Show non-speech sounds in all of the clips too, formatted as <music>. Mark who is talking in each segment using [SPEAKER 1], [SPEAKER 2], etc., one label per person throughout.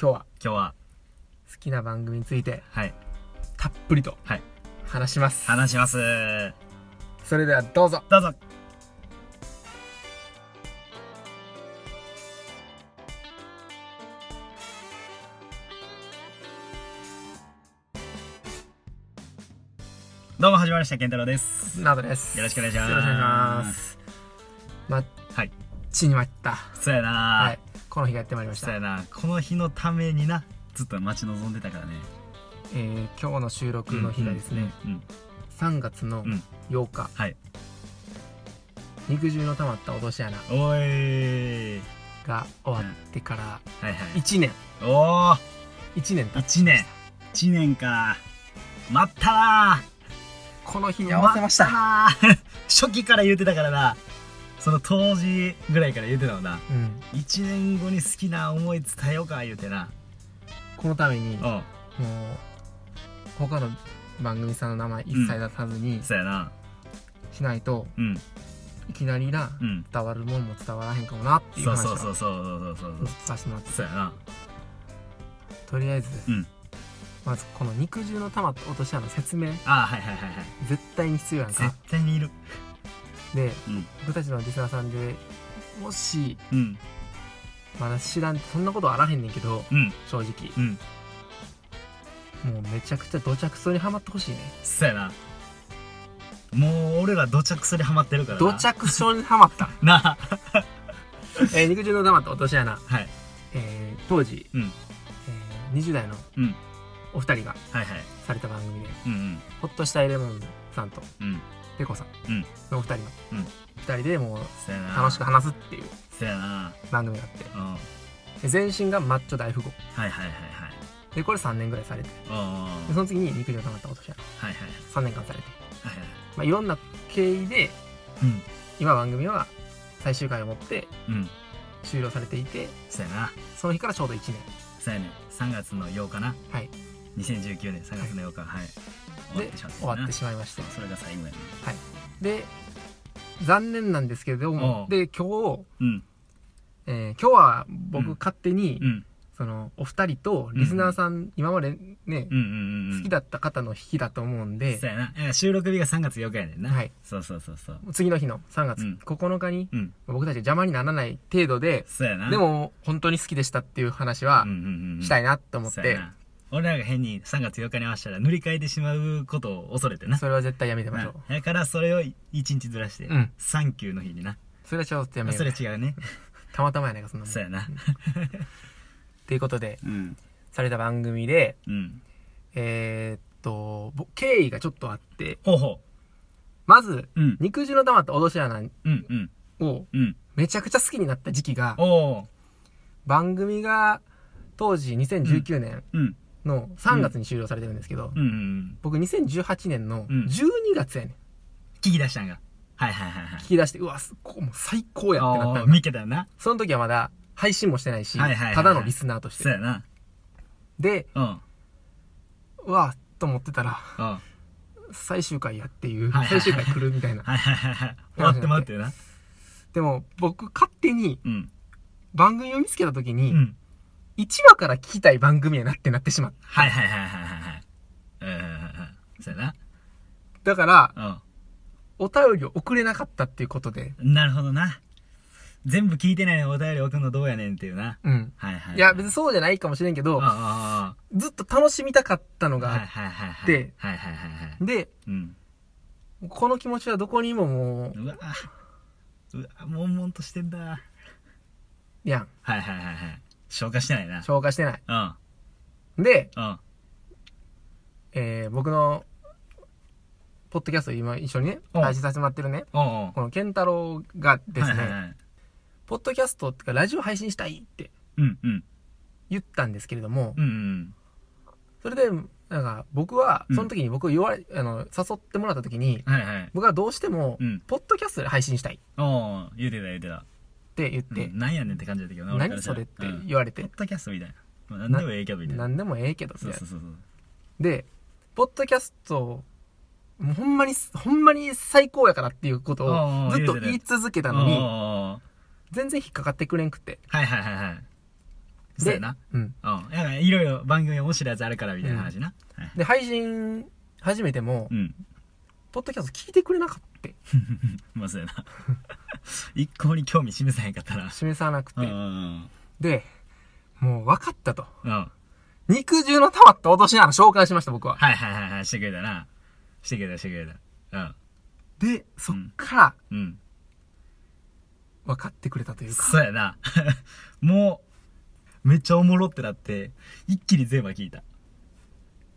[SPEAKER 1] 今日は
[SPEAKER 2] 今日は
[SPEAKER 1] 好きな番組について
[SPEAKER 2] はい
[SPEAKER 1] たっぷりと
[SPEAKER 2] はい
[SPEAKER 1] 話します、
[SPEAKER 2] 話します
[SPEAKER 1] それではどうぞ
[SPEAKER 2] どうぞどうも始まりました健太郎です
[SPEAKER 1] などです
[SPEAKER 2] よろしくお願いします
[SPEAKER 1] よろくお願いしますま
[SPEAKER 2] はい
[SPEAKER 1] ちにまった
[SPEAKER 2] そうやな、
[SPEAKER 1] はいこの日がやってまいりまし
[SPEAKER 2] そう
[SPEAKER 1] た
[SPEAKER 2] やなこの日のためになずっと待ち望んでたからね
[SPEAKER 1] えー、今日の収録の日がですね、
[SPEAKER 2] うんうん
[SPEAKER 1] 3月の
[SPEAKER 2] うん
[SPEAKER 1] 8日、
[SPEAKER 2] はい
[SPEAKER 1] 肉汁の溜まった落とし穴
[SPEAKER 2] おーい
[SPEAKER 1] が終わってから
[SPEAKER 2] はいはい
[SPEAKER 1] 1年
[SPEAKER 2] おお
[SPEAKER 1] 1年経っ
[SPEAKER 2] 1年1年か待ったな
[SPEAKER 1] この日に
[SPEAKER 2] ー
[SPEAKER 1] 合わせました、
[SPEAKER 2] 待ったなー <laughs> 初期から言うてたからなその当時ぐらいから言うてたもんな
[SPEAKER 1] うん、
[SPEAKER 2] 1年後に好きな思い伝えようか言うてな
[SPEAKER 1] このために
[SPEAKER 2] う
[SPEAKER 1] もうん他の番組さんの名前一切出さずに
[SPEAKER 2] そうやな
[SPEAKER 1] しないと
[SPEAKER 2] うん
[SPEAKER 1] いきなりな
[SPEAKER 2] うん
[SPEAKER 1] 伝わるもんも伝わらへんかもなっていう
[SPEAKER 2] そう
[SPEAKER 1] 話
[SPEAKER 2] そう
[SPEAKER 1] を
[SPEAKER 2] そうそうそうそうそう
[SPEAKER 1] ずっとさせてもらってて
[SPEAKER 2] そうやな
[SPEAKER 1] とりあえず、
[SPEAKER 2] うん
[SPEAKER 1] まずこの肉汁の玉と落とし穴の説明
[SPEAKER 2] ああはいはいはいはい
[SPEAKER 1] 絶対に必要やん
[SPEAKER 2] 絶
[SPEAKER 1] か
[SPEAKER 2] 対にいる
[SPEAKER 1] で
[SPEAKER 2] うん
[SPEAKER 1] 僕たちのリスナーさんでもし
[SPEAKER 2] うん
[SPEAKER 1] まだ知らんそんなことあらへんねんけど
[SPEAKER 2] うん
[SPEAKER 1] 正直
[SPEAKER 2] うん
[SPEAKER 1] もうめちゃくちゃ土着層にはまってほしいね
[SPEAKER 2] そうやなもう俺ら土着そにハマってるからな
[SPEAKER 1] 土
[SPEAKER 2] <laughs>
[SPEAKER 1] 着層にはまった <laughs>
[SPEAKER 2] な
[SPEAKER 1] えー肉汁の玉と落とし穴、
[SPEAKER 2] はい
[SPEAKER 1] えー当時、
[SPEAKER 2] うん
[SPEAKER 1] えー20代の
[SPEAKER 2] うん
[SPEAKER 1] お二人が
[SPEAKER 2] はいはい
[SPEAKER 1] された番組で
[SPEAKER 2] うん
[SPEAKER 1] ほっとしたエレモンさんと
[SPEAKER 2] うんうん
[SPEAKER 1] ペコさん
[SPEAKER 2] うん
[SPEAKER 1] のお二人の、
[SPEAKER 2] うん
[SPEAKER 1] 二人でもう
[SPEAKER 2] そうやな
[SPEAKER 1] 楽しく話すっていう
[SPEAKER 2] そうやな
[SPEAKER 1] 番組があって
[SPEAKER 2] うんはい
[SPEAKER 1] で全身がマッチョ大富豪
[SPEAKER 2] はいはいはい
[SPEAKER 1] でこれ3年ぐらいされて
[SPEAKER 2] うんうん
[SPEAKER 1] でその次に肉汁溜まった落とし穴
[SPEAKER 2] はいはいはい
[SPEAKER 1] 3年間されて、
[SPEAKER 2] はいはい
[SPEAKER 1] まあ、いろんな経緯で
[SPEAKER 2] うん
[SPEAKER 1] 今番組は最終回をもって
[SPEAKER 2] うん
[SPEAKER 1] 終了されていて
[SPEAKER 2] そうやな
[SPEAKER 1] その日からちょうど1年
[SPEAKER 2] そうやね3月の8日な
[SPEAKER 1] はい
[SPEAKER 2] 2019年3月の8日はい終わっ
[SPEAKER 1] で
[SPEAKER 2] てしまった
[SPEAKER 1] 終わって
[SPEAKER 2] し
[SPEAKER 1] しまいまして
[SPEAKER 2] それが最後やね
[SPEAKER 1] で残念なんですけれども
[SPEAKER 2] おう
[SPEAKER 1] で今日、
[SPEAKER 2] うん
[SPEAKER 1] えー今日は
[SPEAKER 2] う
[SPEAKER 1] 僕
[SPEAKER 2] ん
[SPEAKER 1] 勝手に、
[SPEAKER 2] うん
[SPEAKER 1] そのお二人とリスナーさん、今までね
[SPEAKER 2] う、んうんうん
[SPEAKER 1] 好きだった方の引きだと思うんで
[SPEAKER 2] そうやないや収録日が3月8日やねんな
[SPEAKER 1] はい
[SPEAKER 2] そうそうそうそう
[SPEAKER 1] 次の日の3月
[SPEAKER 2] うん
[SPEAKER 1] 9日に
[SPEAKER 2] うん
[SPEAKER 1] 僕たちが邪魔にならない程度で
[SPEAKER 2] そうやな
[SPEAKER 1] でも本当に好きでしたっていう話は
[SPEAKER 2] うんうんうん
[SPEAKER 1] した
[SPEAKER 2] い
[SPEAKER 1] いなと思っ
[SPEAKER 2] そう
[SPEAKER 1] て
[SPEAKER 2] やな俺らが変に3月8日に合わせたら塗り替えてしまうことを恐れてな
[SPEAKER 1] それは絶対やめてましょう
[SPEAKER 2] だからそれを1日ずらして
[SPEAKER 1] うん
[SPEAKER 2] サンキューの日にな
[SPEAKER 1] それはちょっとやめよ
[SPEAKER 2] それ
[SPEAKER 1] う
[SPEAKER 2] 違うね
[SPEAKER 1] たまたまやないかそんなもん
[SPEAKER 2] そうやな
[SPEAKER 1] ということで
[SPEAKER 2] うん
[SPEAKER 1] された番組で
[SPEAKER 2] うん
[SPEAKER 1] えーっとぼ経緯がちょっとあって
[SPEAKER 2] ほうほ
[SPEAKER 1] まず
[SPEAKER 2] ううん
[SPEAKER 1] 肉汁の玉と脅し穴
[SPEAKER 2] うんうん
[SPEAKER 1] を
[SPEAKER 2] うん
[SPEAKER 1] めちゃくちゃ好きになった時期が
[SPEAKER 2] おお
[SPEAKER 1] 番組が当時2019年
[SPEAKER 2] うん
[SPEAKER 1] の3月に終了されてるんですけど
[SPEAKER 2] うんうん
[SPEAKER 1] 僕2018年の
[SPEAKER 2] うん
[SPEAKER 1] 12月やねん
[SPEAKER 2] 聞き出したんがはいはいはいはい
[SPEAKER 1] 聞き出してうわすこもう最高やってなった
[SPEAKER 2] お
[SPEAKER 1] ん
[SPEAKER 2] ー
[SPEAKER 1] だ
[SPEAKER 2] 見っけたよな
[SPEAKER 1] その時はまだ配信もしてないし、
[SPEAKER 2] はいはいはいはい
[SPEAKER 1] ただのリスナーとし
[SPEAKER 2] そう
[SPEAKER 1] て。
[SPEAKER 2] やな
[SPEAKER 1] で、
[SPEAKER 2] うんうん
[SPEAKER 1] うわーと思ってたら、
[SPEAKER 2] は
[SPEAKER 1] 最終回やっていう、
[SPEAKER 2] はいはいはい
[SPEAKER 1] 最終回来るみたいな。
[SPEAKER 2] いはいはいはい終わってまうっていうな
[SPEAKER 1] でも、僕勝手に
[SPEAKER 2] うん
[SPEAKER 1] 番組を見つけた時
[SPEAKER 2] う
[SPEAKER 1] に、
[SPEAKER 2] ん
[SPEAKER 1] 1話から聞きたい番組やなってなってしまった。
[SPEAKER 2] はいはいはいはいはいはいうんうんうんうんそうや
[SPEAKER 1] だから、
[SPEAKER 2] な
[SPEAKER 1] お便りを送れなかったっていうことで、
[SPEAKER 2] うんなるほどな全部聞いてないのにお便り送るのどうやねんっていうな
[SPEAKER 1] うん。
[SPEAKER 2] はいはいはい
[SPEAKER 1] いや、別にそうじゃないかもしれんけ
[SPEAKER 2] あ
[SPEAKER 1] ど
[SPEAKER 2] あ、あああ
[SPEAKER 1] ずっと楽しみたかったの
[SPEAKER 2] あは
[SPEAKER 1] が、
[SPEAKER 2] いはいはいはい
[SPEAKER 1] で
[SPEAKER 2] はいはいはいはい
[SPEAKER 1] で、
[SPEAKER 2] うん
[SPEAKER 1] この気持ちはどこにもも
[SPEAKER 2] うわうわ悶々としてんだ
[SPEAKER 1] う、やん、
[SPEAKER 2] はいはいはいはい消化してないな
[SPEAKER 1] 消化してない。
[SPEAKER 2] うん
[SPEAKER 1] で、
[SPEAKER 2] うん
[SPEAKER 1] えー、僕の、ポッドキャスト今一緒にね、
[SPEAKER 2] うん
[SPEAKER 1] 配信させてもらってるね、
[SPEAKER 2] おうおう
[SPEAKER 1] この健太郎がですね、
[SPEAKER 2] はいはいはい
[SPEAKER 1] ポッドキャストっていうかラジオ配信したいって
[SPEAKER 2] うんうん
[SPEAKER 1] 言ったんですけれども、
[SPEAKER 2] うんうん
[SPEAKER 1] それで、なんか僕は、
[SPEAKER 2] うん
[SPEAKER 1] その時に僕言われ、あの、誘ってもらった時に、
[SPEAKER 2] はいはい
[SPEAKER 1] 僕はどうしても、
[SPEAKER 2] うん
[SPEAKER 1] ポッドキャストで配信したいっ
[SPEAKER 2] おお言うてた言うてた
[SPEAKER 1] て言って、
[SPEAKER 2] うん、なんやねんって感じだったけどな俺から
[SPEAKER 1] 何
[SPEAKER 2] した
[SPEAKER 1] そ
[SPEAKER 2] ら
[SPEAKER 1] れって
[SPEAKER 2] うん
[SPEAKER 1] 言われて、
[SPEAKER 2] ポッドキャストみたいな、まあ、何でもええけどみたいな
[SPEAKER 1] 何でもええけど、みた
[SPEAKER 2] そ
[SPEAKER 1] いうな
[SPEAKER 2] そうそうそう
[SPEAKER 1] で、ポッドキャスト、もうほんまに、ほんまに最高やからっていうこと
[SPEAKER 2] うん
[SPEAKER 1] を
[SPEAKER 2] うん
[SPEAKER 1] ずっと
[SPEAKER 2] 言うてる
[SPEAKER 1] 言い続けた
[SPEAKER 2] な
[SPEAKER 1] の
[SPEAKER 2] に
[SPEAKER 1] に、全然引っかかってくれんくて。
[SPEAKER 2] はいはいはいはいそうやな。
[SPEAKER 1] うん。
[SPEAKER 2] うん。だからいろいろ番組面白いやつあるからみたいな話な。はい
[SPEAKER 1] で、配信始めても、
[SPEAKER 2] うん。
[SPEAKER 1] ポッドキャスト聞いてくれなかった。
[SPEAKER 2] まあ
[SPEAKER 1] <laughs>
[SPEAKER 2] そうやな。一向に興味示さへんかったら。
[SPEAKER 1] 示さなくて
[SPEAKER 2] うん。うん
[SPEAKER 1] で、もう分かったと。
[SPEAKER 2] うん。うん。
[SPEAKER 1] 肉汁の溜まった落とし穴紹介しました、僕は。
[SPEAKER 2] はいはいはいはい、してくれたな。してくれた、してくれた。
[SPEAKER 1] で、そっから
[SPEAKER 2] うん。うん。
[SPEAKER 1] 分かってくれたというか。
[SPEAKER 2] そうやな。 <laughs> もう、めっちゃおもろってなって、一気に全部は聞いた。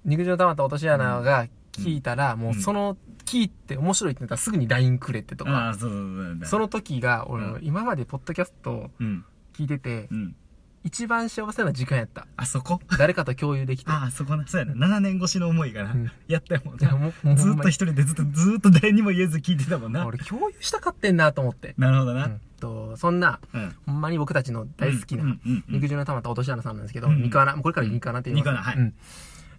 [SPEAKER 1] 肉汁の溜まった落とし穴が聞いたら、もううんその、聞いて面白いってなったらすぐに LINE くれてと
[SPEAKER 2] あ
[SPEAKER 1] か。
[SPEAKER 2] あ、そうそうそう。
[SPEAKER 1] そ、の時が、俺、
[SPEAKER 2] うん
[SPEAKER 1] 今までポッドキャストを
[SPEAKER 2] うん。
[SPEAKER 1] 聞いてて
[SPEAKER 2] う、ん。
[SPEAKER 1] 一番幸せな時間やった。
[SPEAKER 2] あそこ
[SPEAKER 1] 誰かと共有できて。
[SPEAKER 2] ああ、そこな。そうやな。7年越しの思いがな。
[SPEAKER 1] うん
[SPEAKER 2] やったもん
[SPEAKER 1] いや
[SPEAKER 2] な。
[SPEAKER 1] もうもう
[SPEAKER 2] ず
[SPEAKER 1] ほ
[SPEAKER 2] っ
[SPEAKER 1] んま
[SPEAKER 2] と
[SPEAKER 1] に
[SPEAKER 2] 一人でずっと、ずっと誰にも言えず聞いてたもんな。
[SPEAKER 1] 俺共有したかってんなと思って。
[SPEAKER 2] なるほど
[SPEAKER 1] う
[SPEAKER 2] な。
[SPEAKER 1] んと、そんな、
[SPEAKER 2] うん。
[SPEAKER 1] ほんまに僕たちの大好き
[SPEAKER 2] うんう
[SPEAKER 1] なん
[SPEAKER 2] うんうん
[SPEAKER 1] 肉汁の溜まった落とし穴さんなんですけど、
[SPEAKER 2] うんうん
[SPEAKER 1] ニカアナ、もうこれからニカアナって言います。
[SPEAKER 2] ニカアナはい
[SPEAKER 1] うん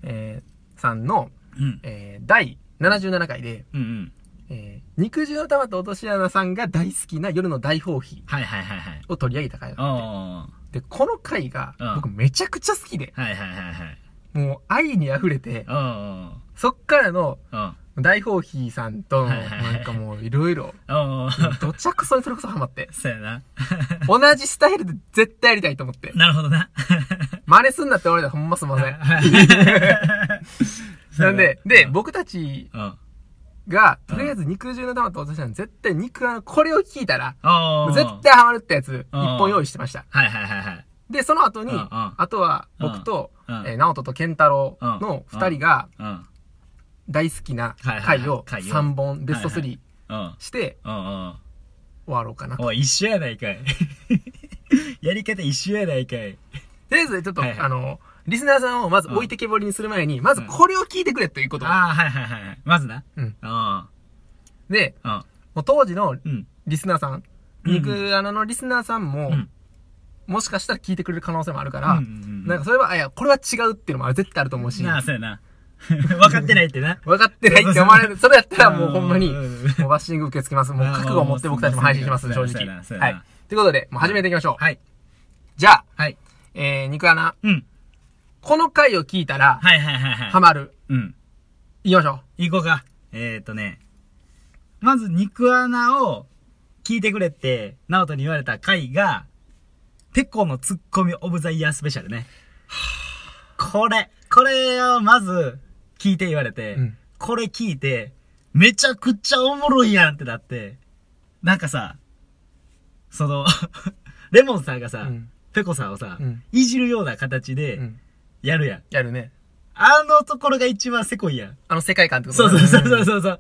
[SPEAKER 1] えーさんの、
[SPEAKER 2] うん。
[SPEAKER 1] えー第77回で、
[SPEAKER 2] うんうん。
[SPEAKER 1] えー肉汁の溜まった落とし穴さんが大好きな夜の大放棄
[SPEAKER 2] はいはいはいはい。
[SPEAKER 1] を取り上げた回
[SPEAKER 2] お
[SPEAKER 1] が
[SPEAKER 2] ー
[SPEAKER 1] あっ。て、で、この回が
[SPEAKER 2] うん
[SPEAKER 1] 僕めちゃくちゃ好きで、
[SPEAKER 2] はいはいはいはい。
[SPEAKER 1] もう愛に溢れて、
[SPEAKER 2] おー。
[SPEAKER 1] そっからの
[SPEAKER 2] うん。
[SPEAKER 1] 大放棄さんとの、
[SPEAKER 2] はいはいはい
[SPEAKER 1] なんかもういろいろ、
[SPEAKER 2] おー。
[SPEAKER 1] どちゃくそにそれこそハマって、
[SPEAKER 2] <laughs> そうやな。
[SPEAKER 1] 同じスタイルで絶対やりたいと思って。
[SPEAKER 2] なるほどな。
[SPEAKER 1] 真似すんなって俺らほんますんませ
[SPEAKER 2] <laughs>
[SPEAKER 1] ん。なんで、で、僕たち
[SPEAKER 2] うん。うん。
[SPEAKER 1] が、とりあえず肉汁の玉と私は絶対肉あの、これを聞いたら、
[SPEAKER 2] おー。
[SPEAKER 1] 絶。対ハマるってやつ、
[SPEAKER 2] うん
[SPEAKER 1] 一本用意してました。
[SPEAKER 2] はいはいはいはい。
[SPEAKER 1] で、その後に、
[SPEAKER 2] うんうん
[SPEAKER 1] あとは僕と、
[SPEAKER 2] うんうん
[SPEAKER 1] えー直人と健太郎の
[SPEAKER 2] うん
[SPEAKER 1] 二人が
[SPEAKER 2] うん。うん
[SPEAKER 1] 大好きな
[SPEAKER 2] はいはいはい
[SPEAKER 1] 回を
[SPEAKER 2] 回を
[SPEAKER 1] 3本、ベスト
[SPEAKER 2] はいはい
[SPEAKER 1] 3
[SPEAKER 2] うん。
[SPEAKER 1] して
[SPEAKER 2] うんうん。
[SPEAKER 1] 終わろうかな。と
[SPEAKER 2] おい、一緒やないかい。やり方一緒やないかい。
[SPEAKER 1] りあえず、ちょっと、
[SPEAKER 2] はいはい
[SPEAKER 1] あの、リスナーさんをまず置いてけぼりにする前に、まずこれを聞いてくれということ。
[SPEAKER 2] ああ、はいはいはいはい。まずな。
[SPEAKER 1] うん。
[SPEAKER 2] うん。
[SPEAKER 1] で、
[SPEAKER 2] うん。
[SPEAKER 1] もう当時の
[SPEAKER 2] うん。
[SPEAKER 1] リスナーさん、
[SPEAKER 2] うん
[SPEAKER 1] 肉穴のリスナーさんも、
[SPEAKER 2] うん
[SPEAKER 1] もしかしたら聞いてくれる可能性もあるか
[SPEAKER 2] う
[SPEAKER 1] ら
[SPEAKER 2] んう、ん
[SPEAKER 1] なんかそれは、あ、いや、これは違うっていうのも絶対あると思うし、
[SPEAKER 2] なあ、そうやな。 <laughs> 分かってないってな。
[SPEAKER 1] 分かってないって思われる。それやったらもう
[SPEAKER 2] うん
[SPEAKER 1] ほんまに、
[SPEAKER 2] う
[SPEAKER 1] も
[SPEAKER 2] ん
[SPEAKER 1] うバッシング受け付けます。もう覚悟を持って僕たちも配信します、正直。
[SPEAKER 2] そう
[SPEAKER 1] は
[SPEAKER 2] や
[SPEAKER 1] い
[SPEAKER 2] な。
[SPEAKER 1] ということで、もう始めていきましょう。
[SPEAKER 2] はい。
[SPEAKER 1] じゃあ、
[SPEAKER 2] はい。
[SPEAKER 1] えー、肉穴、
[SPEAKER 2] うん。
[SPEAKER 1] この回を聞いたら、
[SPEAKER 2] はいはいはいはい。
[SPEAKER 1] ハマる。
[SPEAKER 2] うん。
[SPEAKER 1] いきましょ
[SPEAKER 2] 行こうか。えー、っとね。まず、肉穴を聞いてくれって、ナオトに言われた回が、ペコのツッコミオブザイヤースペシャルね。これ、これをまず聞いて言われて、
[SPEAKER 1] うん
[SPEAKER 2] これ聞いて、めちゃくちゃおもろいやんってなって、なんかさ、その、 <laughs> レモンさんがさ、
[SPEAKER 1] うん
[SPEAKER 2] ペコさんをさ、
[SPEAKER 1] うん
[SPEAKER 2] いじるような形
[SPEAKER 1] う。
[SPEAKER 2] で
[SPEAKER 1] うん。
[SPEAKER 2] やるやん。
[SPEAKER 1] やるね。
[SPEAKER 2] あのところが一番せこいやん。
[SPEAKER 1] あの世界観ってこと
[SPEAKER 2] そう
[SPEAKER 1] だ
[SPEAKER 2] そ
[SPEAKER 1] ね
[SPEAKER 2] うそうそうそう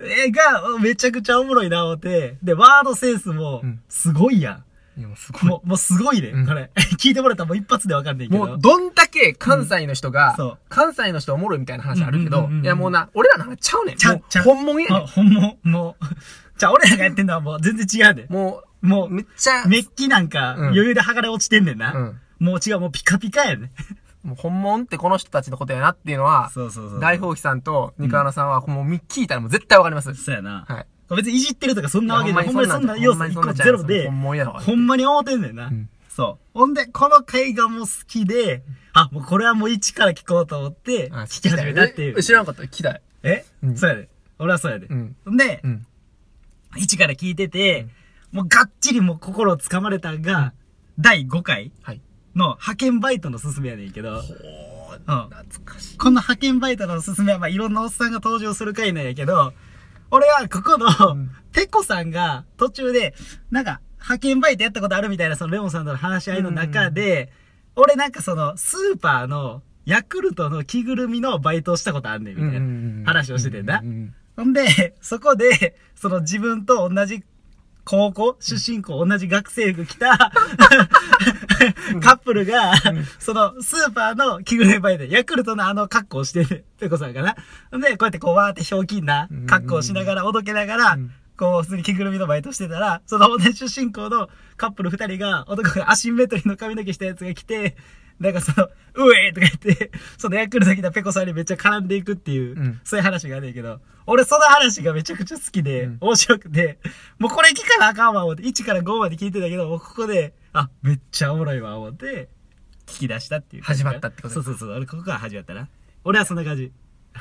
[SPEAKER 2] そう。え、が、めちゃくちゃおもろいな、思って。で、ワードセンスも
[SPEAKER 1] うん、
[SPEAKER 2] すごいや
[SPEAKER 1] いや、もうす
[SPEAKER 2] ん。
[SPEAKER 1] ごい。
[SPEAKER 2] もう、もうすごいね、
[SPEAKER 1] うん
[SPEAKER 2] これ。 <laughs> 聞いてもらったらもう一発でわかんないけど。
[SPEAKER 1] もう、どんだけ関西の人
[SPEAKER 2] う
[SPEAKER 1] が
[SPEAKER 2] んそう、
[SPEAKER 1] 関西の人おもろいみたいな話あるけ
[SPEAKER 2] うんう
[SPEAKER 1] ど
[SPEAKER 2] んうんう、ん
[SPEAKER 1] いやもうな、俺らの話ちゃうねん。
[SPEAKER 2] ちゃう
[SPEAKER 1] もう
[SPEAKER 2] ちゃう
[SPEAKER 1] 本物やね
[SPEAKER 2] あ、ほんま、もう。 <laughs> じゃあ、俺らがやってんのはもう全然違うで
[SPEAKER 1] ん。。も
[SPEAKER 2] も
[SPEAKER 1] う、
[SPEAKER 2] う、
[SPEAKER 1] めっちゃ、
[SPEAKER 2] メッキなんか、
[SPEAKER 1] ん
[SPEAKER 2] 余裕で剥がれ落ちてんねんな。
[SPEAKER 1] うん
[SPEAKER 2] もう違う、もうピカピカやね。
[SPEAKER 1] もう本物ってこの人たちのことやなっていうのは、
[SPEAKER 2] そうそうそう。
[SPEAKER 1] 大放棄さんと肉穴さんは、もう聞いたらもう絶対わかります。
[SPEAKER 2] そうやな。
[SPEAKER 1] はい。
[SPEAKER 2] これ別にいじってるとかそんなわけじゃ
[SPEAKER 1] い
[SPEAKER 2] ん。
[SPEAKER 1] や
[SPEAKER 2] ほ
[SPEAKER 1] ほ
[SPEAKER 2] ん
[SPEAKER 1] ん
[SPEAKER 2] ま
[SPEAKER 1] ま
[SPEAKER 2] に
[SPEAKER 1] に
[SPEAKER 2] そ
[SPEAKER 1] そ
[SPEAKER 2] ん
[SPEAKER 1] んなほん
[SPEAKER 2] な要素一個
[SPEAKER 1] まにそんな
[SPEAKER 2] ゼロで、
[SPEAKER 1] ほんまにやわ
[SPEAKER 2] ほんまに思ってんねんな。
[SPEAKER 1] ん
[SPEAKER 2] そう。ほんで、この回がもう好きで、あ、もうこれはもう一から聞こうと思って、
[SPEAKER 1] あ
[SPEAKER 2] 聞き始めたっていう
[SPEAKER 1] え。知らんかった。聞きたい。
[SPEAKER 2] え
[SPEAKER 1] うん
[SPEAKER 2] そうやで。俺はそうやで。
[SPEAKER 1] うん
[SPEAKER 2] ほんで
[SPEAKER 1] う、ん。
[SPEAKER 2] 一から聞いてて、もうがっちりもう心をつかまれたんが、第5回
[SPEAKER 1] はい。
[SPEAKER 2] の派遣バイトのすすめやねんけど、うん。
[SPEAKER 1] 懐かしい。
[SPEAKER 2] この派遣バイトのおすすめは、まあ、いろんなおっさんが登場する回なんやけど、俺はここ
[SPEAKER 1] う
[SPEAKER 2] の
[SPEAKER 1] ん、
[SPEAKER 2] ペコさんが途中で、なんか、派遣バイトやったことあるみたいな、そのレモンさんとの話し合いの中で、俺なんかその、スーパーの、ヤクルトの着ぐるみのバイトをしたことあんねん、みたいな話をしててんな
[SPEAKER 1] う。ん
[SPEAKER 2] ほんで、 <laughs> そこで、その自分と同じ高校、出身校、同じ学生服着た <laughs> カップルが、そのスーパーの着ぐるみバイト、ヤクルトのあの格好をしてる、ペコさんかな。ほんで、こうやってこうわーってひょうきんな格好をしながら、おどけながら
[SPEAKER 1] うん、
[SPEAKER 2] こう普通に着ぐるみのバイトしてたら、その同じ出身校のカップル二人が、男がアシンメトリーの髪の毛したやつが来て、なんかその、うえーとか言って、そのヤクルト来たペコさんにめっちゃ絡んでいくっていう、
[SPEAKER 1] うん
[SPEAKER 2] そういう話があるんやけど、俺その話がめちゃくちゃ好きで、
[SPEAKER 1] うん
[SPEAKER 2] 面白くて、もうこれ聞かなあかんわ、思って、1から5まで聞いてたけど、もうここで、あ、めっちゃおもろいわ、思って、聞き出したっていう。
[SPEAKER 1] 始まったってこと
[SPEAKER 2] そうそうそう。俺、ここから始まったな。俺はそんな感じ。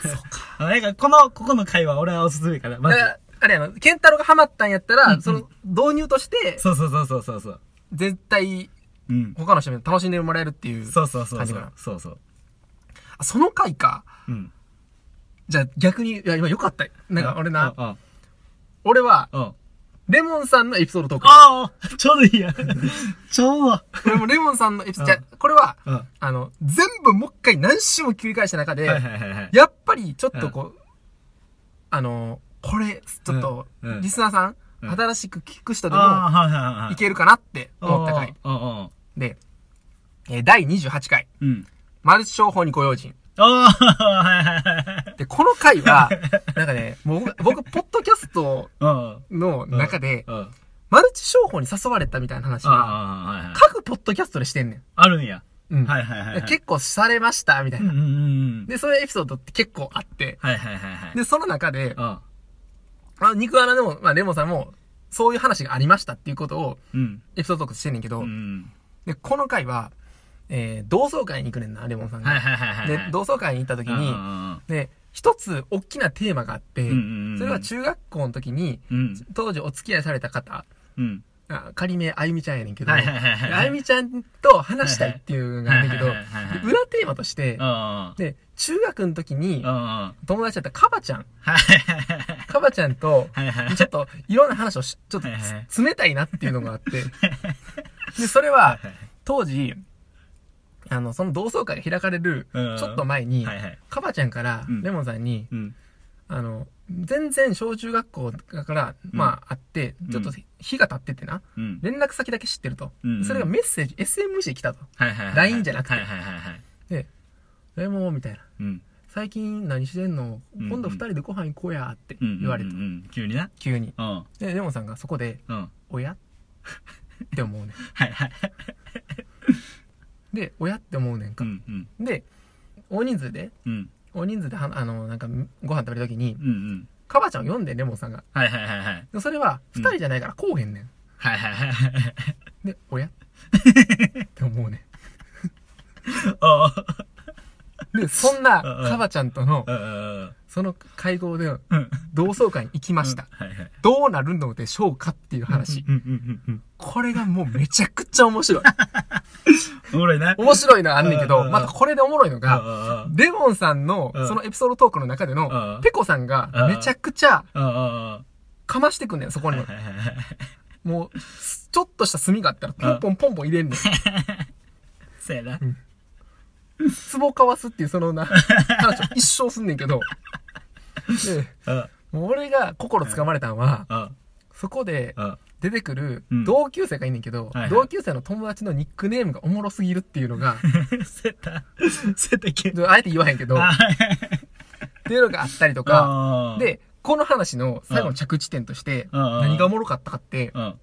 [SPEAKER 1] そうか。
[SPEAKER 2] <laughs> あなんか、この、ここの会話、俺はおすすめかな。ま
[SPEAKER 1] だ
[SPEAKER 2] ず
[SPEAKER 1] か。ら、あれやの、ケンタロウがハマったんやったら、
[SPEAKER 2] うんうん
[SPEAKER 1] その導入として、
[SPEAKER 2] そうそうそうそうそうそう。
[SPEAKER 1] 絶対
[SPEAKER 2] うん。
[SPEAKER 1] 他の人にも楽しんでもらえるっていう。
[SPEAKER 2] そうそうそう
[SPEAKER 1] 感じ
[SPEAKER 2] そ
[SPEAKER 1] かな
[SPEAKER 2] う。そうそう。
[SPEAKER 1] あその回か。
[SPEAKER 2] うん。
[SPEAKER 1] じゃあ逆に、いや、今よかった。なんか俺な、
[SPEAKER 2] あ
[SPEAKER 1] 俺は、
[SPEAKER 2] あ
[SPEAKER 1] レモンさんのエピソードトーク。
[SPEAKER 2] ああちょうどい
[SPEAKER 1] <laughs>
[SPEAKER 2] いや。ちょう
[SPEAKER 1] 俺もレモンさんのエピソード、じ
[SPEAKER 2] うん
[SPEAKER 1] ゃあこれは、
[SPEAKER 2] ど。うん。
[SPEAKER 1] あの、全部もう一回何周も繰り返した中で、
[SPEAKER 2] はいはいはいはい。
[SPEAKER 1] やっぱりちょっとこう、あの、これ、ちょっと
[SPEAKER 2] うんうん、
[SPEAKER 1] リスナーさん、
[SPEAKER 2] うん
[SPEAKER 1] 新しく聞く人で
[SPEAKER 2] あ
[SPEAKER 1] も
[SPEAKER 2] あ、はいはいはい。
[SPEAKER 1] いけるかなって思った回。
[SPEAKER 2] うんうん。
[SPEAKER 1] で、えー第28回、
[SPEAKER 2] うん。
[SPEAKER 1] マルチ商法にご用心。
[SPEAKER 2] ああ、はいはいはい。
[SPEAKER 1] で、この回
[SPEAKER 2] <laughs>
[SPEAKER 1] は、なんかね、もう僕、ポッドキャスト
[SPEAKER 2] うん。
[SPEAKER 1] の中で、
[SPEAKER 2] うん。あ
[SPEAKER 1] マルチ商法に誘われたみたいな話は、
[SPEAKER 2] あ、はいはい。
[SPEAKER 1] 各ポッドキャストでしてんねん。
[SPEAKER 2] あるんや。
[SPEAKER 1] うん
[SPEAKER 2] はいはいはい。
[SPEAKER 1] で結構されました、みたい
[SPEAKER 2] うん
[SPEAKER 1] な。
[SPEAKER 2] うんうん。
[SPEAKER 1] で、そういうエピソードって結構あって、
[SPEAKER 2] はいはいはいはい。
[SPEAKER 1] で、その中で、
[SPEAKER 2] あ
[SPEAKER 1] あ肉穴でも、まあ、レモンさんも、そういう話がありましたっていうことを、
[SPEAKER 2] うん。
[SPEAKER 1] エピソードトークしてんねんけど、
[SPEAKER 2] うん。
[SPEAKER 1] で、この回は、えー、同窓会に行くねんな、レモンさんが。
[SPEAKER 2] はいはいはいはい。
[SPEAKER 1] で、同窓会に行った時
[SPEAKER 2] うんう
[SPEAKER 1] に、
[SPEAKER 2] ん
[SPEAKER 1] で、一つ大きなテーマがあって、
[SPEAKER 2] うんうんうん
[SPEAKER 1] それは中学校の時に、
[SPEAKER 2] うん。
[SPEAKER 1] 当時お付き合いされた方、
[SPEAKER 2] うん。
[SPEAKER 1] あ仮名あゆみちゃんやねんけど、
[SPEAKER 2] はいはいはいはい
[SPEAKER 1] であゆみちゃんと話したいっていうのがあるんだけど、
[SPEAKER 2] は
[SPEAKER 1] で
[SPEAKER 2] いはいはいはいはい
[SPEAKER 1] 裏テーマとして
[SPEAKER 2] うん。う、ん。
[SPEAKER 1] で、中学の時に
[SPEAKER 2] うん。はい
[SPEAKER 1] 友達だったカバちゃん、
[SPEAKER 2] はい
[SPEAKER 1] カバちゃんと、
[SPEAKER 2] はいは
[SPEAKER 1] <laughs>
[SPEAKER 2] い。
[SPEAKER 1] ちょっといろんな話をし、ちょっと
[SPEAKER 2] はいはい
[SPEAKER 1] つ冷たいなっていうのがあ
[SPEAKER 2] <laughs>
[SPEAKER 1] って、で、それは当時、あの、その同窓会が開かれるち
[SPEAKER 2] う
[SPEAKER 1] ょ
[SPEAKER 2] ん
[SPEAKER 1] っと前に、
[SPEAKER 2] はいはい。
[SPEAKER 1] カバちゃんから
[SPEAKER 2] うん
[SPEAKER 1] レモンさんに、
[SPEAKER 2] うん。
[SPEAKER 1] あの、全然小中学校だから、まあ、あって、ちょっと日が経っててな、
[SPEAKER 2] うん。
[SPEAKER 1] 連絡先だけ知ってると。
[SPEAKER 2] うんうん
[SPEAKER 1] それがメッセージ、SMS で来たと。
[SPEAKER 2] はいはいはい。
[SPEAKER 1] LINE じゃなくて
[SPEAKER 2] はいはいはいはい。
[SPEAKER 1] で、レモン、みたいな。
[SPEAKER 2] うん。
[SPEAKER 1] 最近何してんの
[SPEAKER 2] うんうん
[SPEAKER 1] 今度二人でご飯行こうやって
[SPEAKER 2] うん。
[SPEAKER 1] 言われて、
[SPEAKER 2] うん。急にな。
[SPEAKER 1] 急に。
[SPEAKER 2] うん。
[SPEAKER 1] で、レモンさんがそこで、
[SPEAKER 2] うん。
[SPEAKER 1] お <laughs> やって思うねん。
[SPEAKER 2] はいはい。
[SPEAKER 1] で、おやって思うねん
[SPEAKER 2] う
[SPEAKER 1] か。
[SPEAKER 2] ん。うん。
[SPEAKER 1] で、大人数で、
[SPEAKER 2] うん。
[SPEAKER 1] 大人数では、あの、なんか、ご飯食べるときに、
[SPEAKER 2] うん。うん。
[SPEAKER 1] カバちゃんを読んでん、レモンさんが。
[SPEAKER 2] はいはいはいはい。
[SPEAKER 1] でそれは、
[SPEAKER 2] うん
[SPEAKER 1] 二人じゃないからこうへんねん。
[SPEAKER 2] はいはいはいはい。
[SPEAKER 1] で、 <laughs> おやって思うね。
[SPEAKER 2] おうん
[SPEAKER 1] で、そんな、
[SPEAKER 2] うんうん
[SPEAKER 1] カバちゃんとの、
[SPEAKER 2] うん。うん。
[SPEAKER 1] その会合で、
[SPEAKER 2] うん。
[SPEAKER 1] 同窓会に行きました。
[SPEAKER 2] はいはい。
[SPEAKER 1] どうなるのでしょうかっていう話。
[SPEAKER 2] うんうんうんうん。
[SPEAKER 1] これがもうめちゃくちゃ面白い。
[SPEAKER 2] おもろいな。
[SPEAKER 1] 面白いのはあんねんけ
[SPEAKER 2] うんうん
[SPEAKER 1] ど、
[SPEAKER 2] うん
[SPEAKER 1] またこれでおもろいのが、
[SPEAKER 2] うん
[SPEAKER 1] レモンさんの、
[SPEAKER 2] うん
[SPEAKER 1] そのエピソードトークの中で
[SPEAKER 2] う
[SPEAKER 1] の
[SPEAKER 2] ん、
[SPEAKER 1] ペコさんがめちゃくちゃ
[SPEAKER 2] うんうんうん。
[SPEAKER 1] かましてくんねん、そこにも。
[SPEAKER 2] はいはいはい。
[SPEAKER 1] もう、すちょっとした炭があったら、ポンポンポンポン入れ
[SPEAKER 2] <laughs>
[SPEAKER 1] んねん。
[SPEAKER 2] そうやな。
[SPEAKER 1] 壺をかわすっていう、そのな、話を一生すんねんけ
[SPEAKER 2] <laughs>
[SPEAKER 1] ど。で、
[SPEAKER 2] うん。
[SPEAKER 1] もう俺が心つかまれたんは、
[SPEAKER 2] うん。
[SPEAKER 1] そこで
[SPEAKER 2] うん。
[SPEAKER 1] 出てくる
[SPEAKER 2] うん
[SPEAKER 1] 同級生がいんねんけど、
[SPEAKER 2] はいはい
[SPEAKER 1] 同級生の友達のニックネームがおもろすぎるっていうの
[SPEAKER 2] <laughs>
[SPEAKER 1] が、
[SPEAKER 2] セタ、セタ系。
[SPEAKER 1] であえて言わへんけど、っ
[SPEAKER 2] はい
[SPEAKER 1] ていうのがあったりとか、
[SPEAKER 2] うん、
[SPEAKER 1] で、この話の最後の着地点として、
[SPEAKER 2] うんうん
[SPEAKER 1] 何がおもろかったかって、
[SPEAKER 2] うん、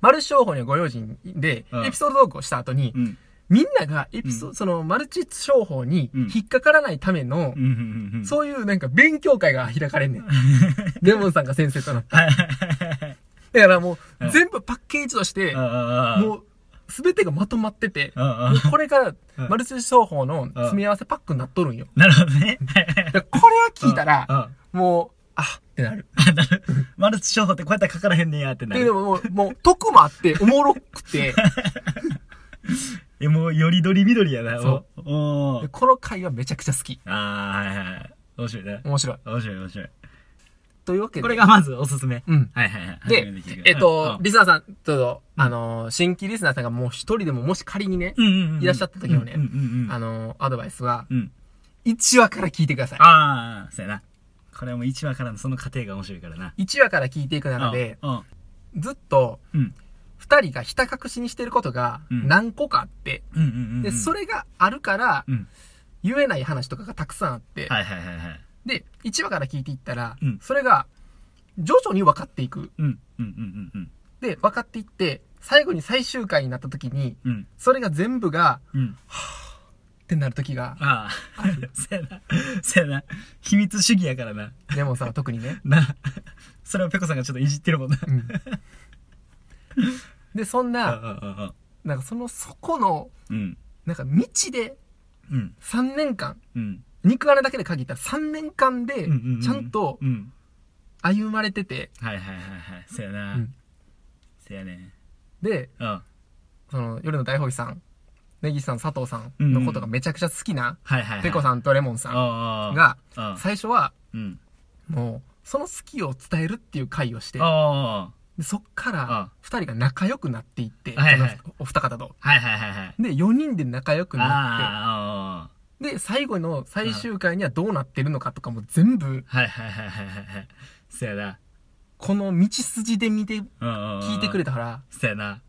[SPEAKER 1] マルチ商法にはご用心で
[SPEAKER 2] う、ん
[SPEAKER 1] エピソードトークをした後に
[SPEAKER 2] う、ん、
[SPEAKER 1] みんながエピソード、
[SPEAKER 2] う
[SPEAKER 1] そのマルチ商法に
[SPEAKER 2] うん
[SPEAKER 1] 引っかからないための、
[SPEAKER 2] うん、うん、うん。
[SPEAKER 1] そういうなんか勉強会が開かれんねん。 <laughs> レモンさんが先生となった。
[SPEAKER 2] はいはい
[SPEAKER 1] だからもう、
[SPEAKER 2] うん
[SPEAKER 1] 全部パッケージとして、
[SPEAKER 2] はい。
[SPEAKER 1] もう、すべてがまとまってて、
[SPEAKER 2] うん、うん、う
[SPEAKER 1] も
[SPEAKER 2] ん。
[SPEAKER 1] うこれから
[SPEAKER 2] うん
[SPEAKER 1] マルチ商法の詰め合わせパックになっとるんよ。
[SPEAKER 2] なるほどね。はいはい
[SPEAKER 1] だからこれは聞いたら、
[SPEAKER 2] うん
[SPEAKER 1] もう、あってなる。
[SPEAKER 2] あなるマルチ商法ってこうやったらかからへんねんやって
[SPEAKER 1] っ
[SPEAKER 2] な
[SPEAKER 1] ていうの
[SPEAKER 2] る。
[SPEAKER 1] も、もう、もう、得もあって、おもろくて、
[SPEAKER 2] え、もう、よりどりみどりやな、
[SPEAKER 1] そ
[SPEAKER 2] もう。お
[SPEAKER 1] で
[SPEAKER 2] ー
[SPEAKER 1] この回はめちゃくちゃ好き。
[SPEAKER 2] あー、はいはい。面白いな。
[SPEAKER 1] 面白い。
[SPEAKER 2] 面白い、面白い。
[SPEAKER 1] というわけで。
[SPEAKER 2] これがまずおすすめ。
[SPEAKER 1] うん。
[SPEAKER 2] はいはいはい。
[SPEAKER 1] で
[SPEAKER 2] 初めて聞い、た
[SPEAKER 1] えっと、
[SPEAKER 2] うん
[SPEAKER 1] リスナーさん、ちょっと、あのー、新規リスナーさんがもう一人でももし仮にね、
[SPEAKER 2] うんうんうん。
[SPEAKER 1] いらっしゃった時のね
[SPEAKER 2] うん、うん、うん。
[SPEAKER 1] あのー、アドバイスは、
[SPEAKER 2] うん。
[SPEAKER 1] 1話から聞いてくださ
[SPEAKER 2] ああ、そうやな。これはもう1話からのその過程が面白いからな。
[SPEAKER 1] い。1話から聞いていく中で、
[SPEAKER 2] うん。
[SPEAKER 1] ずっと、
[SPEAKER 2] うん。
[SPEAKER 1] 2人がひた隠しにしてることが
[SPEAKER 2] うん
[SPEAKER 1] 何個かあって、
[SPEAKER 2] うんうんうんうん。
[SPEAKER 1] で、そ
[SPEAKER 2] れ。
[SPEAKER 1] れがあるから、
[SPEAKER 2] うん。
[SPEAKER 1] 言えない話とかがたくさんあって、
[SPEAKER 2] はいはいはいはい。
[SPEAKER 1] で、1話から聞いていったら、
[SPEAKER 2] うん
[SPEAKER 1] それが、徐々に分かっていく。
[SPEAKER 2] うん。うんうんうん
[SPEAKER 1] で、分かっていって、最後に最終回になった時に、
[SPEAKER 2] うん。うん。
[SPEAKER 1] それが全部が、
[SPEAKER 2] うん。
[SPEAKER 1] ってなる時
[SPEAKER 2] <laughs>
[SPEAKER 1] が、
[SPEAKER 2] ああ。そうやな。そうやな。秘密主義やからな。
[SPEAKER 1] レモンさんは特にね、
[SPEAKER 2] な。それをペコさんがちょっといじってるもんな。
[SPEAKER 1] うんで、そん
[SPEAKER 2] あ
[SPEAKER 1] な、
[SPEAKER 2] あああ。
[SPEAKER 1] なんかその、そこの
[SPEAKER 2] うん。
[SPEAKER 1] なんか未知で
[SPEAKER 2] うん。
[SPEAKER 1] 3年間、
[SPEAKER 2] うん。
[SPEAKER 1] 肉穴だけで限った3年間で
[SPEAKER 2] うんうんうん、
[SPEAKER 1] ちゃんと
[SPEAKER 2] うん。
[SPEAKER 1] 歩まれてて、
[SPEAKER 2] はいはいはいはい。そや
[SPEAKER 1] う
[SPEAKER 2] な。
[SPEAKER 1] ん
[SPEAKER 2] そやね。
[SPEAKER 1] で、
[SPEAKER 2] うん。はい
[SPEAKER 1] その、夜の大保育さん、根岸さん、佐藤さんのことがめちゃくちゃ好きな、
[SPEAKER 2] はいはい。
[SPEAKER 1] ペコさんとレモンさん
[SPEAKER 2] ああ。
[SPEAKER 1] が、
[SPEAKER 2] ああ。
[SPEAKER 1] 最初は、
[SPEAKER 2] うん。
[SPEAKER 1] もう、その好きを伝えるっていう会をして、
[SPEAKER 2] あ
[SPEAKER 1] でそっか
[SPEAKER 2] あ
[SPEAKER 1] ら、二人が仲良くなっていって、
[SPEAKER 2] はいはい
[SPEAKER 1] このお二方と。
[SPEAKER 2] あ。はいはいはいはい。
[SPEAKER 1] で、四人で仲良くなっ
[SPEAKER 2] ああ。
[SPEAKER 1] て、で、最後の最終回にはどうなってるのかとかも全部、
[SPEAKER 2] はいはいはいはいはい。そやな。
[SPEAKER 1] この道筋で見て、
[SPEAKER 2] うんうんうん。
[SPEAKER 1] 聞いてくれたから、
[SPEAKER 2] そやな。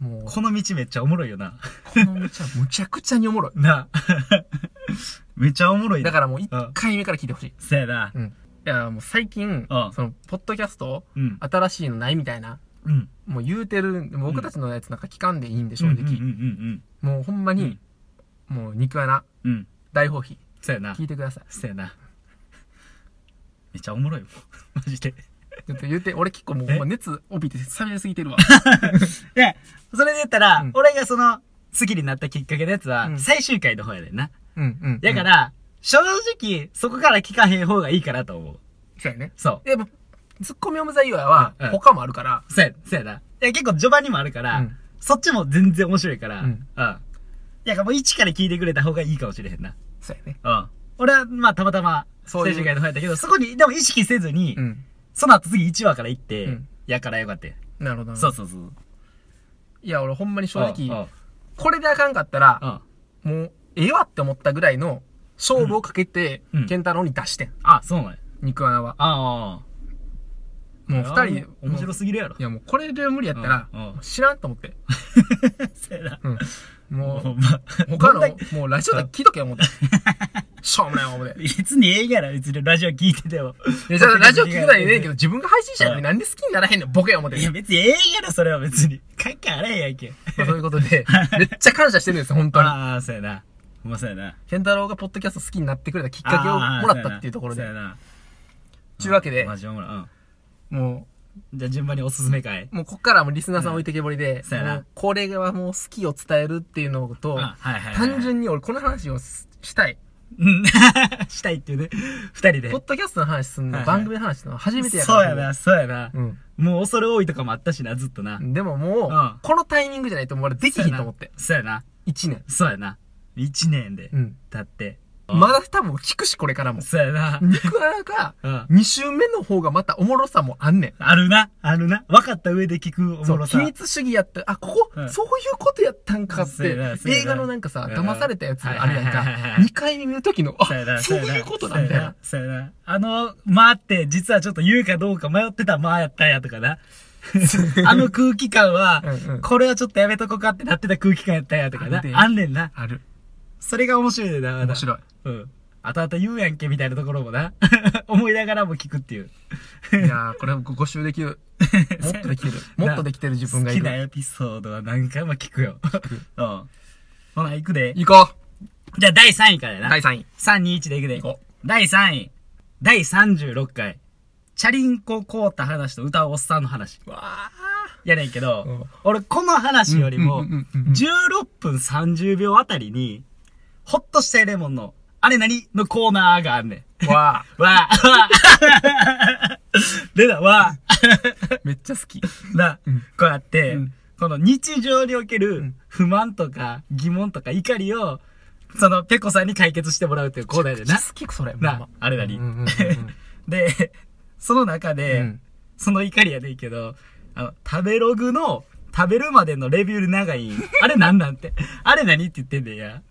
[SPEAKER 1] もう、こ
[SPEAKER 2] この道めっちゃおもろいよな。 <laughs>
[SPEAKER 1] の道はむちゃくちゃにおもろい。
[SPEAKER 2] な。 <laughs> めっちゃおもろい
[SPEAKER 1] だ
[SPEAKER 2] ら。
[SPEAKER 1] からもう一回目から聞いてほしい。
[SPEAKER 2] そやな。
[SPEAKER 1] うん。いや、もう最近
[SPEAKER 2] あ、
[SPEAKER 1] その、ポッドキャスト、
[SPEAKER 2] うん。
[SPEAKER 1] 新しいのないみたいな、
[SPEAKER 2] うん。
[SPEAKER 1] もう言うてる、僕たちのやつなんか聞かんでいいんで、
[SPEAKER 2] うん
[SPEAKER 1] 正
[SPEAKER 2] うん
[SPEAKER 1] 直。
[SPEAKER 2] うん
[SPEAKER 1] もうほんまに、もう肉穴、
[SPEAKER 2] うん。うん。
[SPEAKER 1] 大放棄。
[SPEAKER 2] そやな
[SPEAKER 1] 聞。いてください。
[SPEAKER 2] そやな。 <laughs> めっちゃおもろいよ。 <laughs> マジで。
[SPEAKER 1] ちょっと言って、俺結構もう
[SPEAKER 2] え
[SPEAKER 1] ほんま熱帯びて冷めすぎてるわ。
[SPEAKER 2] で、それで言ったら、
[SPEAKER 1] うん
[SPEAKER 2] 俺がその、好きになったきっかけのやつは、
[SPEAKER 1] うん
[SPEAKER 2] 最終回の方やでんな。
[SPEAKER 1] <laughs> うんうん。
[SPEAKER 2] だから、正直、そこから聞かへん方がいいかなと思う。
[SPEAKER 1] うん、そうやね。
[SPEAKER 2] そ
[SPEAKER 1] でも、ツッコミオムザイヤーは
[SPEAKER 2] うんうん
[SPEAKER 1] 他もあるから、
[SPEAKER 2] う。そうや、そうやな。いや、結構序盤にもあるから、
[SPEAKER 1] うん
[SPEAKER 2] そっちも全然面白いから、
[SPEAKER 1] うん
[SPEAKER 2] うん。だからもう一から聞いてくれた方がいいかもしれへんな。
[SPEAKER 1] そうやね。
[SPEAKER 2] うん。俺は、まあ、たまたま、
[SPEAKER 1] そういう
[SPEAKER 2] 最終回の方やったけど、そこに、でも意識せずに、
[SPEAKER 1] うん。
[SPEAKER 2] その後次1話から行って、
[SPEAKER 1] うん
[SPEAKER 2] やからよかったよ。
[SPEAKER 1] なるほどな。
[SPEAKER 2] そうそうそう。
[SPEAKER 1] いや、俺ほんまに正
[SPEAKER 2] うんうん
[SPEAKER 1] 直、これであかんかったら、
[SPEAKER 2] うん
[SPEAKER 1] もう、ええわって思ったぐらいの勝負をかけて
[SPEAKER 2] うんうん、
[SPEAKER 1] ケンタロウに出してん。
[SPEAKER 2] あ、そうなんや。
[SPEAKER 1] 肉穴は。
[SPEAKER 2] ああ。
[SPEAKER 1] もう二人、
[SPEAKER 2] 面白すぎるやろ
[SPEAKER 1] い。やもうこれで無理やったら
[SPEAKER 2] うんうん、
[SPEAKER 1] 知らんと思って。
[SPEAKER 2] <laughs> そやな。
[SPEAKER 1] うん。も
[SPEAKER 2] ほ
[SPEAKER 1] う、
[SPEAKER 2] んま。
[SPEAKER 1] 他の
[SPEAKER 2] どんだけ、
[SPEAKER 1] もうラジオで聞いとけよ、思って。しょうもない思
[SPEAKER 2] <laughs>
[SPEAKER 1] って。
[SPEAKER 2] 別にええやろ、別にラジオ聞いてても。
[SPEAKER 1] いや、それラジオ聞くのはいいねんけど、自分が配信者やのになんで好きにならへんのボケや思って
[SPEAKER 2] いや、
[SPEAKER 1] る。
[SPEAKER 2] 別にええやろ、それは別に。関係あれへんやんけ。
[SPEAKER 1] まあ、そういうことで、めっちゃ感謝してるんですよ、本当に。
[SPEAKER 2] ああ、そうやな。ほんまそうやな。
[SPEAKER 1] ケンタロウがポッドキャスト好きになってくれたきっかけをもらったっていうところで
[SPEAKER 2] あー。そうやな。
[SPEAKER 1] ちゅうわけで
[SPEAKER 2] マジおもろい。うん。
[SPEAKER 1] も
[SPEAKER 2] じゃあ順番におすすめ会。
[SPEAKER 1] う、もうこっからはもうリスナーさん置いてけぼりで、
[SPEAKER 2] そうやな
[SPEAKER 1] もうこれがもう好きを伝えるっていうのと、
[SPEAKER 2] あはいはいはい
[SPEAKER 1] 単純に俺この話をすしたい。
[SPEAKER 2] うん。 <laughs> したいっていうね。二人で
[SPEAKER 1] ポッ。ドキャストの話すん
[SPEAKER 2] はい
[SPEAKER 1] の、
[SPEAKER 2] はい
[SPEAKER 1] 番組の話すんの初めてやか
[SPEAKER 2] そう
[SPEAKER 1] ら。
[SPEAKER 2] やな、そうやな。
[SPEAKER 1] うん。
[SPEAKER 2] もう恐れ多いとかもあったしな、ずっとな。
[SPEAKER 1] でもも
[SPEAKER 2] うん
[SPEAKER 1] う、このタイミングじゃないともう俺できひんと思って。
[SPEAKER 2] そうやな。
[SPEAKER 1] 1年。
[SPEAKER 2] そうやな。一年で
[SPEAKER 1] う、ん。
[SPEAKER 2] 経って。
[SPEAKER 1] まだ多分聞くし、これからも。
[SPEAKER 2] そうやな。
[SPEAKER 1] 肉穴が、
[SPEAKER 2] うん。
[SPEAKER 1] 二週目の方がまたおもろさもあんねん。
[SPEAKER 2] あるな、あるな。分かった上で聞くお
[SPEAKER 1] そう、
[SPEAKER 2] もろ
[SPEAKER 1] 秘
[SPEAKER 2] さ。
[SPEAKER 1] 密主義やった、あ、ここ、
[SPEAKER 2] うん
[SPEAKER 1] そういうことやったんかって、
[SPEAKER 2] そうやなそうやな
[SPEAKER 1] 映画のなんかさ、
[SPEAKER 2] うん
[SPEAKER 1] 騙されたやつあるやん
[SPEAKER 2] はいはいはいは
[SPEAKER 1] か
[SPEAKER 2] い、
[SPEAKER 1] 二回見るときの、あ、
[SPEAKER 2] そうやな
[SPEAKER 1] そう
[SPEAKER 2] やな
[SPEAKER 1] いうことなんだよ。
[SPEAKER 2] そうやな。あの、まあって、実はちょっと言うかどうか迷ってたまあやったんやとか
[SPEAKER 1] <laughs>
[SPEAKER 2] な。あの空気感は
[SPEAKER 1] うんうん、
[SPEAKER 2] これはちょっとやめとこかってなってた空気感やったんやとかな
[SPEAKER 1] ある。で
[SPEAKER 2] あんねんな。
[SPEAKER 1] ある。
[SPEAKER 2] それが面白いねんな、まだ
[SPEAKER 1] 面白い。
[SPEAKER 2] うん。後々言うやんけみたいなところもな。 <laughs> 思いながらも聞くっていう。
[SPEAKER 1] いやー、これごご集でき
[SPEAKER 2] <laughs>
[SPEAKER 1] る。もっとできてる。もっとできてる自分がい
[SPEAKER 2] 好きな
[SPEAKER 1] る。
[SPEAKER 2] エピソードは何回も聞くよ。うん。ほな、行くで。
[SPEAKER 1] 行こ
[SPEAKER 2] じゃあ第3位からや
[SPEAKER 1] う
[SPEAKER 2] な。
[SPEAKER 1] 第3位。
[SPEAKER 2] 3、2、1でいくで。
[SPEAKER 1] 行こ
[SPEAKER 2] 第3位。第36回。チャリンコ凍った話と歌うおっさんの話。
[SPEAKER 1] う。わ
[SPEAKER 2] やねんけど、
[SPEAKER 1] うん
[SPEAKER 2] 俺この話よりも、
[SPEAKER 1] うんうんうんうんうん
[SPEAKER 2] 16分30秒あたりに、ほっとしたいレモンの、あれ何のコーナーがあんね
[SPEAKER 1] ー。わ
[SPEAKER 2] ん。わあ、わあ。出た、わあ。
[SPEAKER 1] ー。めっちゃ好き。
[SPEAKER 2] な、
[SPEAKER 1] うん
[SPEAKER 2] こうやって、
[SPEAKER 1] うん
[SPEAKER 2] この日常におけ
[SPEAKER 1] う
[SPEAKER 2] る
[SPEAKER 1] ん
[SPEAKER 2] 不満とか疑問とか怒りを、そのペコさんに解決してもらうっていうコーナーで
[SPEAKER 1] めっち
[SPEAKER 2] な
[SPEAKER 1] ゃ。好き、それ。
[SPEAKER 2] な、あれなり
[SPEAKER 1] うんうんうんうん。
[SPEAKER 2] で、 <laughs> その中で、
[SPEAKER 1] うん
[SPEAKER 2] その怒りやでいいけど、あの、食べログの、食べるまでのレビュー長い、あれなんなんて、 <laughs> あれ何って言ってんねんや。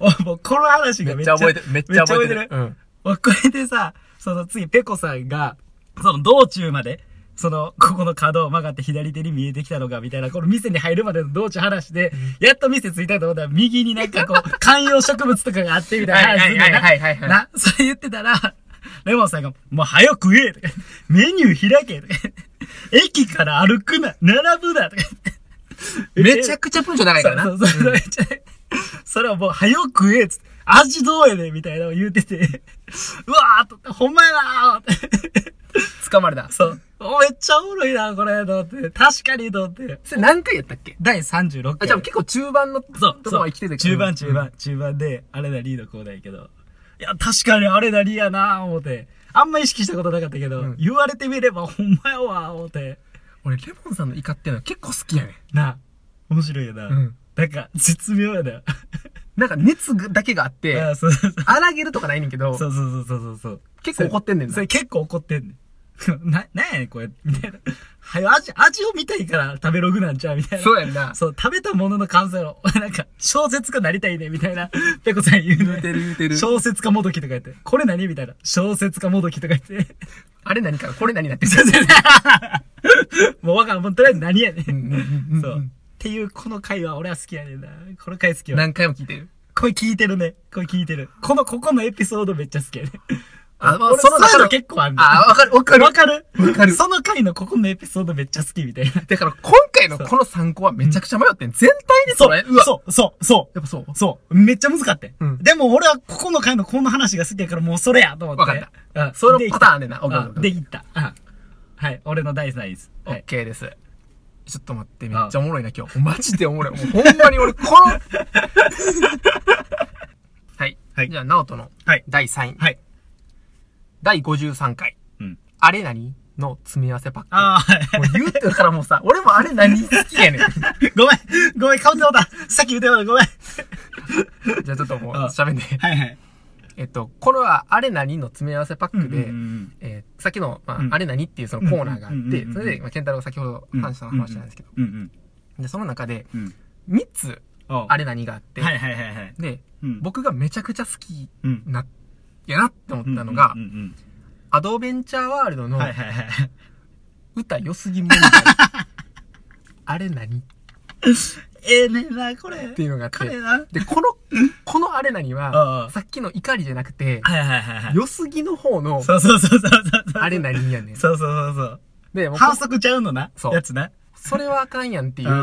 [SPEAKER 2] おもうこの話が
[SPEAKER 1] め
[SPEAKER 2] め
[SPEAKER 1] っち
[SPEAKER 2] っち
[SPEAKER 1] ゃ
[SPEAKER 2] ゃ、
[SPEAKER 1] 覚えてる。めっちゃ覚えて
[SPEAKER 2] めっ
[SPEAKER 1] る
[SPEAKER 2] ち。ゃ
[SPEAKER 1] うん。
[SPEAKER 2] わこれでさ、その次、ペコさんが、その道中まで、その、ここの角を曲がって左手に見えてきたのが、みたいな、この店に入るまでの道中話で、やっと店着いたと思ったら、右になんかこう、観葉植物とかがあって、みたいな話すんだよな。
[SPEAKER 1] はいはいはいはいは
[SPEAKER 2] <laughs> な、それ言ってたら、レモンさんが、もう早く食えとか、メニュー開けとか、駅から歩くな、並ぶなとか言って。
[SPEAKER 1] めちゃくちゃ文章長いからな。
[SPEAKER 2] そうそうそう。それはもう、早く食えっつって、味どうやねんみたいなのを言うてて、うわーっと、ほんまやなーって。
[SPEAKER 1] 掴まれた。
[SPEAKER 2] そう。おめっちゃおもろいな、これ、と思って。確かに、と思って。
[SPEAKER 1] それ何回やったっけ
[SPEAKER 2] 第36
[SPEAKER 1] あ、
[SPEAKER 2] 回。
[SPEAKER 1] じゃあ結構中盤の
[SPEAKER 2] そう、
[SPEAKER 1] とこ
[SPEAKER 2] そ
[SPEAKER 1] は
[SPEAKER 2] う
[SPEAKER 1] 生きてる
[SPEAKER 2] 中盤、中。盤、中盤で、あれだ、リードこうだやけど。いや、確かにあれだ、リーやな、思って。あんま意識したことなかったけど、
[SPEAKER 1] うん
[SPEAKER 2] 言われてみれば、ほんまやわ、思って。
[SPEAKER 1] 俺、レモンさんのイカってのは結構好きやね
[SPEAKER 2] なあ、面白いよな。
[SPEAKER 1] うん
[SPEAKER 2] なんか、絶妙やな。
[SPEAKER 1] なんか熱だけがあって、
[SPEAKER 2] <laughs> あそうそう
[SPEAKER 1] 荒げるとかないねんけど
[SPEAKER 2] そ、うそうそうそうそう。
[SPEAKER 1] 結構怒ってんねんな
[SPEAKER 2] それ結構怒ってんね <laughs> ん。な、なんやねん、これ。みたいな。はよ、味、味を見たいから食べログなんちゃうみたいな。
[SPEAKER 1] そうやんな。
[SPEAKER 2] そう、食べたものの感想やろ。俺 <laughs> なんか、小説家なりたいね、みたいな。ペコさん言う
[SPEAKER 1] 言うて
[SPEAKER 2] ね。
[SPEAKER 1] る言うてる。
[SPEAKER 2] 小説家もどきとか言って。これ何みたいな。小説家もどきとか言
[SPEAKER 1] <laughs>
[SPEAKER 2] って。
[SPEAKER 1] あれ何かこれ何なってる。
[SPEAKER 2] <laughs> もうわからん。もうとりあえず何やね
[SPEAKER 1] うん
[SPEAKER 2] ん。
[SPEAKER 1] うんうんうん
[SPEAKER 2] そう。っていう、この回は俺は好きやねんな。この回好きよ。
[SPEAKER 1] 何回も聞いてる。
[SPEAKER 2] これ聞いてるね。これ聞いてる。この、ここのエピソードめっちゃ好きやね。
[SPEAKER 1] あまあ
[SPEAKER 2] 俺
[SPEAKER 1] その中の
[SPEAKER 2] そういうの結構あんねん
[SPEAKER 1] あ、わかるわかる
[SPEAKER 2] わ。かる
[SPEAKER 1] わかる
[SPEAKER 2] その回のここのエピソードめっちゃ好きみ
[SPEAKER 1] <laughs>
[SPEAKER 2] たいな。
[SPEAKER 1] だから今回のこの参考はめちゃくちゃ迷ってん。全体で
[SPEAKER 2] そ
[SPEAKER 1] それ
[SPEAKER 2] う、
[SPEAKER 1] うわ。
[SPEAKER 2] そう、そう、そ
[SPEAKER 1] やっぱそう
[SPEAKER 2] う。。そう。めっちゃ難かって。
[SPEAKER 1] うん
[SPEAKER 2] でも俺はここの回のこの話が好きやからもうそれやと思って。
[SPEAKER 1] わかっ
[SPEAKER 2] うん。
[SPEAKER 1] その
[SPEAKER 2] で
[SPEAKER 1] パターンねんな。
[SPEAKER 2] う
[SPEAKER 1] オッ
[SPEAKER 2] ん
[SPEAKER 1] ケーオッケー
[SPEAKER 2] で、いった。うんはい。俺の第3位です。
[SPEAKER 1] オ
[SPEAKER 2] は
[SPEAKER 1] ッ
[SPEAKER 2] い。
[SPEAKER 1] ケーです。ちょっと待って、めっちゃおもろいな、今日。マジでおもろい。もうほんまに俺、こ <laughs> の。はい。
[SPEAKER 2] はい
[SPEAKER 1] じゃあ、ナオトの
[SPEAKER 2] はい。
[SPEAKER 1] 第3位。
[SPEAKER 2] はい。
[SPEAKER 1] 第53回。
[SPEAKER 2] うん。
[SPEAKER 1] あれ何の詰め合わせパック。
[SPEAKER 2] ああ、はい <laughs>
[SPEAKER 1] もう言うてるからもうさ、俺もあれ何好きやねん。
[SPEAKER 2] ごめん。ごめん。顔ってもうた。さっき言ってもうた。ごめん。
[SPEAKER 1] じゃあちょっともう
[SPEAKER 2] あ
[SPEAKER 1] 喋んで。
[SPEAKER 2] はいはい。
[SPEAKER 1] えっと、これはあれ何の詰め合わせパックで、
[SPEAKER 2] うんうんうん
[SPEAKER 1] えーさっきの、まあ、
[SPEAKER 2] うん
[SPEAKER 1] あれ何っていうそのコーナーがあっ
[SPEAKER 2] うんうんうん
[SPEAKER 1] て
[SPEAKER 2] う、ん
[SPEAKER 1] それで、まあ、ケンタロウが先ほど
[SPEAKER 2] うん
[SPEAKER 1] 話した話なんですけど、
[SPEAKER 2] うんうん。
[SPEAKER 1] で、その中で、
[SPEAKER 2] うん。
[SPEAKER 1] 3つ、あ
[SPEAKER 2] あ
[SPEAKER 1] れ何があって、
[SPEAKER 2] はいはいはいはい。
[SPEAKER 1] で、
[SPEAKER 2] うん
[SPEAKER 1] 僕がめちゃくちゃ好き
[SPEAKER 2] うん。
[SPEAKER 1] な、やなって思ったのが、
[SPEAKER 2] うんうんうん
[SPEAKER 1] アドベンチャーワールド
[SPEAKER 2] うん。
[SPEAKER 1] の
[SPEAKER 2] はいはいはい。
[SPEAKER 1] 歌良すぎ問題。 <laughs> あれ何っ
[SPEAKER 2] ええねんな、これ。
[SPEAKER 1] ていうのがあっ
[SPEAKER 2] これ
[SPEAKER 1] て、
[SPEAKER 2] な。
[SPEAKER 1] で、この、このあれ何
[SPEAKER 2] あ
[SPEAKER 1] は
[SPEAKER 2] あ、
[SPEAKER 1] さっきの怒りじゃなくて、
[SPEAKER 2] はいはいはいはい。
[SPEAKER 1] 良すぎの方の、
[SPEAKER 2] そうそうそうそうそう。
[SPEAKER 1] あれ何やねん。
[SPEAKER 2] そうそうそうそう。
[SPEAKER 1] で、もうこ
[SPEAKER 2] 反則ちゃうのな。
[SPEAKER 1] そう
[SPEAKER 2] やつな。
[SPEAKER 1] それはあかんやんっていう、な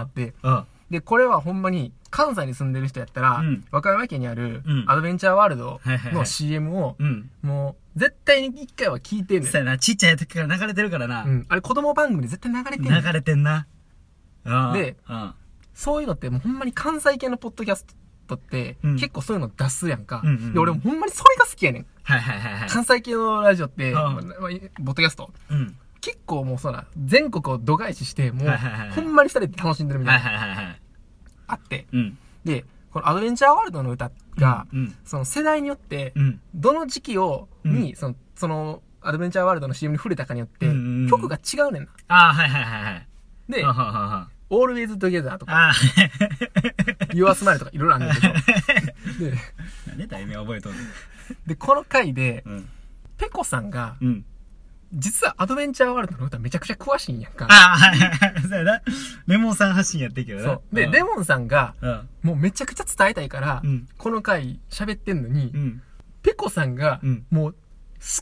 [SPEAKER 2] あ
[SPEAKER 1] って、
[SPEAKER 2] あ。
[SPEAKER 1] で、これはほんまに、関西に住んでる人やったら、
[SPEAKER 2] うん
[SPEAKER 1] 和歌山県にある
[SPEAKER 2] うん、
[SPEAKER 1] アドベンチャーワールド
[SPEAKER 2] はいはいは
[SPEAKER 1] の
[SPEAKER 2] い
[SPEAKER 1] CM を、
[SPEAKER 2] うん。
[SPEAKER 1] もう、絶対に一回は聞いてんね
[SPEAKER 2] そ
[SPEAKER 1] ん。
[SPEAKER 2] うやな。ちっちゃい時から流れてるからな。
[SPEAKER 1] うん。あれ、子供番組で絶対流れてんねん。
[SPEAKER 2] 流れてんな。ああ
[SPEAKER 1] で、
[SPEAKER 2] あ
[SPEAKER 1] そういうのって、もうほんまに関西系のポッドキャストって、
[SPEAKER 2] うん
[SPEAKER 1] 結構そういうの出すやんか。
[SPEAKER 2] うんうんうん
[SPEAKER 1] で、俺もほんまにそれが好きやねん。
[SPEAKER 2] はいはいはいはい。
[SPEAKER 1] 関西系のラジオって、
[SPEAKER 2] うん
[SPEAKER 1] まあまあポッドキャスト。
[SPEAKER 2] うん。
[SPEAKER 1] 結構もうそうな、全国を度外視して、もう
[SPEAKER 2] はいはいはいは、い
[SPEAKER 1] ほんまに二人で楽しんでるみた
[SPEAKER 2] はいい
[SPEAKER 1] なのが
[SPEAKER 2] はいはいはい。
[SPEAKER 1] あって。
[SPEAKER 2] うん。
[SPEAKER 1] で、このアドベンチャーワールドの歌が、
[SPEAKER 2] うん。
[SPEAKER 1] その世代によって
[SPEAKER 2] う、ん。
[SPEAKER 1] どの時期を、
[SPEAKER 2] うん
[SPEAKER 1] に、その、その、アドベンチャーワールドの CM に触れたかによって
[SPEAKER 2] うんうんう、ん
[SPEAKER 1] 曲が違うねんな。
[SPEAKER 2] ああ、はいはいはいはい。
[SPEAKER 1] で
[SPEAKER 2] あ、ああ
[SPEAKER 1] Always Together
[SPEAKER 2] <laughs>
[SPEAKER 1] とか、
[SPEAKER 2] ああ。
[SPEAKER 1] Your Smile とかいろいろあるんだ
[SPEAKER 2] <laughs>
[SPEAKER 1] けど。で、
[SPEAKER 2] 何で題名覚えとんの
[SPEAKER 1] で、この回で、
[SPEAKER 2] うん。
[SPEAKER 1] ペコさんが、
[SPEAKER 2] うん。
[SPEAKER 1] 実はアドベンチャーワールドの歌めちゃくちゃ詳しいんやんか。
[SPEAKER 2] ああ、はいはいはい。そうやな。レモンさん発信やってるけどな。
[SPEAKER 1] そう。で、レ
[SPEAKER 2] モ
[SPEAKER 1] モンさんが、
[SPEAKER 2] ン。
[SPEAKER 1] もうめちゃくちゃ伝えたいから
[SPEAKER 2] うん、
[SPEAKER 1] この回喋ってんのに
[SPEAKER 2] う、ん。
[SPEAKER 1] ペコさんが
[SPEAKER 2] うん、
[SPEAKER 1] もう、好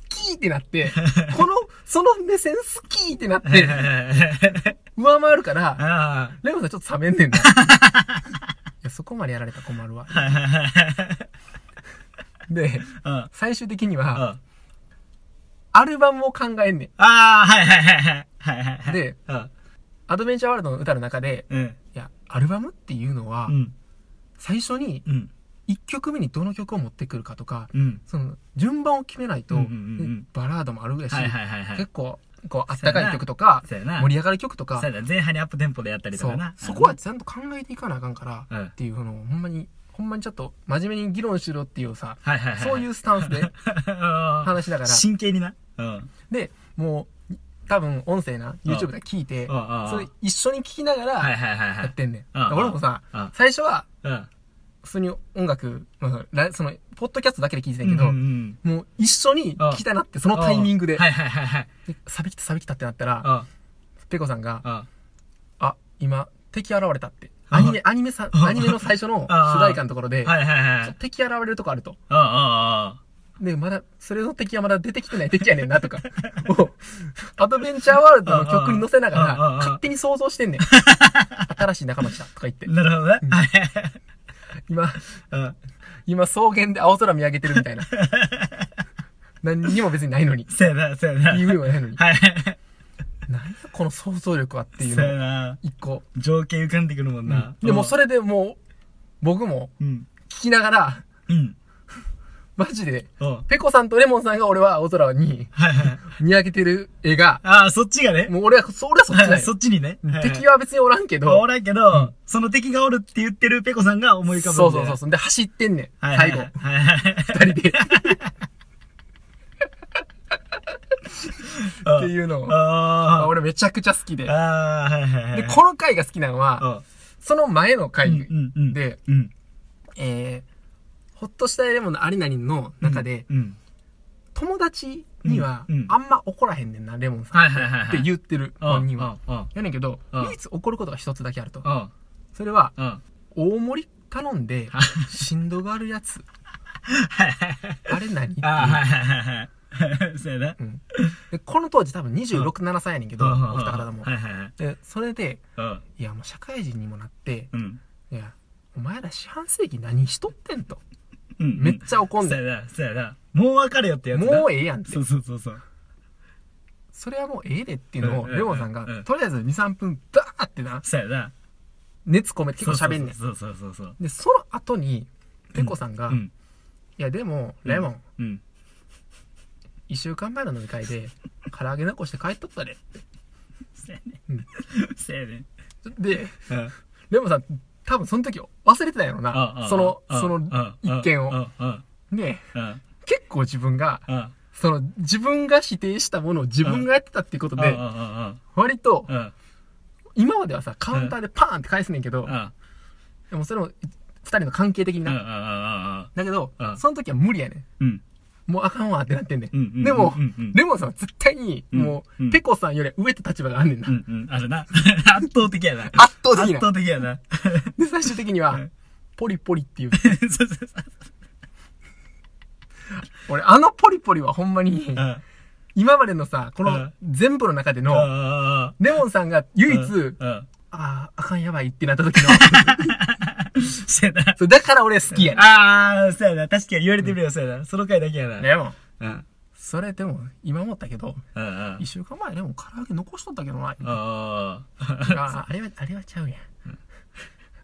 [SPEAKER 1] きってな
[SPEAKER 2] <laughs>
[SPEAKER 1] って、この、その目線好きってなっ
[SPEAKER 2] うん。はい
[SPEAKER 1] て
[SPEAKER 2] は、 <laughs> いはいはい。
[SPEAKER 1] 上回るから、
[SPEAKER 2] あ
[SPEAKER 1] レモンさんちょっと冷めんねん
[SPEAKER 2] <laughs>
[SPEAKER 1] な。いや、そこまでやられたら困るわ
[SPEAKER 2] あ。。はいはいはいはい。
[SPEAKER 1] で、
[SPEAKER 2] うん。
[SPEAKER 1] 最終的には、
[SPEAKER 2] あ
[SPEAKER 1] アルバムを考えんねん。
[SPEAKER 2] あー、はいはいはいはい。はいはい。
[SPEAKER 1] で、
[SPEAKER 2] うん。
[SPEAKER 1] アドベンチャーワールドの歌の中で、
[SPEAKER 2] うん。
[SPEAKER 1] いや、アルバムっていうのは
[SPEAKER 2] う、ん。
[SPEAKER 1] 最初に
[SPEAKER 2] うん。
[SPEAKER 1] 1曲目にどの曲を持ってくるかとか、
[SPEAKER 2] うん。
[SPEAKER 1] その、順番を決めないと、
[SPEAKER 2] うんうんうんうん
[SPEAKER 1] バラードもあるやし、
[SPEAKER 2] はいはいはいはい。
[SPEAKER 1] 結
[SPEAKER 2] 結
[SPEAKER 1] 構、こう、あったかい曲とか、
[SPEAKER 2] そうやな。
[SPEAKER 1] 盛り上がる曲とか
[SPEAKER 2] そう、やな。前半にアップテンポでやったりと
[SPEAKER 1] そ
[SPEAKER 2] か
[SPEAKER 1] う
[SPEAKER 2] な。、
[SPEAKER 1] そこはちゃんと考えていかなあかんか
[SPEAKER 2] うん
[SPEAKER 1] ら、っていうのを、ほんまに、ほんまにちょっと、真面目に議論しろっていうさ、
[SPEAKER 2] はいはいはい。
[SPEAKER 1] そういううスタンスで
[SPEAKER 2] <laughs>
[SPEAKER 1] 話しながら、
[SPEAKER 2] 真剣にな。うん。
[SPEAKER 1] で、もう、多分音声な、YouTube で聞いて、そ
[SPEAKER 2] そ
[SPEAKER 1] れ一緒に聞きなが
[SPEAKER 2] はい
[SPEAKER 1] ら
[SPEAKER 2] はいはいは
[SPEAKER 1] やっ
[SPEAKER 2] い。
[SPEAKER 1] てんねん。
[SPEAKER 2] うん
[SPEAKER 1] 俺もさ
[SPEAKER 2] うん、
[SPEAKER 1] 最初は、
[SPEAKER 2] うん。
[SPEAKER 1] 普通に音楽、まあラその、ポッドキャストだけで聞いてたんやけど、
[SPEAKER 2] うん
[SPEAKER 1] もう一緒に聞きたなって、そのタイミングで、
[SPEAKER 2] はいはいはいはい。
[SPEAKER 1] でサビきたサビきたってなったら、
[SPEAKER 2] あ
[SPEAKER 1] ペコさんが、
[SPEAKER 2] あ。
[SPEAKER 1] あ、今、敵現れたって。
[SPEAKER 2] うん
[SPEAKER 1] アニメ、アニメさ、
[SPEAKER 2] うん
[SPEAKER 1] アニメの最初の主題歌のところで、
[SPEAKER 2] はいはいはい。
[SPEAKER 1] 敵現れるとこあると。
[SPEAKER 2] ああ
[SPEAKER 1] で、まだ、それの敵はまだ出てきてない敵やねんなとか、を、アドベンチャーワールドの曲に乗せながら、
[SPEAKER 2] うんうんうん
[SPEAKER 1] 勝手に想像してんねん。新しい仲間来たとか言って
[SPEAKER 2] あ。。なるほどね。はいはい
[SPEAKER 1] 今、
[SPEAKER 2] うん。
[SPEAKER 1] 今草原で青空見上げてるみたいな。何にも別にないのに。
[SPEAKER 2] そうやな、そうやな。
[SPEAKER 1] 言うようないのに。
[SPEAKER 2] はいはいはい。
[SPEAKER 1] この想像力はっていう
[SPEAKER 2] そうや
[SPEAKER 1] の
[SPEAKER 2] な。
[SPEAKER 1] 一個、
[SPEAKER 2] 情景浮かんでくるもんな。
[SPEAKER 1] でもそ
[SPEAKER 2] れ、
[SPEAKER 1] れでもう僕も
[SPEAKER 2] うん。
[SPEAKER 1] 聞きながら
[SPEAKER 2] うん。
[SPEAKER 1] マジで
[SPEAKER 2] おう
[SPEAKER 1] ペコさんとレモンさんが俺は青空に
[SPEAKER 2] はいはい。
[SPEAKER 1] 見上げてる絵が
[SPEAKER 2] ああ、そっちがね。
[SPEAKER 1] もう俺はそ俺はそっち
[SPEAKER 2] はいは
[SPEAKER 1] だ
[SPEAKER 2] いそ
[SPEAKER 1] よ
[SPEAKER 2] っちにね。
[SPEAKER 1] 敵
[SPEAKER 2] は
[SPEAKER 1] は別におらんけ
[SPEAKER 2] いはい。
[SPEAKER 1] ど
[SPEAKER 2] おらんけ
[SPEAKER 1] ん
[SPEAKER 2] ど、その敵がおるって言ってるペコさんが思い浮かぶんだ
[SPEAKER 1] そ
[SPEAKER 2] よ
[SPEAKER 1] うそうそうそうで走ってんねん
[SPEAKER 2] はいは
[SPEAKER 1] 最
[SPEAKER 2] い
[SPEAKER 1] 後
[SPEAKER 2] はいはい
[SPEAKER 1] 二
[SPEAKER 2] <laughs>
[SPEAKER 1] 人で
[SPEAKER 2] は
[SPEAKER 1] っ
[SPEAKER 2] い。
[SPEAKER 1] ていうのを
[SPEAKER 2] ああ。
[SPEAKER 1] 俺めちゃくちゃ好きでで
[SPEAKER 2] ああ、はいはいはい。
[SPEAKER 1] この回が好きなのは
[SPEAKER 2] あ
[SPEAKER 1] その前の
[SPEAKER 2] う
[SPEAKER 1] 回
[SPEAKER 2] んうんうん。
[SPEAKER 1] で、
[SPEAKER 2] うん。
[SPEAKER 1] えー、ほっとしたいレモンのありなりの中で、
[SPEAKER 2] うん。
[SPEAKER 1] 友達には
[SPEAKER 2] うんうん
[SPEAKER 1] あんま怒らへんねんな、レモンさん
[SPEAKER 2] はいはいはい
[SPEAKER 1] っ
[SPEAKER 2] はい。
[SPEAKER 1] て言ってる本人は。
[SPEAKER 2] うん。うん。
[SPEAKER 1] やねんけど、
[SPEAKER 2] うん
[SPEAKER 1] 唯一怒ることが一つだけあると
[SPEAKER 2] う。ん。
[SPEAKER 1] それは、
[SPEAKER 2] うん。
[SPEAKER 1] 大盛り頼んで、しんどがるやつ。
[SPEAKER 2] はいはいはい。
[SPEAKER 1] あれ何っていう
[SPEAKER 2] <laughs> ああ、はいはいはい <laughs> はい。そうやな。
[SPEAKER 1] うんでこの当時多分26、7歳やねんけど、お二方とも
[SPEAKER 2] は。いはいはい。
[SPEAKER 1] で、それで、
[SPEAKER 2] うん。
[SPEAKER 1] いやもう社会人にもなって、
[SPEAKER 2] うん。
[SPEAKER 1] いや、お前ら四半世紀何しとってんと。
[SPEAKER 2] うん。
[SPEAKER 1] めっちゃ怒ん
[SPEAKER 2] そ
[SPEAKER 1] で
[SPEAKER 2] う、やな、そうやな。もう別れよってやつな。
[SPEAKER 1] もうええやんって
[SPEAKER 2] そ。うそうそうそう。
[SPEAKER 1] それはもうええでっていうのを、
[SPEAKER 2] うんうんうん
[SPEAKER 1] レモンさんが
[SPEAKER 2] う、ん
[SPEAKER 1] とりあえず2、3分、バーってな、
[SPEAKER 2] そうやな。
[SPEAKER 1] 熱込めて結構喋んねん。
[SPEAKER 2] そうそうそうそう。
[SPEAKER 1] で、その後に、ペコさんが、
[SPEAKER 2] う
[SPEAKER 1] い
[SPEAKER 2] ん。
[SPEAKER 1] やでも、レモン、
[SPEAKER 2] うん。
[SPEAKER 1] 1週間前の飲み会で、唐揚げ残して帰っとったで。
[SPEAKER 2] そうや
[SPEAKER 1] う
[SPEAKER 2] ね
[SPEAKER 1] ん。
[SPEAKER 2] そうやね。
[SPEAKER 1] で、
[SPEAKER 2] うん。
[SPEAKER 1] レモンさん、多分その時忘れてたんやろ
[SPEAKER 2] あ
[SPEAKER 1] な。
[SPEAKER 2] あ
[SPEAKER 1] その
[SPEAKER 2] あ、あ
[SPEAKER 1] その
[SPEAKER 2] あ
[SPEAKER 1] 一件
[SPEAKER 2] う
[SPEAKER 1] を。
[SPEAKER 2] ん。うん。
[SPEAKER 1] で、
[SPEAKER 2] うん。
[SPEAKER 1] 結構自分が、
[SPEAKER 2] うん。うん。
[SPEAKER 1] その、自分が指定したものを自分がやってたっていうこと
[SPEAKER 2] うん。
[SPEAKER 1] で、割と、
[SPEAKER 2] うん。うん。
[SPEAKER 1] 今まではさ、カウンターでパーンって返すねんけど
[SPEAKER 2] う、ん。
[SPEAKER 1] でもそれも、二人の関係的に
[SPEAKER 2] うん。うん。うん。
[SPEAKER 1] な。だけど
[SPEAKER 2] う、ん
[SPEAKER 1] その時は無理やねん。
[SPEAKER 2] うん。
[SPEAKER 1] もうあかんわってなってんねん。
[SPEAKER 2] うん。
[SPEAKER 1] でも
[SPEAKER 2] うん。うん。
[SPEAKER 1] レモンさんは絶対に、も
[SPEAKER 2] う
[SPEAKER 1] う、
[SPEAKER 2] ん
[SPEAKER 1] ペコさんより上って立場があんねんな
[SPEAKER 2] う。ん。うん。あるな。圧倒的やな。
[SPEAKER 1] 圧倒的な
[SPEAKER 2] 圧。倒的やな。
[SPEAKER 1] で、最終的に
[SPEAKER 2] う
[SPEAKER 1] は
[SPEAKER 2] ん、
[SPEAKER 1] ポリポリっていう。
[SPEAKER 2] そうそうそう。
[SPEAKER 1] 俺、あのポリポリはほんまに
[SPEAKER 2] う、ん。
[SPEAKER 1] 今までのさ、こ
[SPEAKER 2] う
[SPEAKER 1] の
[SPEAKER 2] ん
[SPEAKER 1] 全部の中での、
[SPEAKER 2] ああ。
[SPEAKER 1] レモンさんが唯一、
[SPEAKER 2] うん。
[SPEAKER 1] ああ、あかんやばいってなった時の、 <laughs>
[SPEAKER 2] そうやな。
[SPEAKER 1] そうだから俺好きやな。
[SPEAKER 2] ああ、そうやな。確かに言われてみればそうやな。その回だけやな。
[SPEAKER 1] レモン。
[SPEAKER 2] うん。
[SPEAKER 1] それでも、今思ったけど、
[SPEAKER 2] うんう
[SPEAKER 1] 一
[SPEAKER 2] ん。
[SPEAKER 1] 週間前レモン唐揚げ残しとったけどな。
[SPEAKER 2] あ
[SPEAKER 1] <laughs> ああれは、あれはちゃうやん。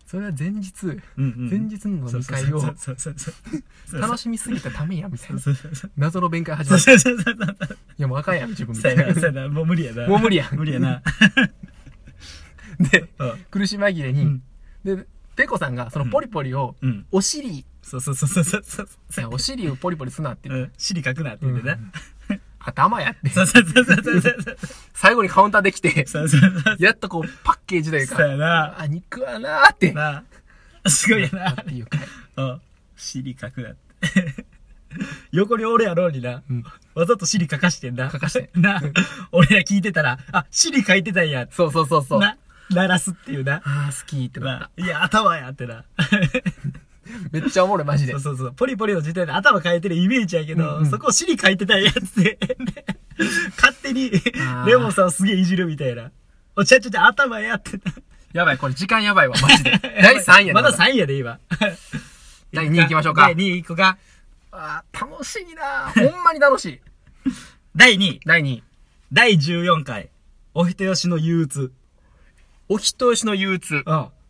[SPEAKER 1] それは前日、
[SPEAKER 2] あ。うん
[SPEAKER 1] 前日の飲み会を
[SPEAKER 2] そうそうそうそう。
[SPEAKER 1] 楽
[SPEAKER 2] し
[SPEAKER 1] しみすぎたためや、みたいな。
[SPEAKER 2] そうそうそう。
[SPEAKER 1] 謎の弁解始
[SPEAKER 2] そ
[SPEAKER 1] ま
[SPEAKER 2] う
[SPEAKER 1] る。
[SPEAKER 2] そうそうそう。
[SPEAKER 1] いや、もうあかんやん、自分み
[SPEAKER 2] そ
[SPEAKER 1] た
[SPEAKER 2] う
[SPEAKER 1] い
[SPEAKER 2] やな、そう
[SPEAKER 1] な。
[SPEAKER 2] やな。もう無理やな。
[SPEAKER 1] もう無理やん。
[SPEAKER 2] 無理やな。
[SPEAKER 1] で、
[SPEAKER 2] うん。
[SPEAKER 1] 苦し紛れに、
[SPEAKER 2] うん
[SPEAKER 1] で、ペコさんがそのポリポリを、
[SPEAKER 2] うん。
[SPEAKER 1] お尻、い
[SPEAKER 2] そうそうそうそうそう。
[SPEAKER 1] やお尻をポリポリすなって、
[SPEAKER 2] うん。尻書くなって言ってな。
[SPEAKER 1] 頭やって、
[SPEAKER 2] そうそうそうそうそうそう。
[SPEAKER 1] 最後にカウンターできて、
[SPEAKER 2] そうそうそう。
[SPEAKER 1] やっとこう、パッケージという
[SPEAKER 2] そう
[SPEAKER 1] か、
[SPEAKER 2] やな。
[SPEAKER 1] あ、肉はなーって、な
[SPEAKER 2] なあ。すごいやな
[SPEAKER 1] っ。ていうか、
[SPEAKER 2] うん。尻書くなって。横におるやろうにな。
[SPEAKER 1] うん
[SPEAKER 2] わざと尻書かしてんな。
[SPEAKER 1] 書かして
[SPEAKER 2] な、俺ら聞いてたら、あ、尻書いてたんやって。
[SPEAKER 1] そうそうそうそう。あ
[SPEAKER 2] な、鳴らすっていうな。
[SPEAKER 1] あー、好きってなっ
[SPEAKER 2] な、いや、頭やってな。
[SPEAKER 1] た。めっちゃおもろい、 <laughs> マジで
[SPEAKER 2] そう。そうそう。ポリポリの時点で頭変えてるイメージやけど、
[SPEAKER 1] うんうん
[SPEAKER 2] そこを尻書いてたんやって。勝手に
[SPEAKER 1] あー、
[SPEAKER 2] レモンさんをすげえいじるみたいな。おちゃちゃちゃ頭やってな。
[SPEAKER 1] やばい、これ時間やばいわ、
[SPEAKER 2] <laughs>
[SPEAKER 1] マジで。第3位やで
[SPEAKER 2] まだ3位やで、今。
[SPEAKER 1] 第二位行きましょうか
[SPEAKER 2] 第2位行こうか。
[SPEAKER 1] あー楽しいなーほんまに楽しい。
[SPEAKER 2] 第2位。
[SPEAKER 1] 第2位。
[SPEAKER 2] 第14回。お人よしの憂鬱。
[SPEAKER 1] お人よしの憂鬱。
[SPEAKER 2] うん。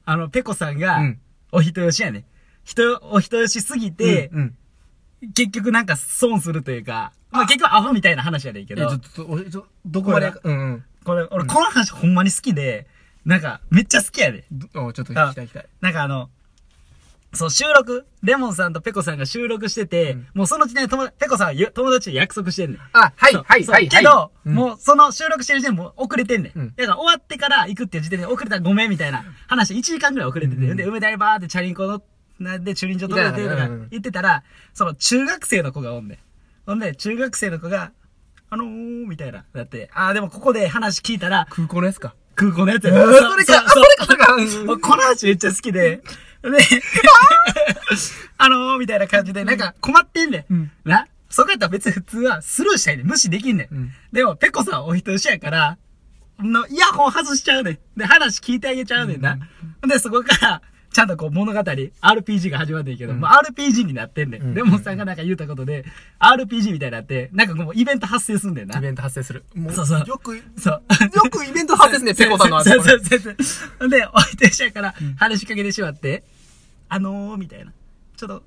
[SPEAKER 2] あの、ペコさんが、
[SPEAKER 1] うん
[SPEAKER 2] お人よしやね。人、お人よしすぎて、
[SPEAKER 1] うんうん。
[SPEAKER 2] 結局なんか損するというか、まあ結局アホみたいな話やねんけ
[SPEAKER 1] え、ち
[SPEAKER 2] ど
[SPEAKER 1] ょ、っと、おちょどこまで
[SPEAKER 2] こ、
[SPEAKER 1] うんうん
[SPEAKER 2] これ、俺この話ほんまに好きで、なんかめっちゃ好きやで。
[SPEAKER 1] ど。おちょっと聞きたい聞きたい。
[SPEAKER 2] なんかあの、そう、収録、レモンさんとペコさんが収録してて、
[SPEAKER 1] うん
[SPEAKER 2] もうその時点で友達ペコさんはゆ友達と約束してんねん。
[SPEAKER 1] あ、はい、
[SPEAKER 2] そう
[SPEAKER 1] はい、
[SPEAKER 2] そう
[SPEAKER 1] はい。
[SPEAKER 2] けど、
[SPEAKER 1] う
[SPEAKER 2] も
[SPEAKER 1] ん、
[SPEAKER 2] うその収録してる時点でもう遅れてんね
[SPEAKER 1] うん
[SPEAKER 2] ん。だから終わってから行くっていう時点で遅れたらごめんみたいな話、1時間ぐらい遅れてて、
[SPEAKER 1] うん
[SPEAKER 2] で、梅田にバーってチャリンコの、なんで駐輪場届いてるとか言ってたら、その中学生の子がおんねん。ほんで、中学生の子が、あのー、みたいな。だって、あーでもここで話聞いたら、
[SPEAKER 1] 空港のやつか。
[SPEAKER 2] 空港のやつや
[SPEAKER 1] あー
[SPEAKER 2] な
[SPEAKER 1] それか、あそ
[SPEAKER 2] そう
[SPEAKER 1] れか、それか。うん
[SPEAKER 2] もうこの話めっちゃ好
[SPEAKER 1] <laughs>
[SPEAKER 2] きで、で、あのー、みたいな感じで、なんか困ってんね
[SPEAKER 1] うん
[SPEAKER 2] ん。な、そこやったら別に普通はスルーしたいねん。無視できんね
[SPEAKER 1] うん
[SPEAKER 2] ん。でも、ペコさんはお人よしやから、の、イヤホン外しちゃうねん。で、話聞いてあげちゃうねんな。で、そこから、ちゃんとこう物語、RPG が始まっていいけど、
[SPEAKER 1] うん
[SPEAKER 2] もう RPG になってんねん。
[SPEAKER 1] うん
[SPEAKER 2] レモンさんがなんか言ったことで、RPG みたいになって、なんかもうイベント発生すんねんな
[SPEAKER 1] イ。ベント発生する。も
[SPEAKER 2] そうそう
[SPEAKER 1] よく、よ <laughs>
[SPEAKER 2] そう。
[SPEAKER 1] くイベント発生ですね、ペコさんの後。
[SPEAKER 2] そうそうそうそう。で、お相手者から話しかけてしまって、あのー、みたいな。ちょっと、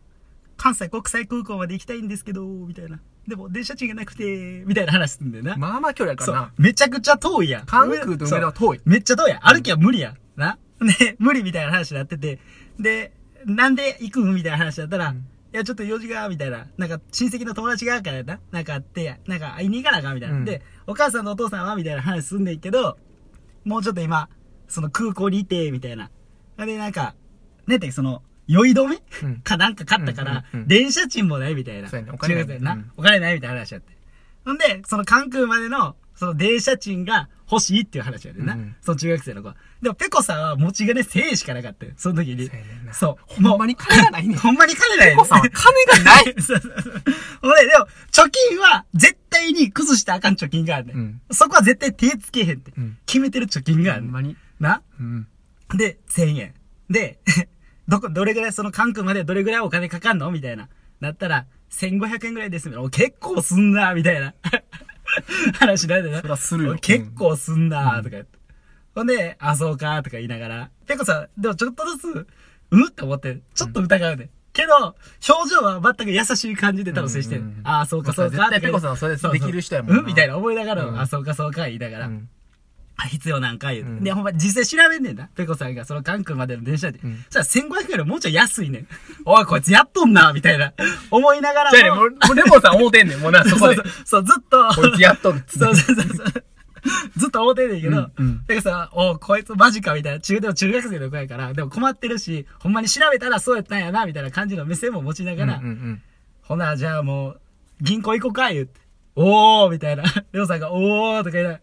[SPEAKER 2] 関西国際空港まで行きたいんですけど、みたいな。でも、電車賃がなくて、みたいな話すんだよな。
[SPEAKER 1] まあまあ距離あるか
[SPEAKER 2] そ
[SPEAKER 1] ら
[SPEAKER 2] う
[SPEAKER 1] な。。
[SPEAKER 2] めちゃくちゃ遠いやん。
[SPEAKER 1] 関空と梅田は遠い
[SPEAKER 2] そうめっちゃ遠いやん。歩きは無理やん。な。 <laughs> で、無理みたいな話になってて。で、なんで行くんみたいな話だったら、
[SPEAKER 1] うん
[SPEAKER 2] いや、ちょっと用事が、みたいな。なんか、親戚の友達があるからな。なんかあって、なんか会いに行かなあかん、みたいな。
[SPEAKER 1] うん
[SPEAKER 2] で、お母さんのお父さんは、みたいな話すんねんけど、もうちょっと今、その空港にいて、みたいな。で、なんか、なんやったっけその、酔い止め、
[SPEAKER 1] うん
[SPEAKER 2] かなんか買ったから、
[SPEAKER 1] うんうんうん
[SPEAKER 2] 電車賃もないみたいな。
[SPEAKER 1] そうやねお金ない
[SPEAKER 2] 中学生な、
[SPEAKER 1] うん
[SPEAKER 2] お金ないみたいな話やって。ほんで、その関空までの、その電車賃が欲しいっていう話やでな。
[SPEAKER 1] うん
[SPEAKER 2] その中学生の子は。でも、ペコさんは持ち金1000円しかなかったよ。その時に
[SPEAKER 1] そうやねん。な
[SPEAKER 2] そう。
[SPEAKER 1] ほんまに金がないねん
[SPEAKER 2] もう <laughs> ほんまに金ないねん
[SPEAKER 1] ペコさんは金がない
[SPEAKER 2] <laughs> そうそうそう。ほんで、でも、貯金は絶対に崩したらあかん貯金があるね、
[SPEAKER 1] うん
[SPEAKER 2] そこは絶対手つけへんって。
[SPEAKER 1] うん
[SPEAKER 2] 決めてる貯金があ
[SPEAKER 1] ほ
[SPEAKER 2] るね
[SPEAKER 1] ん
[SPEAKER 2] ん
[SPEAKER 1] まに。
[SPEAKER 2] な
[SPEAKER 1] うん。
[SPEAKER 2] で、1000円。で、 <laughs> どこ、どれぐらい、その関空までどれぐらいお金かかんのみたいな。なったら、1500円ぐらいですみたいな。お結構すんな、みたいな。 <laughs> 話になるでな。
[SPEAKER 1] そりゃするよ
[SPEAKER 2] お結構すんな、とか言って。ほんで、あ、そうか、とか言いながら。ペコさん、でもちょっとずつ、うんって思って、ちょっと疑うね。けど、表情は全く優しい感じで多分接してる
[SPEAKER 1] うんうんう。ん
[SPEAKER 2] あ、そうか、そう
[SPEAKER 1] ま
[SPEAKER 2] か。
[SPEAKER 1] あ絶対ペコさんはそれで
[SPEAKER 2] うう
[SPEAKER 1] できる人やもんな
[SPEAKER 2] うんみたいな思いながら
[SPEAKER 1] うん
[SPEAKER 2] も、あ、そうか、そうか、言いなが
[SPEAKER 1] う
[SPEAKER 2] ら。
[SPEAKER 1] ん。
[SPEAKER 2] あ必要なんか言うて、
[SPEAKER 1] うん
[SPEAKER 2] で、ほんま実際調べんねんな。ペコさんがその関空までの電車で。
[SPEAKER 1] うん
[SPEAKER 2] そしたら1500円よりもうちょい安いねん。 <laughs> おい、こいつやっとんな、みた
[SPEAKER 1] <laughs>
[SPEAKER 2] いな。思いながら
[SPEAKER 1] じゃあね、もう、もうレモンさん思うてんねん、もうな、そこで
[SPEAKER 2] そう。そうそう、ずっと。
[SPEAKER 1] こいつやっとるっつって
[SPEAKER 2] <laughs> そうそうそうそう。ずっと思ってんねんけ
[SPEAKER 1] う
[SPEAKER 2] ど
[SPEAKER 1] んうん、
[SPEAKER 2] ペコさん、おい、こいつマジか、みたいな。中、でも中学生の子やから、でも困ってるし、ほんまに調べたらそうやったんやな、みたいな感じの目線も持ちながら、
[SPEAKER 1] うんうん。
[SPEAKER 2] ほな、じゃあもう、銀行行こうか、言って。おーみたいな。 <laughs> りょうさんが、おーとか言いながら、